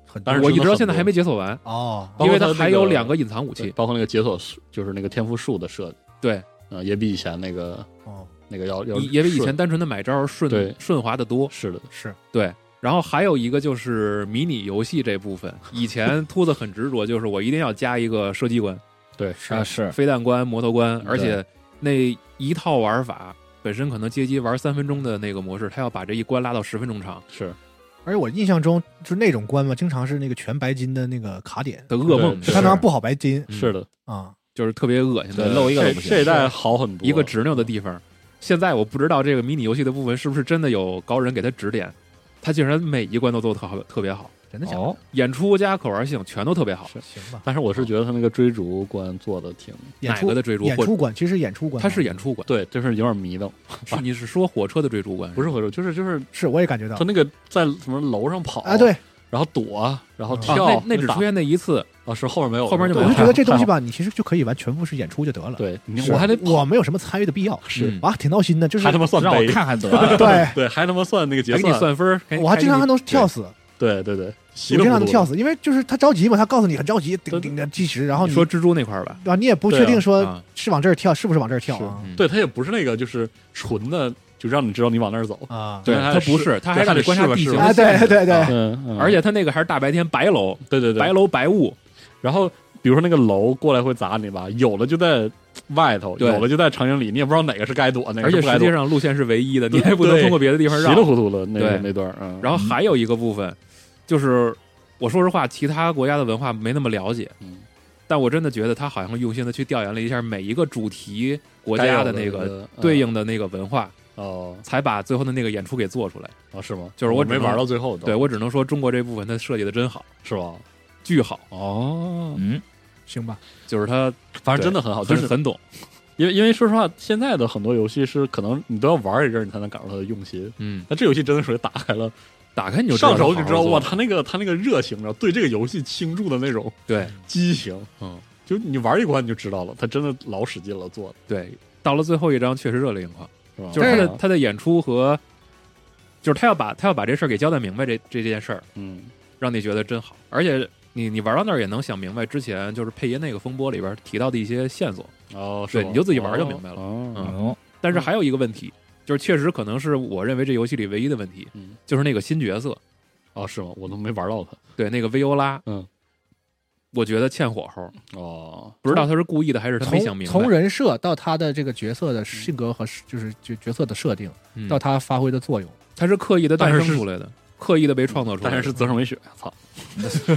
S9: 很多
S5: 但是
S3: 我
S5: 真
S3: 一
S5: 的
S3: 直到
S5: 很
S3: 现在
S5: 多
S3: 还没解锁完，
S9: 哦，
S5: 包
S3: 因为
S5: 括它
S3: 它还
S5: 那
S3: 有
S5: 个
S3: 两个隐藏武器。
S5: 包括那个解锁数就是那个天赋树的设计，
S3: 对，
S5: 嗯、也比以前那个
S9: 哦，
S5: 那个要要
S3: 也也比以前
S5: 顺
S3: 单纯的买招顺
S5: 对
S3: 顺滑的多。
S5: 是的，
S9: 是
S3: 对，然后还有一个就是迷你游戏这部分，以 前秃子很执着，就是我一定要加一个射击关、
S5: 对，
S7: 啊是
S3: 飞弹关、摩托关，而
S5: 对
S3: 且那一套玩法本身可能街机玩三分钟的那个模式，他要把这一关拉到十分钟长
S5: 是
S9: 而且我印象中就是那种关嘛，经常是那个全白金的那个卡点，
S3: 的噩梦，
S5: 对
S9: 它
S5: 是
S9: 常常不好白金
S3: 嗯
S5: 是的，
S9: 啊。
S3: 就是特别恶心的
S5: 对
S7: 漏一个都
S5: 这
S7: 不行
S5: 这一代好很多，啊
S3: 一个执拗的地方。现在我不知道这个迷你游戏的部分是不是真的有高人给他指点，他竟然每一关都做得特好，特别好，
S9: 真的假的？
S7: 哦，
S3: 演出加啊可玩性全都特别好。
S9: 行吧，
S5: 但是我是觉得他那个追逐关做的挺
S9: 演
S3: 哪
S9: 出
S3: 个的追逐
S9: 演
S3: 或者
S9: 出关其实演出关
S3: 他
S9: 嘛
S3: 是演出关，
S5: 对，就是有点迷瞪，
S3: 是你是说火车的追逐关？
S5: 不是，回头，就是就是
S9: 是，我也感觉到
S5: 他那个在什么楼上跑
S9: 啊，对，
S5: 然后躲，然后
S3: 啊
S5: 跳，
S3: 那那只
S5: 打
S3: 出现那一次，
S5: 啊是后面没有了，
S3: 后面就没
S9: 我
S3: 有
S9: 就
S3: 了
S9: 觉得这东西
S5: 吧，
S9: 吧，你其实就可以完全部是演出就得了。
S5: 对，你
S9: 是，
S5: 我还得
S9: 我没有什么参与的必要，
S5: 是
S3: 嗯
S9: 啊，挺闹心的，就是
S5: 还他妈算
S7: 让我
S5: 杯，
S7: 看看得了。
S9: 对，
S5: 对，还他妈算那个结
S3: 还给你
S5: 算，
S3: 算分儿，给你
S9: 我还经常还
S3: 还
S9: 能跳死，
S5: 对对对，
S9: 我
S5: 稀里
S9: 经
S5: 糊
S9: 常能
S5: 涂的
S9: 跳死，因为就是他着急嘛，他告诉你很着急，
S5: 对
S9: 顶顶着计时，然后
S3: 你说蜘蛛那块儿吧，
S9: 啊，你也不确定说
S3: 啊，
S9: 是往这儿跳，是不是往这儿跳
S5: 是
S9: 啊？
S3: 嗯
S5: 对他也不是那个就是纯的，就让你知道你往那儿走。
S9: 啊，
S5: 对
S3: 它不
S5: 是
S3: 是，它还让你观察地形
S5: 对
S9: 啊，
S5: 还
S9: 对对
S3: 啊
S9: 对，
S5: 嗯，嗯
S3: 而且它那个还是大白天白楼，
S5: 对对对，
S3: 白楼白雾，
S5: 然后比如说那个楼过来会砸你吧，有的就在外头，
S3: 对
S5: 有的就在长影里，你也不知道哪个是该躲，哪
S3: 而
S5: 个是
S3: 且
S5: 不该
S3: 实
S5: 躲
S3: 际，上路线是唯一的，你还
S5: 对
S3: 不能通过别的地方
S5: 稀里
S3: 绕。
S5: 糊涂的那
S3: 对
S5: 个那段儿，嗯，
S3: 然后还有一个部分，就是我说实话，其他国家的文化没那么了解，
S5: 嗯
S3: 但我真的觉得他好像用心的去调研了一下每一个主题国
S5: 该有
S3: 家的
S5: 的
S3: 那个
S5: 嗯
S3: 对应的那个文化，
S5: 哦
S3: 才把最后的那个演出给做出来。
S5: 哦是吗？
S3: 就是我
S5: 我
S3: 只
S5: 没
S3: 能
S5: 玩到最后都，
S3: 对我只能说中国这部分它设计的真好，
S5: 是吧？
S3: 巨好，
S5: 哦，
S7: 嗯，
S9: 行吧，
S3: 就是它
S5: 反正真的很好，就
S3: 很
S5: 是
S3: 很懂。
S5: 因为因为说实话，现在的很多游戏是可能你都要玩一阵儿你才能感受它的用心。
S3: 嗯，
S5: 那这游戏真的属于打开了
S3: 打开你就
S5: 上手，
S3: 它
S5: 你
S3: 好
S5: 知道
S3: 好
S5: 哇，
S3: 做
S5: 他那个他那个热情，然后对这个游戏倾注的那种
S3: 对
S5: 激情，嗯，就你玩一关你就知道了，他真的老使劲了做的，
S3: 对，到了最后一章确实热泪盈眶，
S5: 是吧？
S3: 就是他的
S5: 啊
S3: 他的演出和，就是他要把他要把这事儿给交代明白这这件事儿，
S5: 嗯，
S3: 让你觉得真好，而且。你你玩到那儿也能想明白之前就是配音那个风波里边提到的一些线索，
S5: 哦，
S3: 对
S5: 是吗
S3: 你就自己玩就明白了
S5: 哦
S3: 嗯
S7: 哦，
S3: 但是还有一个问题，就是确实可能是我认为这游戏里唯一的问题，
S5: 嗯
S3: 就是那个新角色，
S5: 哦，是吗？我都没玩到他，
S3: 对那个维欧拉，
S5: 嗯，
S3: 我觉得欠火候，
S5: 哦，
S3: 不知道他是故意的还是他没想
S9: 从
S3: 明白。
S9: 从人设到他的这个角色的性格和就是角角色的设定，
S3: 嗯
S9: 到他发挥的作用，
S3: 他是刻意的诞
S5: 但
S3: 生
S5: 是是
S3: 出来的，刻意的被创造出来
S5: 但
S3: 的。
S5: 是是泽上美雪，操，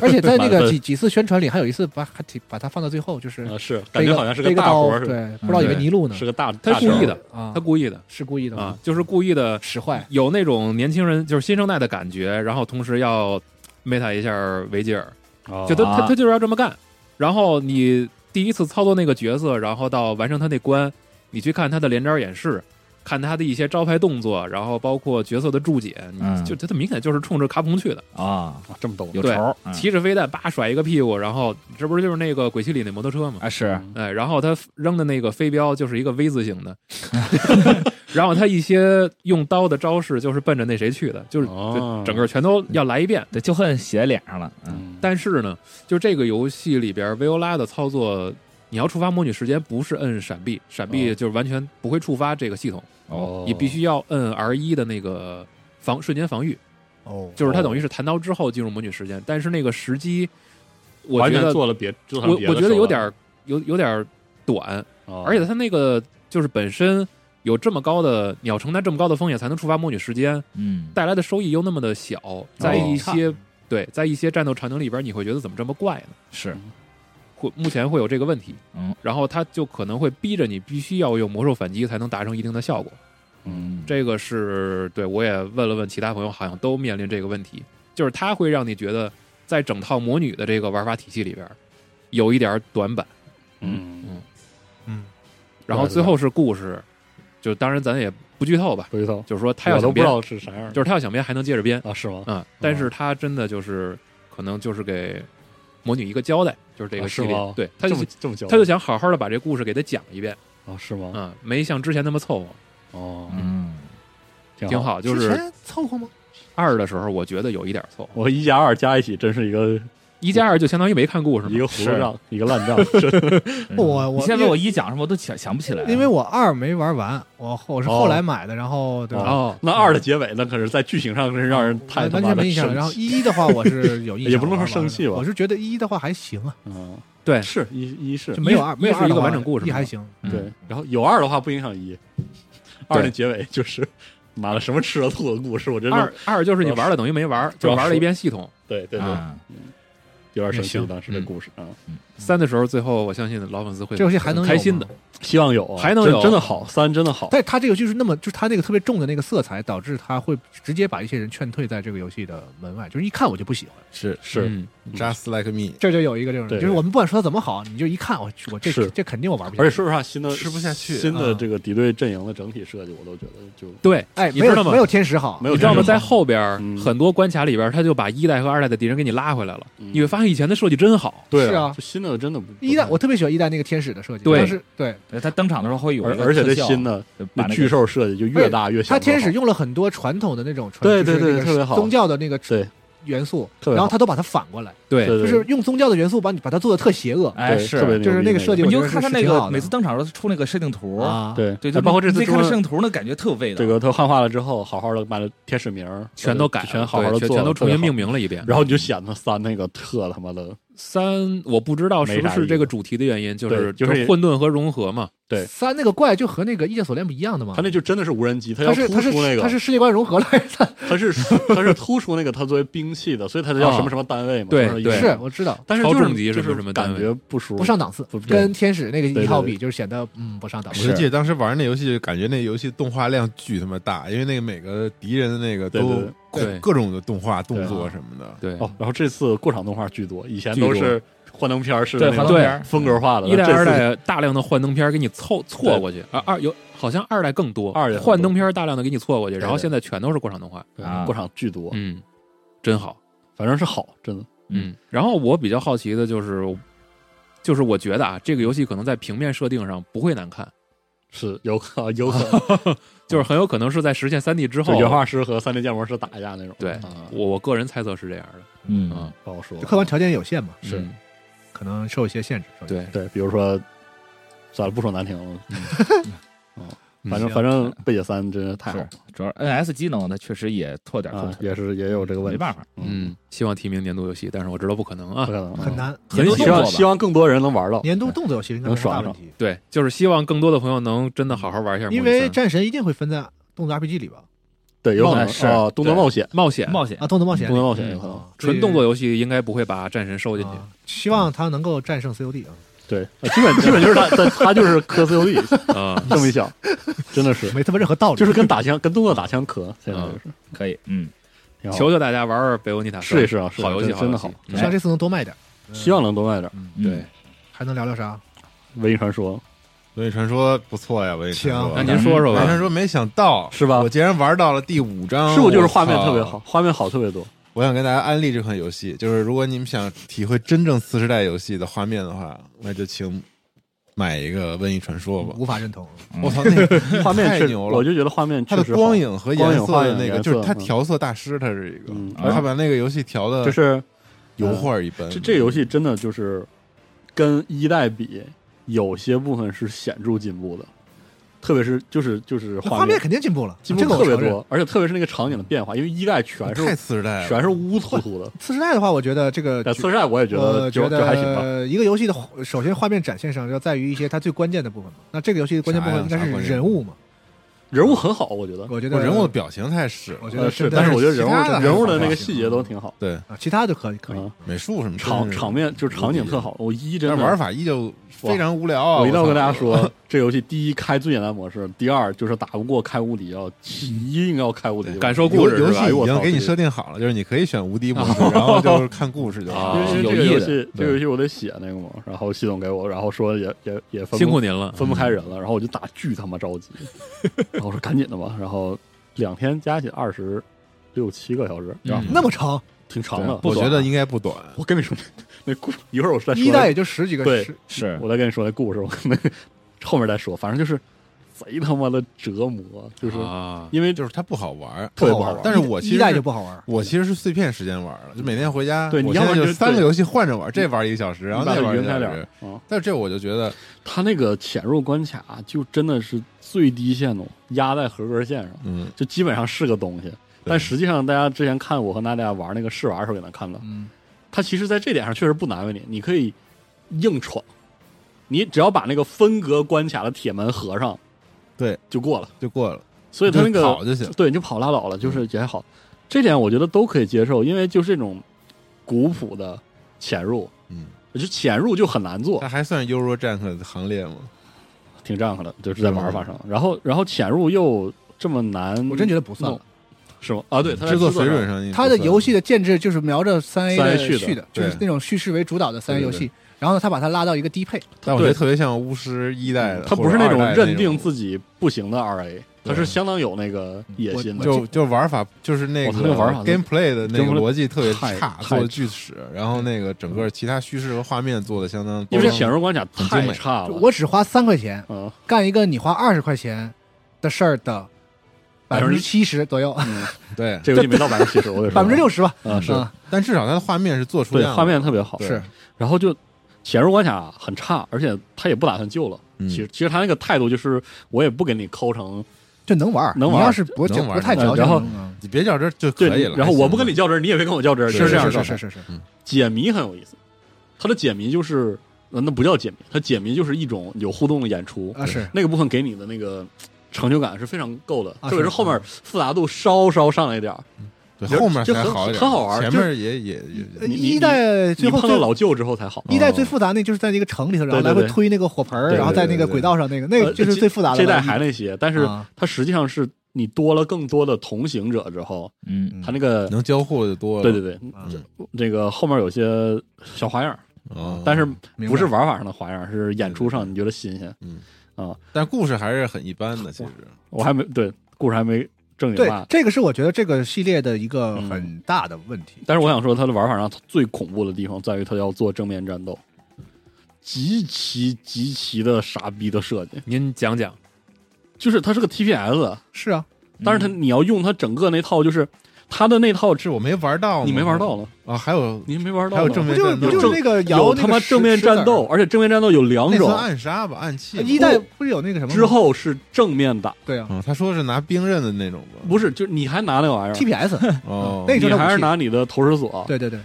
S9: 而且在那
S5: 满
S9: 个
S5: 分
S9: 几几次宣传里，还有一次把还挺把他放到最后，就是
S5: 啊是，
S9: 背
S5: 感
S9: 个
S5: 觉好像是
S9: 背个
S5: 大
S9: 刀
S5: 活儿，似的，
S9: 对，不知道以为
S3: 对
S9: 尼禄呢，
S5: 是个大，
S3: 他
S5: 大
S3: 是故
S5: 招
S3: 意的，
S9: 啊
S3: 他，故意的
S9: 是故意的
S5: 嗯
S3: 啊
S9: 吗？，
S3: 就是故意的，
S9: 使坏，
S3: 有那种年轻人就是新生代的感觉，然后同时要 meta 一下维吉尔，
S5: 哦
S3: 就他他
S7: 啊
S3: 他就是要这么干。然后你第一次操作那个角色，然后到完成他那关，你去看他的连招演示。看他的一些招牌动作，然后包括角色的注解，你
S7: 嗯
S3: 就他他明显就是冲着卡普空去的，
S7: 啊，
S5: 啊这么逗，
S7: 有
S3: 对
S7: 仇儿嗯
S3: 骑着飞弹叭甩一个屁股，然后这不是就是那个鬼泣里那摩托车吗？
S7: 啊是
S5: 嗯
S3: 哎，然后他扔的那个飞镖就是一个 V 字形的，然后他一些用刀的招式就是奔着那谁去的，就是
S5: 哦
S3: 就整个全都要来一遍。
S7: 对，就恨写在脸上了。嗯
S5: 嗯
S3: 但是呢，就这个游戏里边，维欧拉的操作，你要触发魔女时间不是摁闪避，闪避
S5: 哦
S3: 就是完全不会触发这个系统，
S5: 哦
S3: 你必须要摁 R 一的那个防瞬间防御，
S9: 哦，
S3: 就是它
S5: 哦
S3: 等于是弹刀之后进入魔女时间，但是那个时机，我
S5: 完
S3: 觉
S5: 全
S3: 得
S5: 做了别，就算
S3: 我
S5: 别
S3: 我
S5: 的
S3: 觉得
S5: 手
S3: 有
S5: 段
S3: 点儿有有点儿短，
S5: 哦
S3: 而且它那个就是本身有这么高的，你要承担这么高的风险才能触发魔女时间，
S7: 嗯，
S3: 带来的收益又那么的小，在
S5: 哦
S3: 一些、对，在一些战斗场景里边，你会觉得怎么这么怪呢？
S7: 是
S3: 会目前会有这个问题，
S7: 嗯，
S3: 然后它就可能会逼着你必须要用魔兽反击才能达成一定的效果，
S5: 嗯，
S3: 这个是对我也问了问其他朋友，好像都面临这个问题，就是它会让你觉得在整套魔女的这个玩法体系里边有一点短板，
S5: 嗯，
S2: 嗯，
S3: 然后最后是故事，就当然咱也不剧透吧，
S5: 不知道，
S3: 就是说他要
S5: 我都
S3: 想
S5: 不知
S3: 编，
S5: 道是啥样的
S3: 就是他要想编还能接着编
S5: 啊，是吗？
S3: 啊、但是他真的就是可能就是给魔女一个交代，就是这
S5: 啊
S3: 个
S5: 是
S3: 系列，
S5: 吗
S3: 对，他
S5: 这
S3: 就
S5: 么啊这么久，
S3: 他就想好好的把这故事给他讲一遍
S5: 啊，是吗？
S3: 啊、没像之前那么凑合，
S5: 哦，
S7: 嗯，
S3: 挺
S5: 好。
S3: 好。就
S9: 之
S3: 是
S9: 前凑合吗？
S3: 二的时候，我觉得有一点凑合，
S5: 我一加二加一起，真是一个
S3: 一加二就相当于没看故事
S5: 一
S3: 嘛。
S5: 个糊涂账，一个烂账。是
S2: 我我
S7: 你现在问我一讲什么，我都想想不起来了，
S2: 因为我二没玩完，我我是
S5: 哦
S2: 后来买的，然后对吧？呃
S3: 哦，
S5: 那二的结尾，那可是在剧情上是让人太他
S2: 完
S5: 妈
S2: 全
S5: 的
S2: 没印象。
S5: 生
S2: 然后
S5: 气
S2: 一的话，我是有印象，
S5: 也不能说生气吧
S2: 我是觉得一的话还行啊，
S5: 嗯，
S3: 对
S5: 是一一是
S2: 就没有
S3: 一
S2: 二，
S3: 一
S2: 没有
S3: 是
S2: 二
S3: 一
S2: 的
S3: 个
S2: 话
S3: 完整故事
S2: 一
S3: 嘛
S2: 还行。
S5: 对，然后有二的话不影响一，二的结尾就是妈的什么吃了吐的故事，我真的
S3: 二二就是你玩了等于没玩，
S5: 主
S3: 就
S5: 要是
S3: 玩了一遍系统。
S5: 对对对，
S7: 啊，
S5: 有点生
S2: 也
S5: 气
S2: 行
S5: 当时的故事啊，
S3: 三的时候，最后我相信老粉丝会
S2: 这游戏还能有
S3: 开心的
S2: 吗，
S5: 希望有啊
S3: 还能
S5: 真
S3: 有
S5: 真的好，三真的好，
S2: 但是它这个就是那么，就是它那个特别重的那个色彩，导致它会直接把一些人劝退在这个游戏的门外，就是一看我就不喜欢。
S4: 是
S5: 是
S3: 嗯
S4: Just Like Me，
S2: 这就有一个这种
S5: 对
S2: 人，就是我们不管说它怎么好，你就一看我我这
S5: 是
S2: 这肯定我玩不下去。
S5: 而且说实话，新的
S4: 吃不下去
S5: 新的
S2: 啊
S5: 这个敌对阵营的整体设计，我都觉得就
S3: 对，
S2: 哎，
S3: 你
S2: 没
S3: 知道
S2: 有
S3: 吗
S2: 没有天使好，
S5: 没有
S3: 你知道吗？
S5: 天使
S3: 在
S5: 好
S3: 后边儿
S5: 嗯
S3: 很多关卡里边儿，他就把一代和二代的敌人给你拉回来了。
S5: 嗯
S3: 你会发现以前的设计真好，
S5: 对
S2: 是啊
S5: 就新的真的不
S2: 一代我特别喜欢一代那个天使的设计，
S3: 对
S2: 当时对
S7: 他登场的时候会有
S5: 而
S7: 一个
S5: 而且这
S7: 特效
S5: 新的
S7: 就把
S5: 那
S7: 那
S5: 巨
S7: 个
S5: 兽设计就越大越小
S2: 他
S5: 越好，
S2: 天使用了很多传统的那种传，
S5: 对
S2: 就是
S5: 对对
S2: 那个
S5: 特别好
S2: 宗教的那个
S5: 对
S2: 元素，
S5: 特别好
S2: 然后他都把它反过来，
S3: 对
S5: 对
S2: 就
S5: 对
S2: 是用宗教的元素把你把它做的特邪恶，
S7: 哎
S5: 对
S7: 是
S5: 特别牛
S2: 就是
S5: 逼
S2: 那个设计，我
S7: 你
S2: 觉
S7: 就
S2: 得
S7: 看他
S2: 是
S7: 那
S2: 挺好
S7: 个
S2: 的
S7: 每次登场的时候出那个设定图，
S2: 啊，
S5: 对
S7: 对，
S5: 哎
S7: 就
S5: 包括这次
S7: 你看
S5: 中
S7: 了
S5: 文
S7: 设定图，那感觉特有味道。
S5: 这个它汉化了之后，好好的把天使名儿
S3: 全都改了，
S5: 全好好的
S3: 对
S5: 做了，
S3: 全都重新命
S5: 名，
S3: 名了一遍。
S5: 然后你就显得三那个特他妈的
S3: 三，我不知道是
S5: 没
S3: 不
S5: 啥意
S3: 是
S5: 思
S3: 这个主题的原因，就
S5: 对
S3: 是
S5: 就是
S3: 混沌和融合嘛。
S5: 对
S2: 三那个怪就和那个《异界锁链》不一样的嘛
S5: 他，那就真的是无人机，他要
S2: 它是
S5: 突
S2: 它
S5: 出
S2: 是
S5: 那个，
S2: 它是世界观融合来的，
S5: 他是他是突出那个他作为兵器的，所以他叫什么什么单位嘛？
S3: 对
S5: 就是一个
S3: 对
S2: 是我知道。
S5: 但是就是
S3: 超重级
S5: 就是
S3: 什么什么单
S5: 感
S3: 位
S5: 觉不舒服，
S2: 不上档次
S5: 不，对
S2: 跟天使那个一号
S5: 对对
S2: 比，就是显得嗯不上档
S4: 我
S2: 次
S4: 就。记得当时玩那游戏，感觉那游戏动画量巨他妈大，因为那个每个敌人的那个
S5: 对对
S4: 都
S5: 对
S3: 对
S4: 各各种的动画动
S5: 对
S4: 作什么的，
S3: 对，
S5: 哦。然后这次过场动画巨多，以前
S3: 巨多
S5: 都是幻灯片儿式的
S7: 对，
S5: 那
S7: 幻
S5: 种
S7: 灯片儿
S5: 风格化的，
S3: 一代、
S5: 这次
S3: 二代大量的幻灯片儿给你凑错过去，啊，二有好像二代更多，
S5: 二代更多
S3: 幻灯片儿大量的给你错过去，然后
S5: 对对
S3: 现在全都是过场动画，
S5: 对
S7: 啊
S5: 过场巨多，
S3: 嗯，真好，
S5: 反正是好，真的。
S3: 嗯。然后我比较好奇的就是，就是我觉得啊，这个游戏可能在平面设定上不会难看，
S5: 是有可有可能，哦
S3: 就是很有可能是在实现三 D 之
S5: 就
S3: 后，
S5: 原画师和三 D 建模师打一架那种。
S3: 对
S5: 啊，
S3: 我我个人猜测是这样的，
S7: 嗯
S3: 嗯，
S5: 不好说
S2: 就。客观条件有限嘛，
S5: 是
S3: 嗯
S2: 可能受一些限制。受一些
S3: 对，
S5: 对，比如说，算了，不说难听了。嗯，反正
S2: 行
S5: 反正贝姐三真是太好了
S7: 主要 NS 机能它确实也拓点后
S5: 啊，
S7: 腿，
S5: 也是也有这个问
S7: 没
S5: 题，
S7: 办法，
S5: 嗯，
S3: 嗯，希望提名年度游戏，但是我知道不可能
S5: 不
S3: 啊
S5: 可，能，嗯
S2: 很难，
S7: 很
S2: 年度
S7: 喜
S5: 希
S2: 动
S5: 望
S2: 作吧
S5: 希望更多人能玩到。
S2: 年度动作游戏应该
S5: 能
S2: 没啥
S5: 爽
S2: 大
S5: 爽
S2: 问题，
S3: 对，就是希望更多的朋友能真的好好玩一下，
S2: 因为战神一定会分在动作 RPG 里吧？
S5: 对，有可能
S7: 冒险
S5: 啊，动作
S3: 对
S5: 冒险，
S3: 冒险
S7: 冒险
S2: 啊，动作冒险
S5: 动
S2: 里
S5: 作冒险
S3: 嗯
S5: 有可能。
S3: 纯动作游戏应该不会把战神收进去。
S2: 啊希望他能够战胜 COD 啊！
S5: 对，啊基本基本就是他他他就是磕 COD，
S3: 啊，
S5: 这么一想，真的是
S2: 没他妈任何道理，
S5: 就是跟打枪跟动作打枪磕，现在就是
S7: 可以，嗯，
S5: 挺好
S3: 求。求大家玩玩北欧尼塔，
S5: 试一试啊，试一试
S3: 好游戏，
S5: 真真的好
S3: 游戏，嗯
S2: 希望这次能多卖点，
S5: 希望能多卖点。
S6: 嗯
S7: 对，
S2: 还能聊聊啥？
S5: 《文艺传说
S4: 文艺传说不错呀，文艺传说。
S2: 行
S3: 那您说说
S4: 文艺传
S3: 吧，
S4: 说没想到
S5: 是吧
S4: 我竟然玩到了第五》章，
S5: 哦是不是就是
S4: 我
S5: 画面
S4: 靠
S5: 特别好，？画面好特别多。
S4: 我想跟大家安利这款游戏，就是如果你们想体会真正次世代游戏的画面的话，那就请买一个《瘟疫传说》吧。
S2: 无法认同，
S5: 嗯
S4: 我操，那 个
S5: 画面
S4: 太
S5: 确
S4: 牛了
S5: 我就觉得画面确
S4: 它的
S5: 实好
S4: 光影和颜色的
S5: 光
S4: 那
S5: 影画
S4: 个，
S5: 面
S4: 就是他
S5: 颜色
S4: 调色大师，他是一个
S5: 嗯，
S4: 他把那个游戏调的
S5: 就是嗯
S4: 油画一般。
S5: 这这个游戏真的就是跟一代比，有些部分是显著进步的，特别是就是就是
S2: 那画
S5: 面
S2: 面肯定进步了，
S5: 进
S2: 这
S5: 步
S2: 个
S5: 特
S2: 我
S5: 别
S2: 承认。
S5: 多，而且特别是那个场景的变化，因为一代全
S4: 太
S5: 是
S4: 次世代了，
S5: 全是乌突突的，
S2: 次世代的话，我觉得这个
S5: 但测试我也觉
S2: 我
S5: 得就
S2: 觉
S5: 就还行吧。
S2: 得一个游戏的首先画面展现上要在于一些它最关键的部分嘛。那这个游戏的关键部分应该是人物嘛，
S5: 人物很好，我觉得。
S2: 我觉
S4: 我
S2: 得
S4: 人物的表情太是了，
S2: 我觉
S5: 呃，
S2: 得
S5: 是，
S2: 真
S5: 但
S2: 的
S5: 是我觉得
S4: 其
S5: 人物
S4: 他的
S5: 人物
S4: 还
S5: 的那
S4: 好
S5: 个细节都挺好，
S4: 对
S2: 啊，其他就可以可以。
S5: 啊，
S4: 美术什么
S5: 场场，面就是场景特好。我一
S4: 真
S5: 真
S4: 是但
S5: 的
S4: 是玩，法依旧非常无聊
S3: 哦
S4: 啊！
S5: 我一定要
S4: 操
S5: 跟大家，说，这游戏第一开最简单模式，第二就是打不过开无敌要一定要开无敌，
S3: 感受故
S4: 游
S3: 事
S4: 游
S3: 是
S4: 戏
S3: 吧？哎
S4: 已经给你设定好了，就是你可以选无敌模 式，然后就是看故事就行。
S3: 啊
S5: 因为因为这个
S3: 有意
S5: 游
S3: 的
S5: 戏，这
S4: 对
S5: 个游戏我得写那个嘛，然后系统给我，然后说也也也分不
S3: 辛苦您了，
S5: 分不开人了，然后我就打巨他妈 着急，然后我说赶紧的吧，然后两天加起来二十六七个小时，然
S3: 嗯
S5: 后
S9: 那么长，
S5: 挺长的，
S4: 我
S5: 不短啊
S4: 觉得应该不短，
S5: 我跟你说，那故一会儿我再说
S2: 一代也就十几个
S5: 对
S2: 十，
S7: 是
S5: 我再跟你说那故事，我可能后面再说，反正就是贼他妈的折磨，就是
S3: 啊，
S5: 因为
S4: 就是它不好玩，
S5: 特别
S4: 不
S5: 不
S4: 好
S5: 好
S4: 玩
S5: 玩。
S4: 但是我其
S9: 一
S4: 实
S9: 代
S4: 是
S9: 就不好玩。
S4: 我其实是碎片时间玩了，就每天回家，
S5: 对你
S4: 我
S5: 要
S4: 现在
S5: 么
S4: 就
S5: 就是
S4: 三个
S5: 对
S4: 游戏换着玩，这玩一个小时，然后
S5: 把
S4: 那
S5: 它
S4: 玩一
S5: 晕
S4: 个
S5: 开
S4: 小
S5: 点
S4: 时
S5: 儿。。嗯，
S4: 但这我就觉得
S5: 他那个潜入关卡就真的是最低限度压在合格线上，
S4: 嗯，
S5: 就基本上是个东西。但实际上，大家之前看我和娜姐玩那个试玩的时候也能看到，
S2: 嗯，
S5: 它其实在这点上确实不难为你，你可以硬闯，你只要把那个分隔关卡的铁门合上，
S4: 对，
S5: 就过了。
S4: 就过了，
S5: 所以它那
S4: 就
S5: 个
S4: 跑就行。
S5: 对，你就跑拉倒了，就是也还好。这点我觉得都可以接受，因为就是这种古朴的潜入，
S4: 嗯，
S5: 就潜入就很难做
S4: 它，还算优若战客的行列吗？
S5: 挺丈夫的，就是在玩法上。然后，然后潜入又这么难，
S2: 我真觉得不算
S5: 弄，是吗？啊，对，它在
S4: 制作水
S5: 上
S4: 准上，
S9: 它的游戏的建制就是瞄着三 A
S5: 3A
S9: 去
S5: 去的
S9: 就是
S4: 对
S9: 那种叙事为主导的三 A
S4: 对
S9: 游
S4: 对
S9: 戏。然后呢，他把它拉到一个低配，
S4: 但我觉得
S5: 对
S4: 特别像巫师一代的，
S5: 他不是
S4: 那
S5: 种认定
S4: 己
S5: 自己不行的 RA，他是相当有那个野心的。
S4: 就就玩法，就是那
S5: 我哦操那
S4: 个
S5: 个玩法
S4: gameplay 的那个逻辑特别
S5: 太
S4: 差，
S5: 太
S4: 做的巨屎，然后那个整个其他叙事和画面做的相当，
S5: 因为显示关卡太差
S9: 就
S5: 了，
S9: 我只花三块钱
S5: 嗯，
S9: 干一个你花二十块钱的事儿的百分之七十左右，
S4: 对，
S5: 嗯这个游戏没到百分之七十，我得说
S9: 百分之六十吧。
S5: 啊是，
S2: 嗯
S9: 啊
S4: 但至少它的画面是做出
S5: 对
S4: 样的，
S5: 画面特别好，
S4: 是。
S5: 然后就显示关卡很差，而且他也不打算救了。
S4: 嗯
S5: 其实其实他那个态度就是，我也不给你抠成，
S9: 就能玩儿，
S5: 能玩
S9: 你
S5: 儿
S9: 要是不
S4: 能玩儿
S9: 不太
S5: 能
S9: 矫
S5: 玩
S9: 情，
S5: 儿然后
S9: 嗯
S4: 你别较真儿就可以
S5: 对，
S4: 了。
S5: 然后我不跟
S4: 还
S5: 你
S4: 行
S5: 较真儿，你也别跟我较真儿，就是这样
S9: 是
S5: 的
S9: 是
S5: 状
S9: 是
S5: 态。
S9: 是是是，
S5: 解谜很有意思，他的解谜就是，呃那不叫解谜，他解谜就是一种有互动的演出，
S9: 啊是
S5: 那个部分给你的那个成就感是非常够的，
S9: 啊
S5: 特别
S9: 是
S5: 是后面复杂度稍稍上来一点儿，
S4: 对后面
S5: 就
S4: 才
S5: 很
S4: 好一点，
S5: 很好玩
S4: 前
S5: 就嗯
S4: 面也也也
S9: 呃
S5: 你你
S9: 一代最
S5: 你
S9: 后
S5: 碰
S9: 最
S5: 到老舅之后才好。
S9: 一代最复杂那就是在那个城里头，然后
S5: 对对
S9: 来回
S5: 对
S9: 推那个火盆儿，
S5: 对
S9: 然后在那
S4: 对
S9: 个
S4: 对
S9: 轨道上那个，那个
S5: 呃
S9: 就是最复杂的了。
S5: 这代还那些，但是
S9: 啊
S5: 它实际上是你多了更多的同行者之后，
S7: 嗯，
S5: 它那个
S4: 能交互就多了。
S5: 对对对，
S4: 嗯，
S5: 这个后面有些小花样儿，
S4: 哦
S5: 但是
S9: 明白
S5: 不是玩法上的花样儿，是演出
S4: 对对
S5: 上
S4: 对
S5: 你觉得新鲜。
S4: 但故事还是很一般的，其实
S5: 我还没对故事还没正经
S9: 对
S5: 骂，，
S9: 这个是我觉得这个系列的一个
S5: 嗯
S9: 很大的问题。
S5: 但是我想说，它的玩法上它最恐怖的地方在于它要做正面战斗，极其极其的傻逼的设计，
S3: 您讲讲，
S5: 就是它是个 TPS，
S9: 是啊，
S5: 但是它你要用它整个那套，就是它的那套
S4: 是我没玩到吗，
S5: 你没玩到了，
S4: 啊，还有
S5: 你没玩到
S4: 还
S5: 呢，
S4: 有正面
S9: 不就
S4: 战
S9: 不
S4: 斗，
S9: 就是那个摇
S5: 有
S9: 那
S5: 他
S9: 个
S5: 妈
S9: 石
S5: 正面战，斗，而且正面战斗有两
S4: 那
S5: 种
S4: 算，暗杀吧，暗器
S5: 哎
S9: 石子儿
S4: 吧
S9: 一代不是有那个什么吗
S5: 之后是正面打，
S9: 对啊
S4: 嗯，他说是拿兵刃的那种吧？
S5: 不是就你还拿那玩意儿，
S9: ，TPS
S4: 哦，
S9: 那个
S5: 你还
S9: 武
S5: 是
S9: 器
S5: 拿你的投石索
S9: 对对对，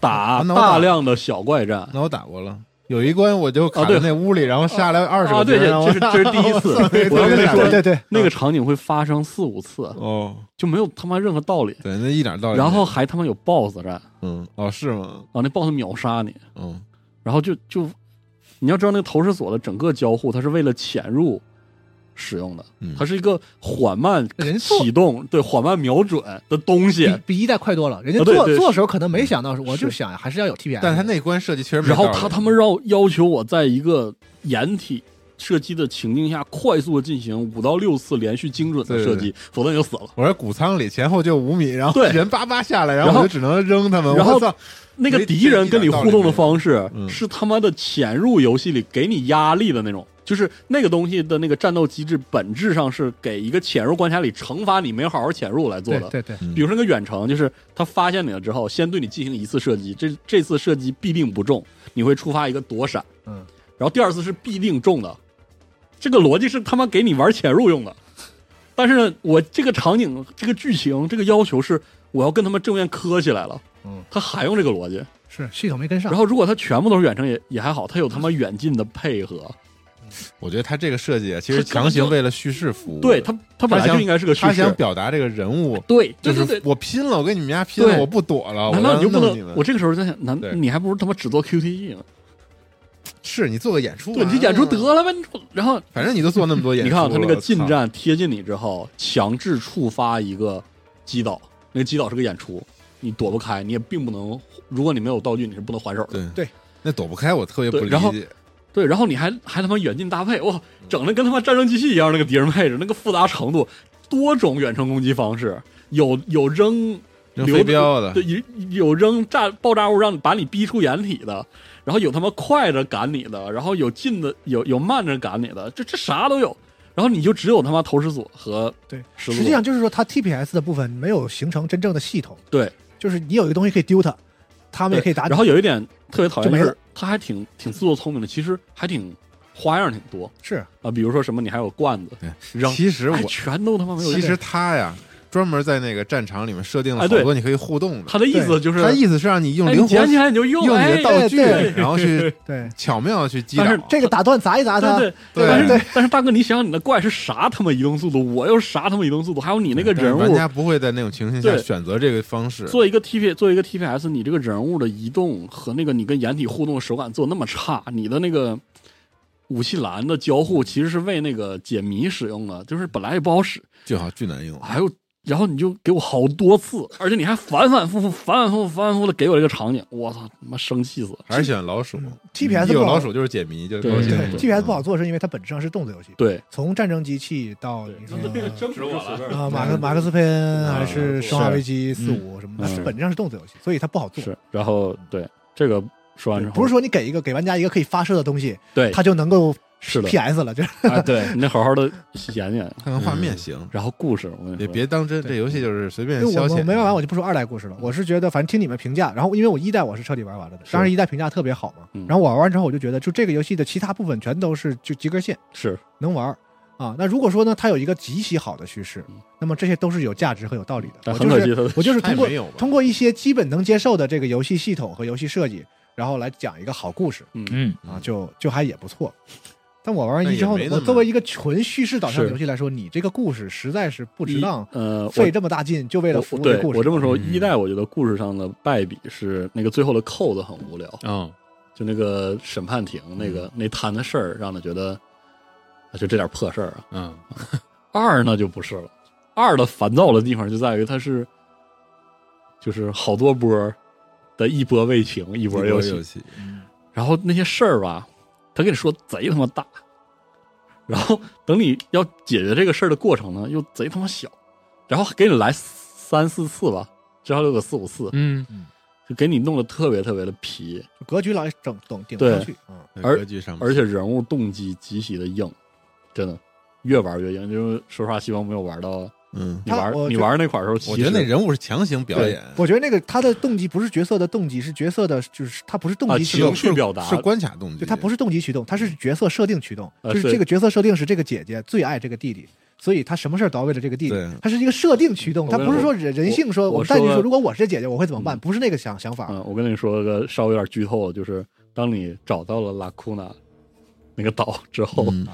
S5: 打
S4: 啊那我打
S5: 大量的小怪战
S4: 那我打过了，有一关我就卡
S5: 啊对
S4: 在那屋里，然后下来二十
S5: 啊，
S4: 个
S5: 对，
S4: 兵，哦然后
S5: 这是这是第 一次，我要
S9: 对
S5: 跟你
S9: 对对
S5: 说，
S9: 对对，
S5: 那个场景会发生四五次，
S4: 哦，
S5: 就没有他妈任何道理。
S4: 对，那一点道理没有。
S5: 然后还他妈有 BOSS 战啊，
S4: 嗯，哦是吗？
S5: 那 BOSS 秒杀你，
S4: 嗯，
S5: 然后就就你要知道那个投石索的整个交互，它是为了潜入使用的
S4: 嗯，
S5: 它是一个缓慢
S9: 人做
S5: 启动，对缓慢瞄准的东西。
S4: 嗯
S9: 比比一代快多了。人家
S5: 啊对
S9: 做
S5: 对
S9: 做的
S5: 是
S9: 时候可能没想到，我就是想还是要有 TPS。
S4: 但他那关设计确实没
S5: 然后
S4: 道理
S5: 他他妈让要求我在一个掩体。射击的情境下，快速的进行五到六次连续精准的
S4: 对
S5: 射
S4: 对
S5: 击，否则你就死了。
S4: 我在谷仓里前后就五米，然后
S5: 对
S4: 人叭叭下来，然
S5: 然
S4: 后
S5: 后
S4: 我就只能扔他们。
S5: 然后
S4: 我操，
S5: 那个
S4: 没
S5: 敌人跟你互动的方式
S4: 嗯
S5: 是他妈的潜入游戏里给你压力的那种，就是那个东西的那个战斗机制本质上是给一个潜入关卡里惩罚你没好好潜入来做
S9: 对
S5: 的。
S9: 对对，
S4: 嗯
S5: 比如说那个远程，就是他发现你了之后，先对你进行一次射击，这这次射击必定不中，你会触发一个躲闪，
S9: 嗯，
S5: 然后第二次是必定中的，这个逻辑是他妈给你玩潜入用的，但是呢，我这个场景、这个剧情、这个要求是我要跟他们正面磕起来了，
S9: 嗯，
S5: 他还用这个逻辑，
S9: 是系统没跟上
S5: 然。后如果他全部都是远程也也还好，他有他妈远近的配合，
S4: 我觉得他这个设计啊，其
S5: 他
S4: 实
S5: 根本
S4: 强行
S5: 就
S4: 为了叙事服务。
S5: 对他，他本来就应该是个叙
S4: 他
S5: 事
S4: 想，表达这个人物，
S5: 对，
S4: 就
S5: 对对对。
S4: 是我拼了，我跟你们家拼了，
S5: 对
S4: 我不躲了，
S5: 难
S4: 我
S5: 道
S4: 要
S5: 你就不
S4: 弄你们
S5: 能？我这个时候在想，难
S4: 对
S5: 你还不如他妈只做 QTE 呢？
S4: 是你做个演出嘛，
S5: 对你演出得了呗。你然后
S4: 反正你都做那么多演
S5: 你
S4: 出
S5: 看
S4: 了，
S5: 啊他那个近
S4: 操，
S5: 战贴近你之后，强制触发一个击倒，那个击倒是个演出，你躲不开，你也并不能，如果你没有道具，你是不能还手的。
S4: 对
S2: 对，
S4: 那躲不开，我特别不
S5: 对
S4: 理
S5: 然后
S4: 解。
S5: 对，然后你还还他妈远近搭配，哇，整的跟他妈战争机器一样，那个敌人配置，那个复杂程度，多种远程攻击方式，有有扔
S4: 扔
S5: 留
S4: 飞
S5: 着
S4: 镖的
S5: 对，有有扔炸爆炸物让你把你逼出掩体的，然后有他妈快着赶你的，然后有近的，有有慢着赶你的，这这啥都有。然后你就只有他妈投石锁和
S2: 对，
S5: 石
S2: 实
S5: 锁
S2: 际上就是说，它 TPS 的部分没有形成真正的系统，
S5: 对，
S2: 就是你有一个东西可以丢它，他们也可以打你。
S5: 呃然后有一点特别讨厌
S2: 就
S5: 就
S2: 没了
S5: 是，他还挺挺自作聪明的，其实还挺花样挺多
S2: 是
S5: 啊，比如说什么你还有罐子
S4: 对
S5: 扔，
S4: 其实我
S5: 哎，全都他妈没有用。
S4: 其实他呀，专门在那个战场里面设定了
S5: 哎
S4: 好
S5: 对
S4: 多你可以互动的。
S5: 他的意思就是，
S4: 他意思是让你用
S5: 哎，
S4: 灵
S5: 你
S4: 活
S5: 捡起来你就用，
S4: 用你
S5: 哎
S4: 的道具，
S2: 对对
S4: 然后去
S2: 对
S4: 巧妙地去击
S5: 但是
S4: 倒。
S2: 这个打断砸一砸它，
S5: 对
S4: 对
S5: 但
S2: 对
S5: 是但是大哥，你想想你的怪是啥他妈移动速度，我又是啥他妈移动速度，还有你那个
S4: 但是
S5: 人
S4: 玩
S5: 物
S4: 家不会在那种情形下
S5: 对
S4: 选择这个方式。
S5: 做一个 T P 做一个 T P S，你这个人物的移动和那个你跟掩体互动的手感做那么差，你的那个武器栏的交互其实是为那个解谜使用的，就是本来也不好使，
S4: 就好巨难用。
S5: 还有。然后你就给我好多次，而且你还反反复复、反反复复、反反复复的给我这个场景，我操，他妈生气死了！
S4: 还是选老鼠嗯
S2: TPS
S4: 一有
S2: 不好
S4: 老鼠就是解谜，就
S5: 对
S4: 高兴
S5: 对
S4: 了。
S2: 对 TPS 不好做，是因为它本质上是动作游戏，
S5: 对，
S2: 从战争机器到你说
S5: 争执我了
S2: 啊马克马克思佩恩
S4: 嗯
S2: 还是生化危机四五什么的，
S5: 嗯
S2: 它本质上是动作游戏，所以它不好做。
S5: 是，然后对这个说完之后，
S2: 不是说你给一个给玩家一个可以发射的东西，
S5: 对，
S2: 它就能够
S5: 是的
S2: PS 了，就是
S5: 啊， 对，你得好好 的演演。
S4: 嗯看看画面行，
S5: 然后故事，我跟你
S4: 也
S5: 说，
S4: 别当真。这游戏就是随便
S2: 因为
S4: 消
S2: 我
S4: 遣。嗯
S2: 我没玩完，我就不说二代故事了。我是觉得，反正听你们评价，然后因为我一代我是彻底玩完了的，当时一代评价特别好嘛。
S5: 嗯
S2: 然后我玩完之后，我就觉得，就这个游戏的其他部分全都是就及格线，
S5: 是
S2: 能玩儿啊。那如果说呢，它有一个极其好的叙事，那么这些都是有价值和有道理的。
S5: 嗯但
S2: 我
S5: 很
S2: 就
S5: 可惜
S2: 是
S5: 他的
S2: 我就是
S4: 他
S2: 通
S4: 也
S2: 过
S4: 没有吧
S2: 通过一些基本能接受的这个游戏系统和游戏设计，然后来讲一个好故事
S6: 嗯，
S2: 啊，就就还也不错。但我玩完
S4: 但
S2: 一
S4: 也
S2: 之后呢
S4: 没，那
S2: 我
S4: 么
S2: 作为一个纯叙事导向的
S5: 是
S2: 游戏来说，你这个故事实在是不值
S5: 一
S2: 当。
S5: 呃，
S2: 费
S5: 我
S2: 这么大劲就为了服
S5: 我
S2: 务这
S5: 对
S2: 故事。
S5: 我这么说，
S4: 嗯
S5: 一代我觉得故事上的败笔是那个最后的扣子很无聊，
S3: 嗯，
S5: 就那个审判庭那个那摊的事儿，让他觉得啊就这点破事儿啊。
S3: 嗯，
S5: 二呢就不是了，二的烦躁的地方就在于它是就是好多波儿的一波为情，一波
S4: 玩
S5: 又
S4: 游
S5: 喜
S4: 戏，
S5: 然后那些事儿吧，他跟你说贼他妈大，然后等你要解决这个事儿的过程呢，又贼他妈小，然后给你来三四次吧，至少有个四五次，
S3: 嗯，
S5: 就给你弄得特别特别的皮，
S2: 格局老整整顶不上去，嗯，
S4: 在
S5: 而
S4: 格局上面，
S5: 而且人物动机极其的硬，真的越玩越硬。就是说实话，希望没有玩到
S4: 嗯，
S5: 你
S2: 他
S5: 玩
S2: 我
S5: 你
S2: 觉
S5: 玩那款的时候，
S4: 我
S5: 其
S4: 觉得那
S5: 实
S4: 人物是强行表演，
S2: 我觉得那个他的动机不是角色的动机，是角色的，就是他不是动
S5: 啊
S2: 机驱动
S5: 情，绪表达
S4: 是关卡动机，
S2: 对，他不是动机驱动，他是角色设定驱动，
S5: 呃
S2: 就是
S5: 是
S2: 这个角色设定是这个姐姐最爱这个弟弟。所以他什么事儿都要为了这个弟弟
S4: 对，
S2: 他是一个设定驱动，
S5: 我
S2: 他
S5: 跟你
S2: 不是说人人性说，
S5: 我
S2: 我
S5: 我
S2: 们再去
S5: 说
S2: 说，如果我是这姐姐，我会怎么办？
S5: 嗯
S2: 不是那个想想法，
S5: 嗯，我跟你说个稍微有点剧透，就是当你找到了拉库纳那个岛之后，
S4: 嗯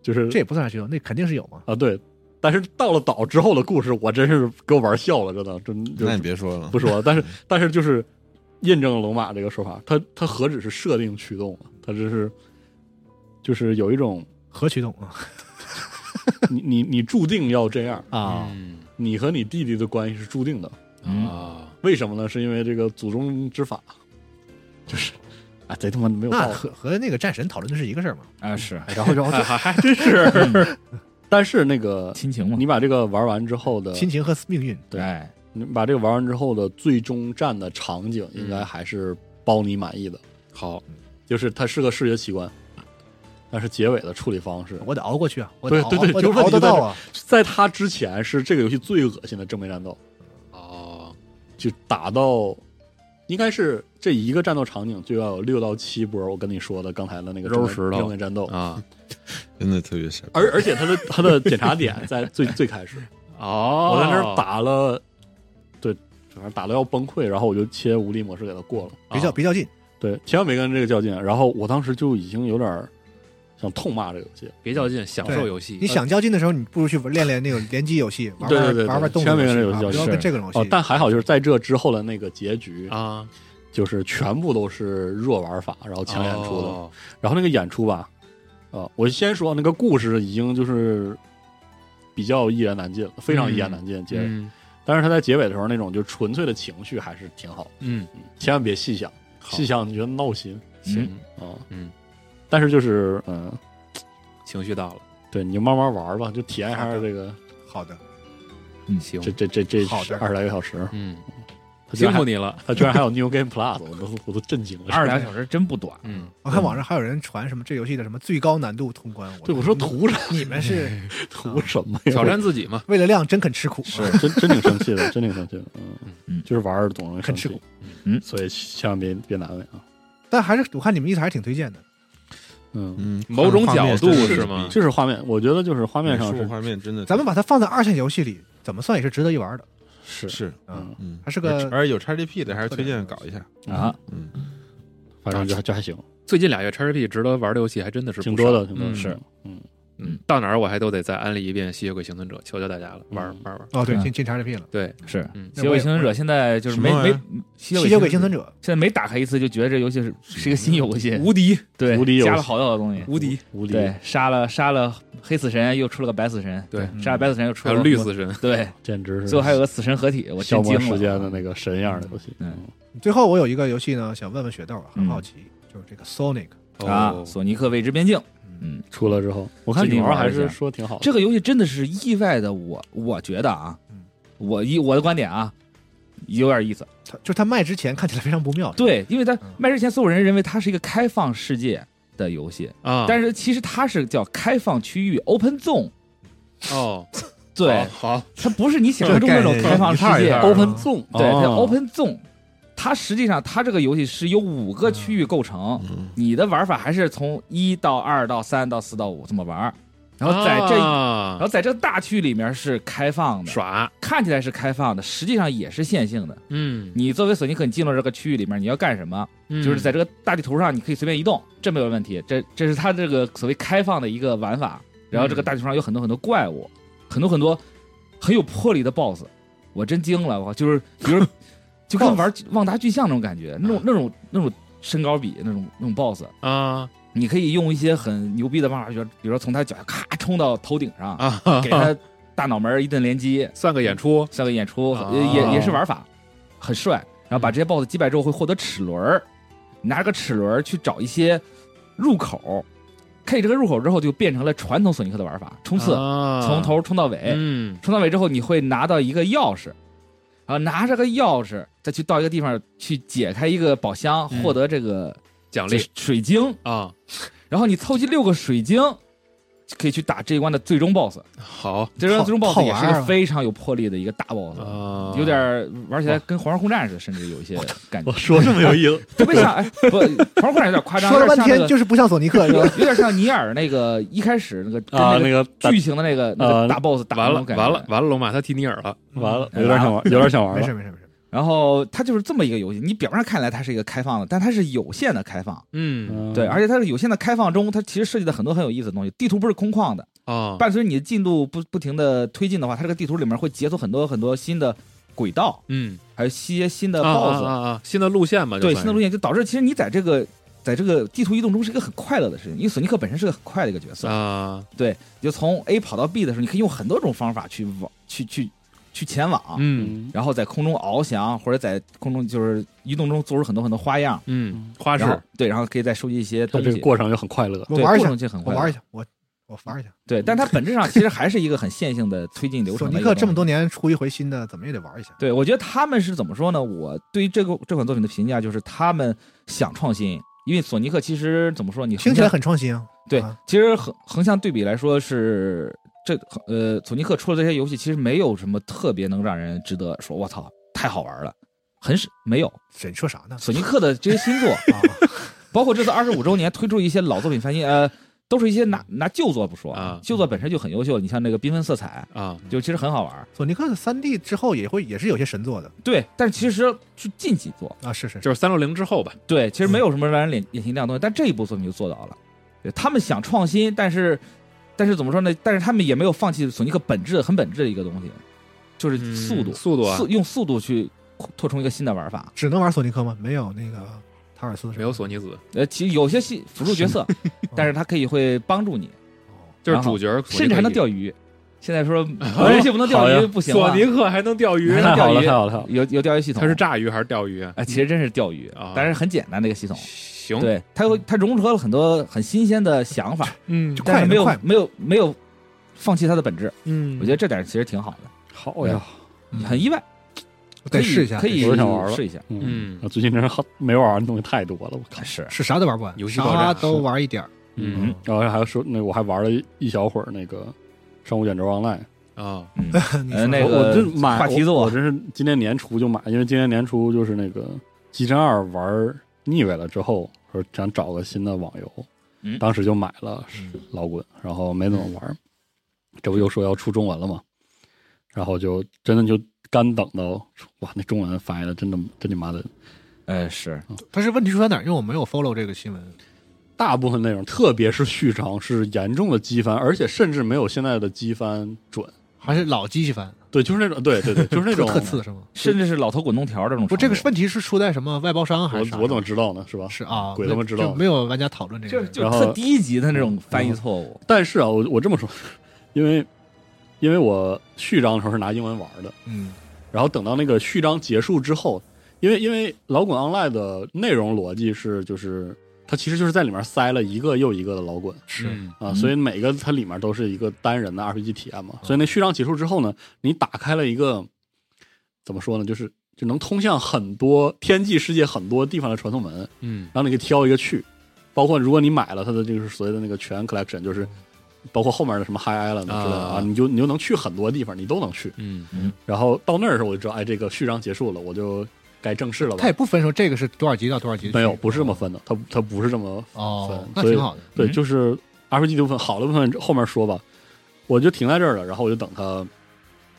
S5: 就是
S2: 这也不算是驱动，那肯定是有嘛。
S5: 啊，对。但是到了岛之后的故事，我真是给我玩笑了，真的，真就
S4: 那你别说了
S5: 不，说了。但是但是就是印证了龙马这个说法，它它何止是设定驱动啊，它这是就是有一 种
S2: 核驱动啊
S5: 你你你注定要这样，
S2: 啊，
S5: 你和你弟弟的关系是注定的。
S3: 啊，
S5: 为什么呢？是因为这个祖宗之法，就是 啊，贼他妈没有道
S2: 那
S5: 理。
S2: 和和那个战神讨论的是一个事儿嘛？
S6: 啊是
S5: 然后然后还还真是， 但是那个
S6: 亲情嘛，
S5: 你把这个玩完之后的
S2: 亲情和命运，
S5: 对
S6: 哎
S5: 你把这个玩完之后的最终战的场景，应该还是包你满意的。
S3: 嗯好，
S5: 就是它是个视觉奇观，但是结尾的处理方式，
S3: 哦
S2: 我得熬过去啊，我
S5: 对
S2: 得熬
S5: 对对
S2: 我得
S5: 就问题
S2: 熬得
S5: 就在
S2: 到
S5: 这
S2: 啊。
S5: 在它之前是这个游戏最恶心的正面战斗，
S3: 哦，
S5: 就打到应该是这一个战斗场景就要有六到七波。我跟你说的刚才的那个正
S3: 肉
S5: 面
S3: 石头
S5: 正面战斗，
S3: 啊，
S4: 真的特别神。
S5: 而而且它的它的检查点在最最开始，
S3: 哦，
S5: 我在那儿，打了，对，反正打了要崩溃，然后我就切无力模式给它过了。
S2: 别较
S3: 啊
S2: 别较劲，
S5: 对，千万别跟这个较劲。啊然后我当时就已经有点儿想痛骂这个游戏，
S3: 别较劲，享受游戏
S9: 你。想较劲的时候，你不如去练练那种联机游戏，玩玩
S5: 对对对对
S9: 玩玩动
S5: 千
S9: 作
S5: 万别跟
S9: 游
S5: 这
S9: 戏，
S5: 游
S9: 啊
S5: 戏
S9: 不要
S5: 是
S9: 跟这个游戏。
S5: 哦，但还好就是在这之后的那个结局，
S3: 啊，
S5: 就是全部都是弱玩法，然后强演出的。
S3: 哦
S5: 然后那个演出吧，呃，我先说那个故事已经就是比较一言难尽了，非常一言难尽。结尾，
S3: 嗯
S5: 但是他在结尾的时候那种就纯粹的情绪还是挺好的，
S3: 嗯，
S5: 千万别细想，
S3: 好
S5: 细想你觉得闹心
S3: 行，
S5: 啊。
S3: 嗯，
S5: 但是就是嗯，
S3: 情绪到了，
S5: 对，你就慢慢玩吧，就体验一下这个
S9: 好的，
S3: 行
S5: 这，这这这
S9: 好的
S5: 二十来个小时，
S3: 嗯，
S5: 他居
S3: 辛
S5: 然还
S3: 苦你了，
S5: 他居然还有 New Game Plus，我都我都震惊了。
S6: 二十俩小时真不短，
S3: 嗯，
S9: 我看网上还有人传什么这游戏的什么最高难度通关，
S5: 对我说
S9: 你
S5: 图啥
S9: 你们是
S5: 图什么 呀？
S3: 挑战自己嘛，
S9: 为了量真肯吃苦，
S5: 真真挺生气的，真挺生气的，嗯
S6: 嗯，
S5: 就是玩儿总容易生
S9: 很吃
S5: 气
S9: 苦，
S6: 嗯
S5: 所以千万别别难为啊，
S9: 但还是我看你们意思还是挺推荐的。
S5: 嗯，
S4: 嗯，
S3: 某种
S4: 画面
S3: 角度
S4: 真
S3: 是吗
S5: 就是画面，我觉得就是画
S4: 画
S5: 面上
S4: 是
S5: 是
S4: 嗯画面真的，
S9: 咱们把它放在二线游戏里，怎么算也是值得一玩的。
S5: 是
S4: 是
S9: 嗯，
S4: 嗯，
S9: 还是个
S4: 而有 XGP 的还是推荐搞一下，
S6: 啊，
S4: 嗯，
S5: 反正就就还行，
S3: 最近俩月 XGP 值得玩的游戏还真的是不
S5: 挺多
S3: 少
S5: 的，挺多的，
S3: 嗯
S6: 是，
S5: 嗯，
S3: 嗯，到哪儿我还都得再安利一遍《吸血鬼幸存者》，求求大家了，玩儿
S5: 嗯
S3: 玩儿玩儿。
S9: 哦，对，
S6: 嗯
S9: 进进 XGP 了，
S3: 对，
S6: 是
S3: 嗯
S6: 吸血鬼幸存者现在就是没
S4: 什么啊玩意
S6: 没
S4: 儿
S9: 《
S6: 吸
S9: 吸血鬼幸
S6: 幸
S9: 存
S6: 者
S9: 者》
S6: 现在每打开一次就觉得这游戏是是一个新游戏，
S3: 无敌
S6: 嗯对，
S5: 无敌游戏
S6: 加了好多好多东西，
S3: 无敌，
S5: 无敌，
S6: 对，杀了杀了黑死神，又出了个白死神，
S3: 对
S6: 杀了白死神又出
S3: 还
S6: 了
S3: 有
S6: 个
S3: 绿死神，
S6: 对，
S5: 简直是
S6: 最后还有个死神合体，我
S5: 消
S6: 真
S5: 磨
S6: 惊
S5: 时间的
S6: 了。
S5: 那个神样的游戏，
S6: 嗯
S9: 最后我有一个游戏呢，想问问雪豆啊，很
S6: 嗯
S9: 好奇，就是这个 Sonic，
S6: 啊，
S3: 哦
S6: 索尼克未知边境
S5: 出了之后，我看
S6: 最
S5: 你
S6: 近
S5: 玩儿
S6: 玩
S5: 还
S6: 了一
S5: 是
S6: 下
S5: 说挺好的，
S6: 这个游戏真的是意外的，我我觉得啊
S9: 嗯，
S6: 我一我的观点啊，有点意思。
S9: 它就是它卖之前看起来非常不妙，是吧，
S6: 对，因为它
S9: 嗯
S6: 卖之前所有人认为它是一个开放世界的游戏，
S3: 啊，
S6: 但是其实它是叫开放区域 （Open Zone）。
S3: 是哦，
S6: 对，
S3: 好，好
S6: 它不是你想象中那种开放世
S4: 这个概念一
S6: 界
S4: 下一下
S5: Open Zone，
S6: 对，它
S5: 哦
S6: Open Zone，它实际上它这个游戏是由五个区域构成，
S4: 嗯
S6: 你的玩法还是从一到二到三到四到五这么玩儿，然后在这，然
S3: 啊
S6: 后在这个大区里面是开放的，
S3: 耍，
S6: 看起来是开放的，实际上也是线性的。
S3: 嗯，
S6: 你作为索尼克，你进入这个区域里面，你要干什么？
S3: 嗯
S6: 就是在这个大地图上，你可以随便移动，这没有问题。这这是它这个所谓开放的一个玩法。然
S3: 嗯
S6: 后这个大地图上有很多很多怪物，很多很多很有魄力的 BOSS，我真惊了，我就是比 如就跟玩旺达巨像那种感觉，那种那种那种身高比那种那种 BOSS，
S3: 啊
S6: 你可以用一些很牛逼的办法，就比如说从他脚下咔冲到头顶上，
S3: 啊，
S6: 给他大脑门儿一顿连击，
S3: 算个演出，
S6: 像个演出，
S3: 啊
S6: 也也也是玩法，很帅。然后把这些 BOSS 击败之后会获得齿轮儿，拿着个齿轮儿去找一些入口，开启这个入口之后就变成了传统索尼克的玩法，冲刺，
S3: 啊
S6: 从，头冲到尾，
S3: 嗯，
S6: 冲到尾之后你会拿到一个钥匙，然后拿着个钥匙再去到一个地方去解开一个宝箱，
S3: 嗯
S6: 获得这个
S3: 奖
S6: 这
S3: 励
S6: 水晶，
S3: 啊，
S6: 然后你凑齐六个水晶。就可以去打这一关的最终 BOSS，
S3: 好
S6: 这关
S9: 套
S6: 最终 BOSS
S9: 套
S6: 也是
S9: 娃
S6: 一
S9: 儿
S6: 个
S9: 啊
S6: 非常有魄力的一个大 BOSS，
S3: 啊，
S6: 嗯有点儿玩起来跟《皇上空战》似的，甚至有一些感觉
S5: 我。说这么有意思，
S6: 特别像，哎，不，《皇上空战》有点夸张，
S9: 说了
S6: 有
S9: 半
S6: 点像那
S9: 天
S6: 个
S9: 就是不像索 尼克，是
S6: 有
S9: 吧？
S6: 有点像尼尔那个一开始那个跟
S5: 啊，
S6: 那
S5: 那个
S6: 个剧情的那个那
S5: 啊
S6: 个大 boss 打
S3: 完
S6: 那
S3: 了
S6: 种感觉
S3: 完了。完了，龙马他提尼尔了，
S5: 完了，有点想玩，有点想玩
S9: 没事
S5: 了，
S9: 没事没事，
S6: 然后它就是这么一个游戏，你表面上看来它是一个开放的，但它是有限的开放，
S3: 嗯
S6: 对，而且它是有限的开放中，它其实设计的很多很有意思的东西。地图不是空旷的，
S3: 啊，
S6: 伴随着你的进度不不停的推进的话，它这个地图里面会解锁很多很多新的轨道，
S3: 嗯，
S6: 还有一些新的
S3: 啊
S6: boss，
S3: 啊啊，新的路线嘛，就
S6: 对
S3: 算
S6: 新
S3: 是
S6: 的路线，就导致其实你在这个在这个地图移动中是一个很快乐的事情，因为索尼克本身是个很快的一个角色，
S3: 啊，
S6: 对，你就从 A 跑到 B 的时候，你可以用很多种方法去往去去去前往，
S3: 嗯
S5: 嗯，
S6: 然后在空中翱翔，或者在空中就是移动中做出很多很多花样，
S3: 嗯，花式
S6: 然后对，然后可以再收集一些
S5: 他
S6: 东
S5: 这个
S6: 西，
S5: 过程就很快乐，
S9: 我
S6: 对
S9: 玩一
S6: 过
S9: 下
S6: 程，就很
S9: 我
S6: 快
S9: 玩一
S6: 乐
S9: 下，我我玩一下。
S6: 对，但它本质上其实还是一个很线性的推进流
S9: 索
S6: 程
S9: 尼
S6: 的一个东西。
S9: 克这么多年出一回新的，怎么也得玩一下。
S6: 对，我觉得他们是怎么说呢？我对于这个这款作品的评价就是他们想创新，因为索尼克其实怎么说，你
S9: 听
S6: 横
S9: 起来
S6: 向
S9: 很创新啊。
S6: 对
S9: 啊，
S6: 其实横横向对比来说是这呃，索尼克出的这些游戏其实没有什么特别能让人值得说我操太好玩了，很少没有
S2: 啊
S9: 谁说啥呢？
S6: 索尼克的这些新作
S9: 啊，
S6: 包括这次二十五周年推出一些老作品翻新，呃，都是一些拿拿旧作不说
S3: 啊
S6: 旧作本身就很优秀。你像那个缤纷色彩，
S3: 啊，
S6: 就其实很好玩。
S2: 索尼克三 D 之后也会也是有些神作的
S6: 对，但其实是近几作，
S2: 啊，是是，
S3: 就是三六零之后吧，
S6: 对，其实没有什么让人眼眼前一亮的东西，但这一部作品就做到了。对他们想创新，但是但是怎么说呢？但是他们也没有放弃索尼克本质很本质的一个东西，就是速度，
S3: 嗯速度啊
S6: 速用速度去拓充一个新的玩法。
S2: 只能玩索尼克吗？没有那个塔尔斯是吧
S3: 没有索尼子，
S6: 呃，其实有些系辅助角色，但是它可以会帮助你，
S3: 就是主角索尼克一，
S6: 甚至还能钓鱼。现在说玩游戏不能钓
S5: 好
S6: 鱼
S5: 呀
S6: 不行
S3: 索
S6: 了，
S3: 尼克还能钓鱼，
S6: 还 能
S5: 太好
S6: 钓
S5: 了，
S6: 鱼
S5: 太好了，太好了。
S6: 有有钓鱼系统，
S3: 它是炸鱼还是钓鱼啊？
S6: 哎，其实真是钓鱼
S3: 啊，
S6: 但是很简单的一个系统。
S3: 行，
S6: 对，它会它融合了很多很新鲜的想法，
S3: 嗯
S2: 就
S6: 但
S2: 快
S6: 是没有
S2: 快嘛，
S6: 没有没有放弃它的本质，
S2: 嗯
S6: 我觉得这点其实挺好的，
S5: 好呀，
S6: 很意外，可
S2: 得
S6: 以
S2: 试一下，
S6: 可以
S5: 我都想玩了
S6: 试一下。
S3: 嗯
S5: 啊最近真是好没玩的东西太多了，我靠。
S6: 是
S2: 是啥都玩不完，
S3: 游戏爆炸
S2: 啥都玩一点 儿，
S3: 嗯
S5: 然后还说那我还玩了一一小会儿那个《上古卷轴 Online》，
S3: 啊，
S2: 你
S6: 呃
S2: 说
S6: 那
S5: 我
S6: 个
S5: 我这买
S6: 话题作
S5: 我，我真是今年年初就买，因为今年年初就是那个《激战二》玩腻歪了之后，说想找个新的网游，
S6: 嗯
S5: 当时就买了老滚，然后没怎么玩。这不又说要出中文了吗？然后就真的就干等到哇，那中文翻译的真的真你妈的，
S6: 呃，是
S2: 但是问题出在哪儿？因为我没有 follow 这个新闻，
S5: 大部分内容，特别是序章是严重的机翻，而且甚至没有现在的机翻准。
S2: 还是老机器翻，
S5: 对，就是那种，对 对对， 就是那种
S2: 特次是吗？
S6: 甚至是老头滚动条这种程度。
S2: 不，这个问题是出在什么外包商还
S5: 我
S2: 是啥
S5: 我怎么知道呢？是吧？
S2: 是啊？
S5: 鬼他妈知道
S2: 就没有玩家讨论这
S6: 就
S2: 个事儿，
S6: 就
S5: 然后
S6: 特低级的那种翻译错
S2: 嗯
S6: 误。
S5: 但是啊，我我这么说，因为因为我序章的时候是拿英文玩的，
S2: 嗯，
S5: 然后等到那个序章结束之后，因为因为老滚 online 的内容逻辑是就是它其实就是在里面塞了一个又一个的老滚
S2: 是
S3: 嗯
S5: 啊，
S6: 嗯
S5: 所以每个它里面都是一个单人的 RPG 体验嘛，所以那序章结束之后呢，你打开了一个怎么说呢，就是就能通向很多天际世界很多地方的传送门，
S3: 嗯
S5: 然后你可以挑一个去，包括如果你买了它的这个所谓的那个全 collection，就是包括后面的什么 High Island 之类的
S3: 啊
S5: 啊，你就你就能去很多地方，你都能去。
S3: 嗯
S5: 然后到那儿的时候，我就知道，哎，这个序章结束了，我就该正式了
S2: 他也
S5: 吧？
S2: 不分说这个是多少级到多少级去，
S5: 没有，不是这么分的，它它不是这么
S2: 哦
S5: 分，
S2: 那
S5: 所以
S2: 挺好的，
S5: 对，
S6: 嗯
S5: 就是 RPG 的部分，好的部分后面说吧。我就停在这儿了，然后我就等它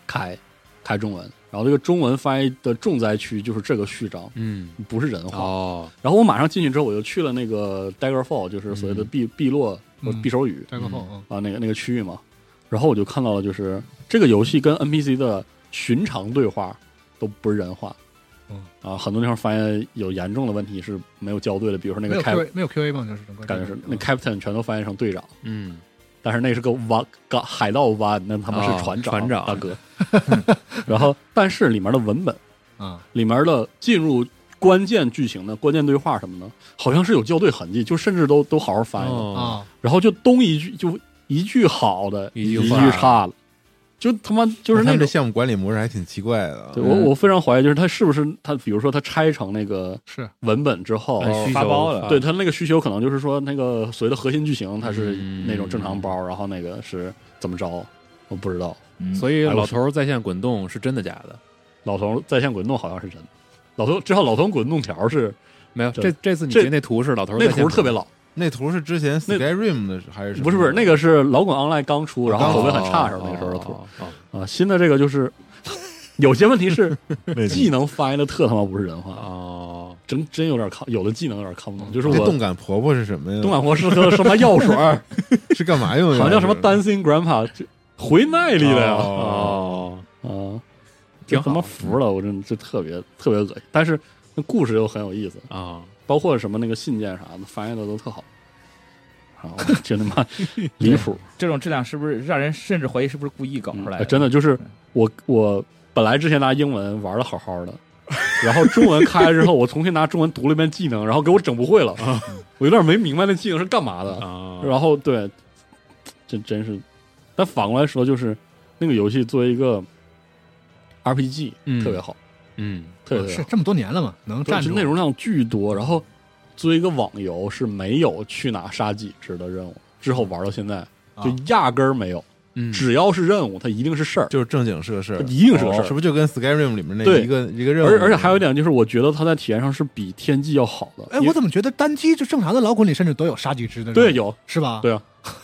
S5: 开开中文，然后这个中文翻译的重灾区就是这个序章
S3: 嗯，
S5: 不是人话，
S3: 哦，
S5: 然后我马上进去之后，我就去了那个 Daggerfall，就是所谓的碧碧落
S2: 嗯
S5: 匕首雨
S2: 这个后嗯
S5: 啊那个那个区域嘛。然后我就看到了，就是这个游戏跟 NPC 的寻常对话都不是人话，
S2: 嗯
S5: 啊，很多地方发现有严重的问题是没有校对的，比如说那
S2: 没
S5: 个
S2: 有嗯
S5: cap，
S2: QA 没有 QA 吗？就是整个这
S5: 感
S2: 个
S5: 觉是那 captain 全都翻译成队长，
S3: 嗯
S5: 但是那是个湾，个海盗湾，那他妈
S3: 哦
S5: 是船长，
S3: 船长
S5: 大哥。 然后，但是里面的文本，
S2: 啊
S5: 里面的进入关键剧情的关键对话什么的，好像是有校对痕迹，就甚至都都好好翻译了。
S3: 哦，
S2: 啊，
S5: 然后就东一句就一句好的，
S3: 一
S5: 一
S3: 句
S5: 句
S3: 坏的
S5: 差的，就他妈就
S4: 就是他
S5: 那
S4: 们这
S5: 种。
S4: 项目管理模式还挺奇怪的啊
S5: 对。我
S3: 嗯
S5: 我非常怀疑，就是他是不是他，比如说他拆成那个
S2: 是
S5: 文本之后，
S3: 按需求
S6: 发包了
S3: 发
S5: 对他那个需求可能就是说那个所谓的核心剧情，它是
S3: 嗯
S5: 那种正常包，然后那个是怎么着，我不知道。
S6: 嗯
S3: 所以老头儿在线滚动是真的假的？
S5: 老头在线滚动好像是真的，老头至少老头滚动条是
S3: 没有，
S5: 这
S3: 这这次你
S5: 这
S3: 觉得那图是老头儿
S5: 那
S3: 在
S5: 图
S3: 线滚
S5: 特别
S3: 动
S5: 老，
S4: 那图是之前
S5: 那
S4: Skyrim 的还是什么
S5: 不是不是，那个是老滚 online 刚出，然后口碑很差的时候那个时候的图。
S3: 哦，哦哦
S5: 啊，新的这个就是有些问题 是技能翻译的特他妈不是人话，
S3: 哦，
S5: 真真有点看，有的技能有点看不懂。就是
S4: 那
S5: 我
S4: 动感婆婆是什么呀？
S5: 东莞博士喝什么药水儿，
S4: 是干嘛用
S5: 好
S4: 的？
S5: 像叫什么 Dancing Grandpa，这回耐力的呀
S3: 哦，
S5: 啊，这
S3: 挺
S5: 他
S3: 好
S5: 妈服了，我真就特别特别恶心。但是那故事又很有意思，
S3: 啊，
S5: 包括什么那个信件啥的，翻译的都特好。啊，我真他妈离谱！
S6: 这种质量是不是让人甚至怀疑是不是故意搞出来
S5: 嗯真的就是我我本来之前拿英文玩的好好的， 然后中文开了之后，我重新拿中文读了一遍技能，然后给我整不会了，我有点没明白那技能是干嘛的。
S3: 啊，
S5: 然后对，这真是，但反过来说，就是那个游戏作为一个 RPG、
S3: 嗯
S5: 特别好，
S3: 嗯
S5: 特别特别
S2: 哦是
S5: 好
S2: 这么多年了嘛，能
S5: 对
S2: 站
S5: 就
S2: 住
S5: 内容量巨多，然后作为一个网游是没有去哪杀几只的任务，之后玩到现在就
S2: 啊
S5: 压根儿没有。
S3: 嗯
S5: 只要是任务，它一定是事儿，
S4: 就是正经是个事儿
S5: 它，一定是个事儿
S4: 是。不是就跟 Skyrim 里面那
S5: 对
S4: 一个一个任务？
S5: 而而且还有一点就是，我觉得它在体验上是比天际要好的。
S2: 哎，
S5: 因为
S2: 我怎么觉得单机就正常的老滚里甚至都有杀几只的？
S5: 对，有，
S2: 是吧？
S5: 对啊，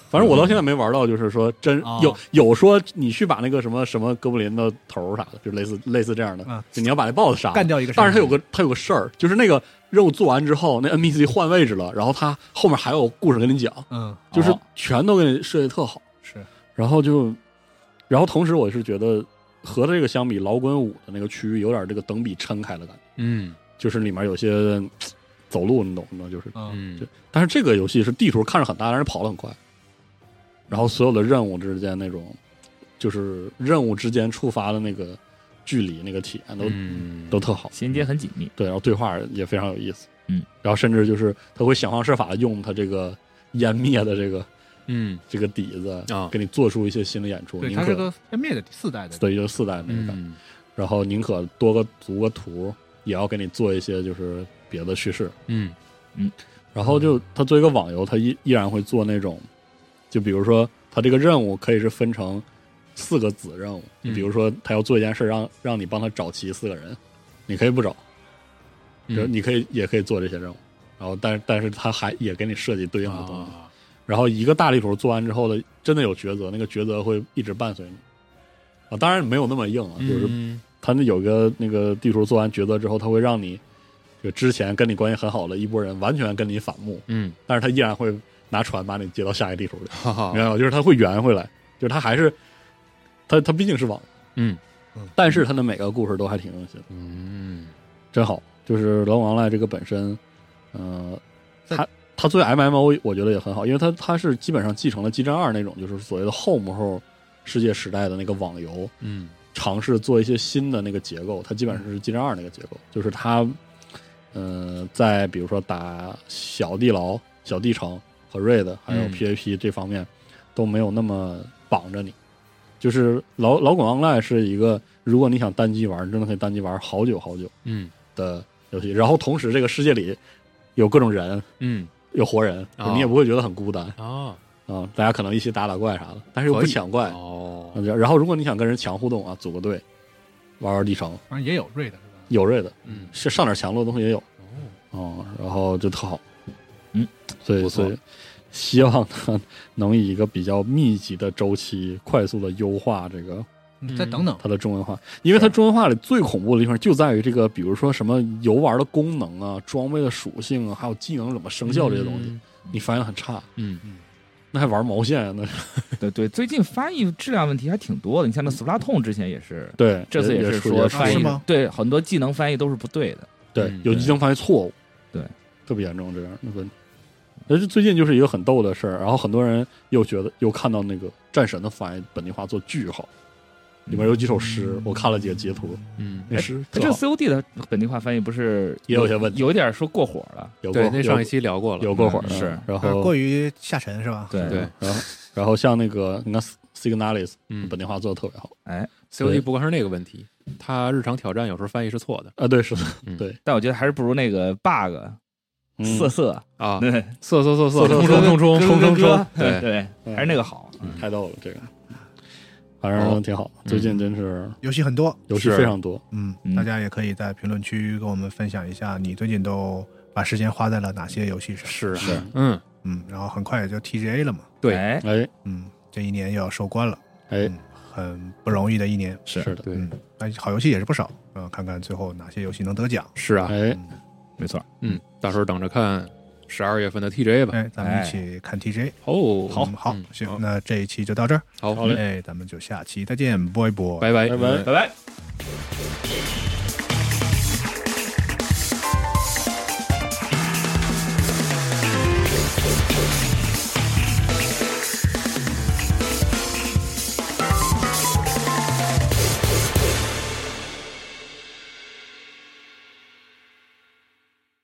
S5: 反正我到现在没玩到，就是说真
S2: 啊
S5: 有有说你去把那个什么什么哥布林的头儿啥的，就类似类似这样的
S2: 啊，
S5: 就你要把那 BOSS 杀了
S2: 干掉一个杀
S5: 但
S2: 人
S5: 是它有个它有个事儿，就是那个任务做完之后，那 NPC 换位置了，然后它后面还有故事跟你讲，
S2: 嗯，
S5: 就是
S10: 哦
S5: 全都给你设计特好。
S2: 是，
S5: 然后就，然后同时我是觉得和这个相比，老滚五的那个区域有点这个等比撑开的感觉，
S3: 嗯
S5: 就是里面有些嘖走路你懂吗？就是
S3: 嗯
S5: 对但是这个游戏是地图看着很大，但是跑得很快，然后所有的任务之间那种，就是任务之间触发的那个距离、那个体验都、
S3: 嗯
S5: 都特好，
S6: 衔接很紧 密。
S5: 对，然后对话也非常有意思，
S6: 嗯，
S5: 然后甚至就是他会想方设法地用他这个湮灭的这个
S3: 嗯
S5: 这个底子
S3: 啊
S5: 给你做出一些新的演出，
S11: 对，
S5: 宁
S11: 它
S5: 可
S11: 是个歼灭的第四代的，
S5: 对，就是四代那个感觉，
S3: 嗯
S5: 然后宁可多个读个图，也要给你做一些就是别的叙事，
S3: 嗯
S5: 然后就它作为一个网游，它依依然会做那种，就比如说它这个任务可以是分成四个子任务，
S3: 嗯
S5: 比如说他要做一件事让，让你帮他找齐四个人，你可以不找，就
S3: 嗯
S5: 你可以也可以做这些任务，然后但但是他还也给你设计对应的东西，
S3: 啊
S5: 然后一个大地图做完之后的，真的有抉择，那个抉择会一直伴随你啊，当然没有那么硬啊，就是
S3: 嗯
S5: 他那有个那个地图做完抉择之后，他会让你就之前跟你关系很好的一拨人完全跟你反目。
S3: 嗯
S5: 但是他依然会拿船把你接到下一个地图里，
S3: 哈哈
S5: 明白吗？就是他会圆回来，就是他还是他他毕竟是网，
S3: 嗯
S5: 但是他的每个故事都还挺用心的，
S3: 嗯
S5: 真好。就是《狼王赖》这个本身，呃，
S11: 在
S5: 他他作为 MMO 我觉得也很好，因为他他是基本上继承了《激战二》那种就是所谓的后幕后世界时代的那个网游，
S3: 嗯
S5: 尝试做一些新的那个结构，它基本上是《激战二》那个结构，就是它，呃，在比如说打小地牢、小地城和 raid 还有
S3: 嗯
S5: PVP 这方面、都没有那么绑着你。就是老老滚 online 是一个，如果你想单机玩，你真的可以单机玩好久好久
S3: 嗯
S5: 的游戏。然后同时这个世界里有各种人，
S3: 嗯
S5: 有活人，
S3: 啊
S5: 你也不会觉得很孤单
S3: 啊
S5: 啊。大家可能一起打打怪啥的，但是又不
S3: 可以
S5: 抢怪。
S3: 哦
S5: 啊然后如果你想跟人强互动啊，组个队玩玩地城，
S11: 反正也有瑞的是吧？
S5: 有瑞的，
S3: 嗯
S5: 是上点强弱的东西也有，哦、然后就特好，
S6: 嗯，
S5: 所以
S3: 不错
S5: 所以希望它能以一个比较密集的周期，快速的优化这个
S11: 嗯再等等，
S5: 它的中文化，因为它中文化里最恐怖的地方就在于这个，比如说什么游玩的功能啊、装备的属性啊，还有技能怎么生效这些东西，你发现很差，
S3: 嗯
S5: 那还玩毛线啊？那
S6: 对对，最近翻译质量问题还挺多的。你像那 Splatoon 之前也是，
S5: 对，
S6: 这次
S5: 也
S6: 是
S5: 出
S6: 说
S5: 也出
S2: 嗯
S6: 翻
S2: 啊是
S6: 译
S2: 吗啊
S6: 对很多技能翻译都是不对的。
S5: 对
S3: 嗯，
S5: 有
S3: 对
S5: 技能发现错误，
S6: 对，
S5: 特别严重这样的问题。但是最近就是一个很逗的事儿，然后很多人又觉得又看到那个《战神》的翻译本地化做巨好，里面有几首诗，我看了几个截图，
S3: 嗯
S5: 那诗
S6: 它
S5: 特
S6: 这
S5: 好，
S6: COD 的本地化翻译不是
S5: 也有些问题
S6: 有点说过火了。
S5: 有过
S3: 对，那上一
S5: 有
S3: 期聊过了，嗯
S5: 有过会儿
S6: 嗯
S5: 的
S6: 是
S5: 然
S2: 呃过
S5: 后
S2: 于下沉是吧？
S6: 对
S3: 对，
S5: 然后然后像那个你看 Signalis
S3: 嗯
S5: 本地化做的特别好对
S3: ，COD 不光是那个问题，它日常挑战有时候翻译是错的
S5: 啊，对是的，
S6: 但我觉得还是不如那个 bug
S5: 嗯
S6: 瑟瑟，
S3: 啊，
S6: 对，
S3: 色色色色，
S5: 色色
S3: 冲冲冲冲
S6: 哥
S3: 冲
S6: 哥
S3: 冲
S6: 哥
S3: 冲，
S6: 对
S3: 对，
S6: 对，还是那个好。
S5: 嗯太逗了这个，反正挺好，最近真是
S2: 游戏很多，
S5: 游戏
S3: 是
S5: 非常多，
S2: 嗯
S6: 嗯，
S2: 大家也可以在评论区跟我们分享一下，你最近都把时间花在了哪些游戏上？
S5: 是是，
S3: 嗯，
S2: 嗯，然后很快也就 TGA 了嘛，
S3: 对
S6: 哎，
S5: 哎
S2: 嗯，这一年又要收官了，
S5: 哎
S2: 嗯，很不容易的一年，
S5: 是的，
S3: 对，
S2: 嗯，但好游戏也是不少，嗯，看看最后哪些游戏能得奖，
S3: 是啊，
S5: 哎
S2: 嗯，
S6: 没错，
S3: 嗯，到时候等着看十二月份的 TJ 吧。
S2: 哎，咱们一起看 TGA，
S3: 哦，
S2: 嗯好
S3: 嗯，
S2: 行，那这一期就到这儿，
S3: 好，嗯
S5: 好嘞
S2: 哎，咱们就下期再见，波一波，
S3: 拜拜，
S5: 拜拜。
S6: 拜拜。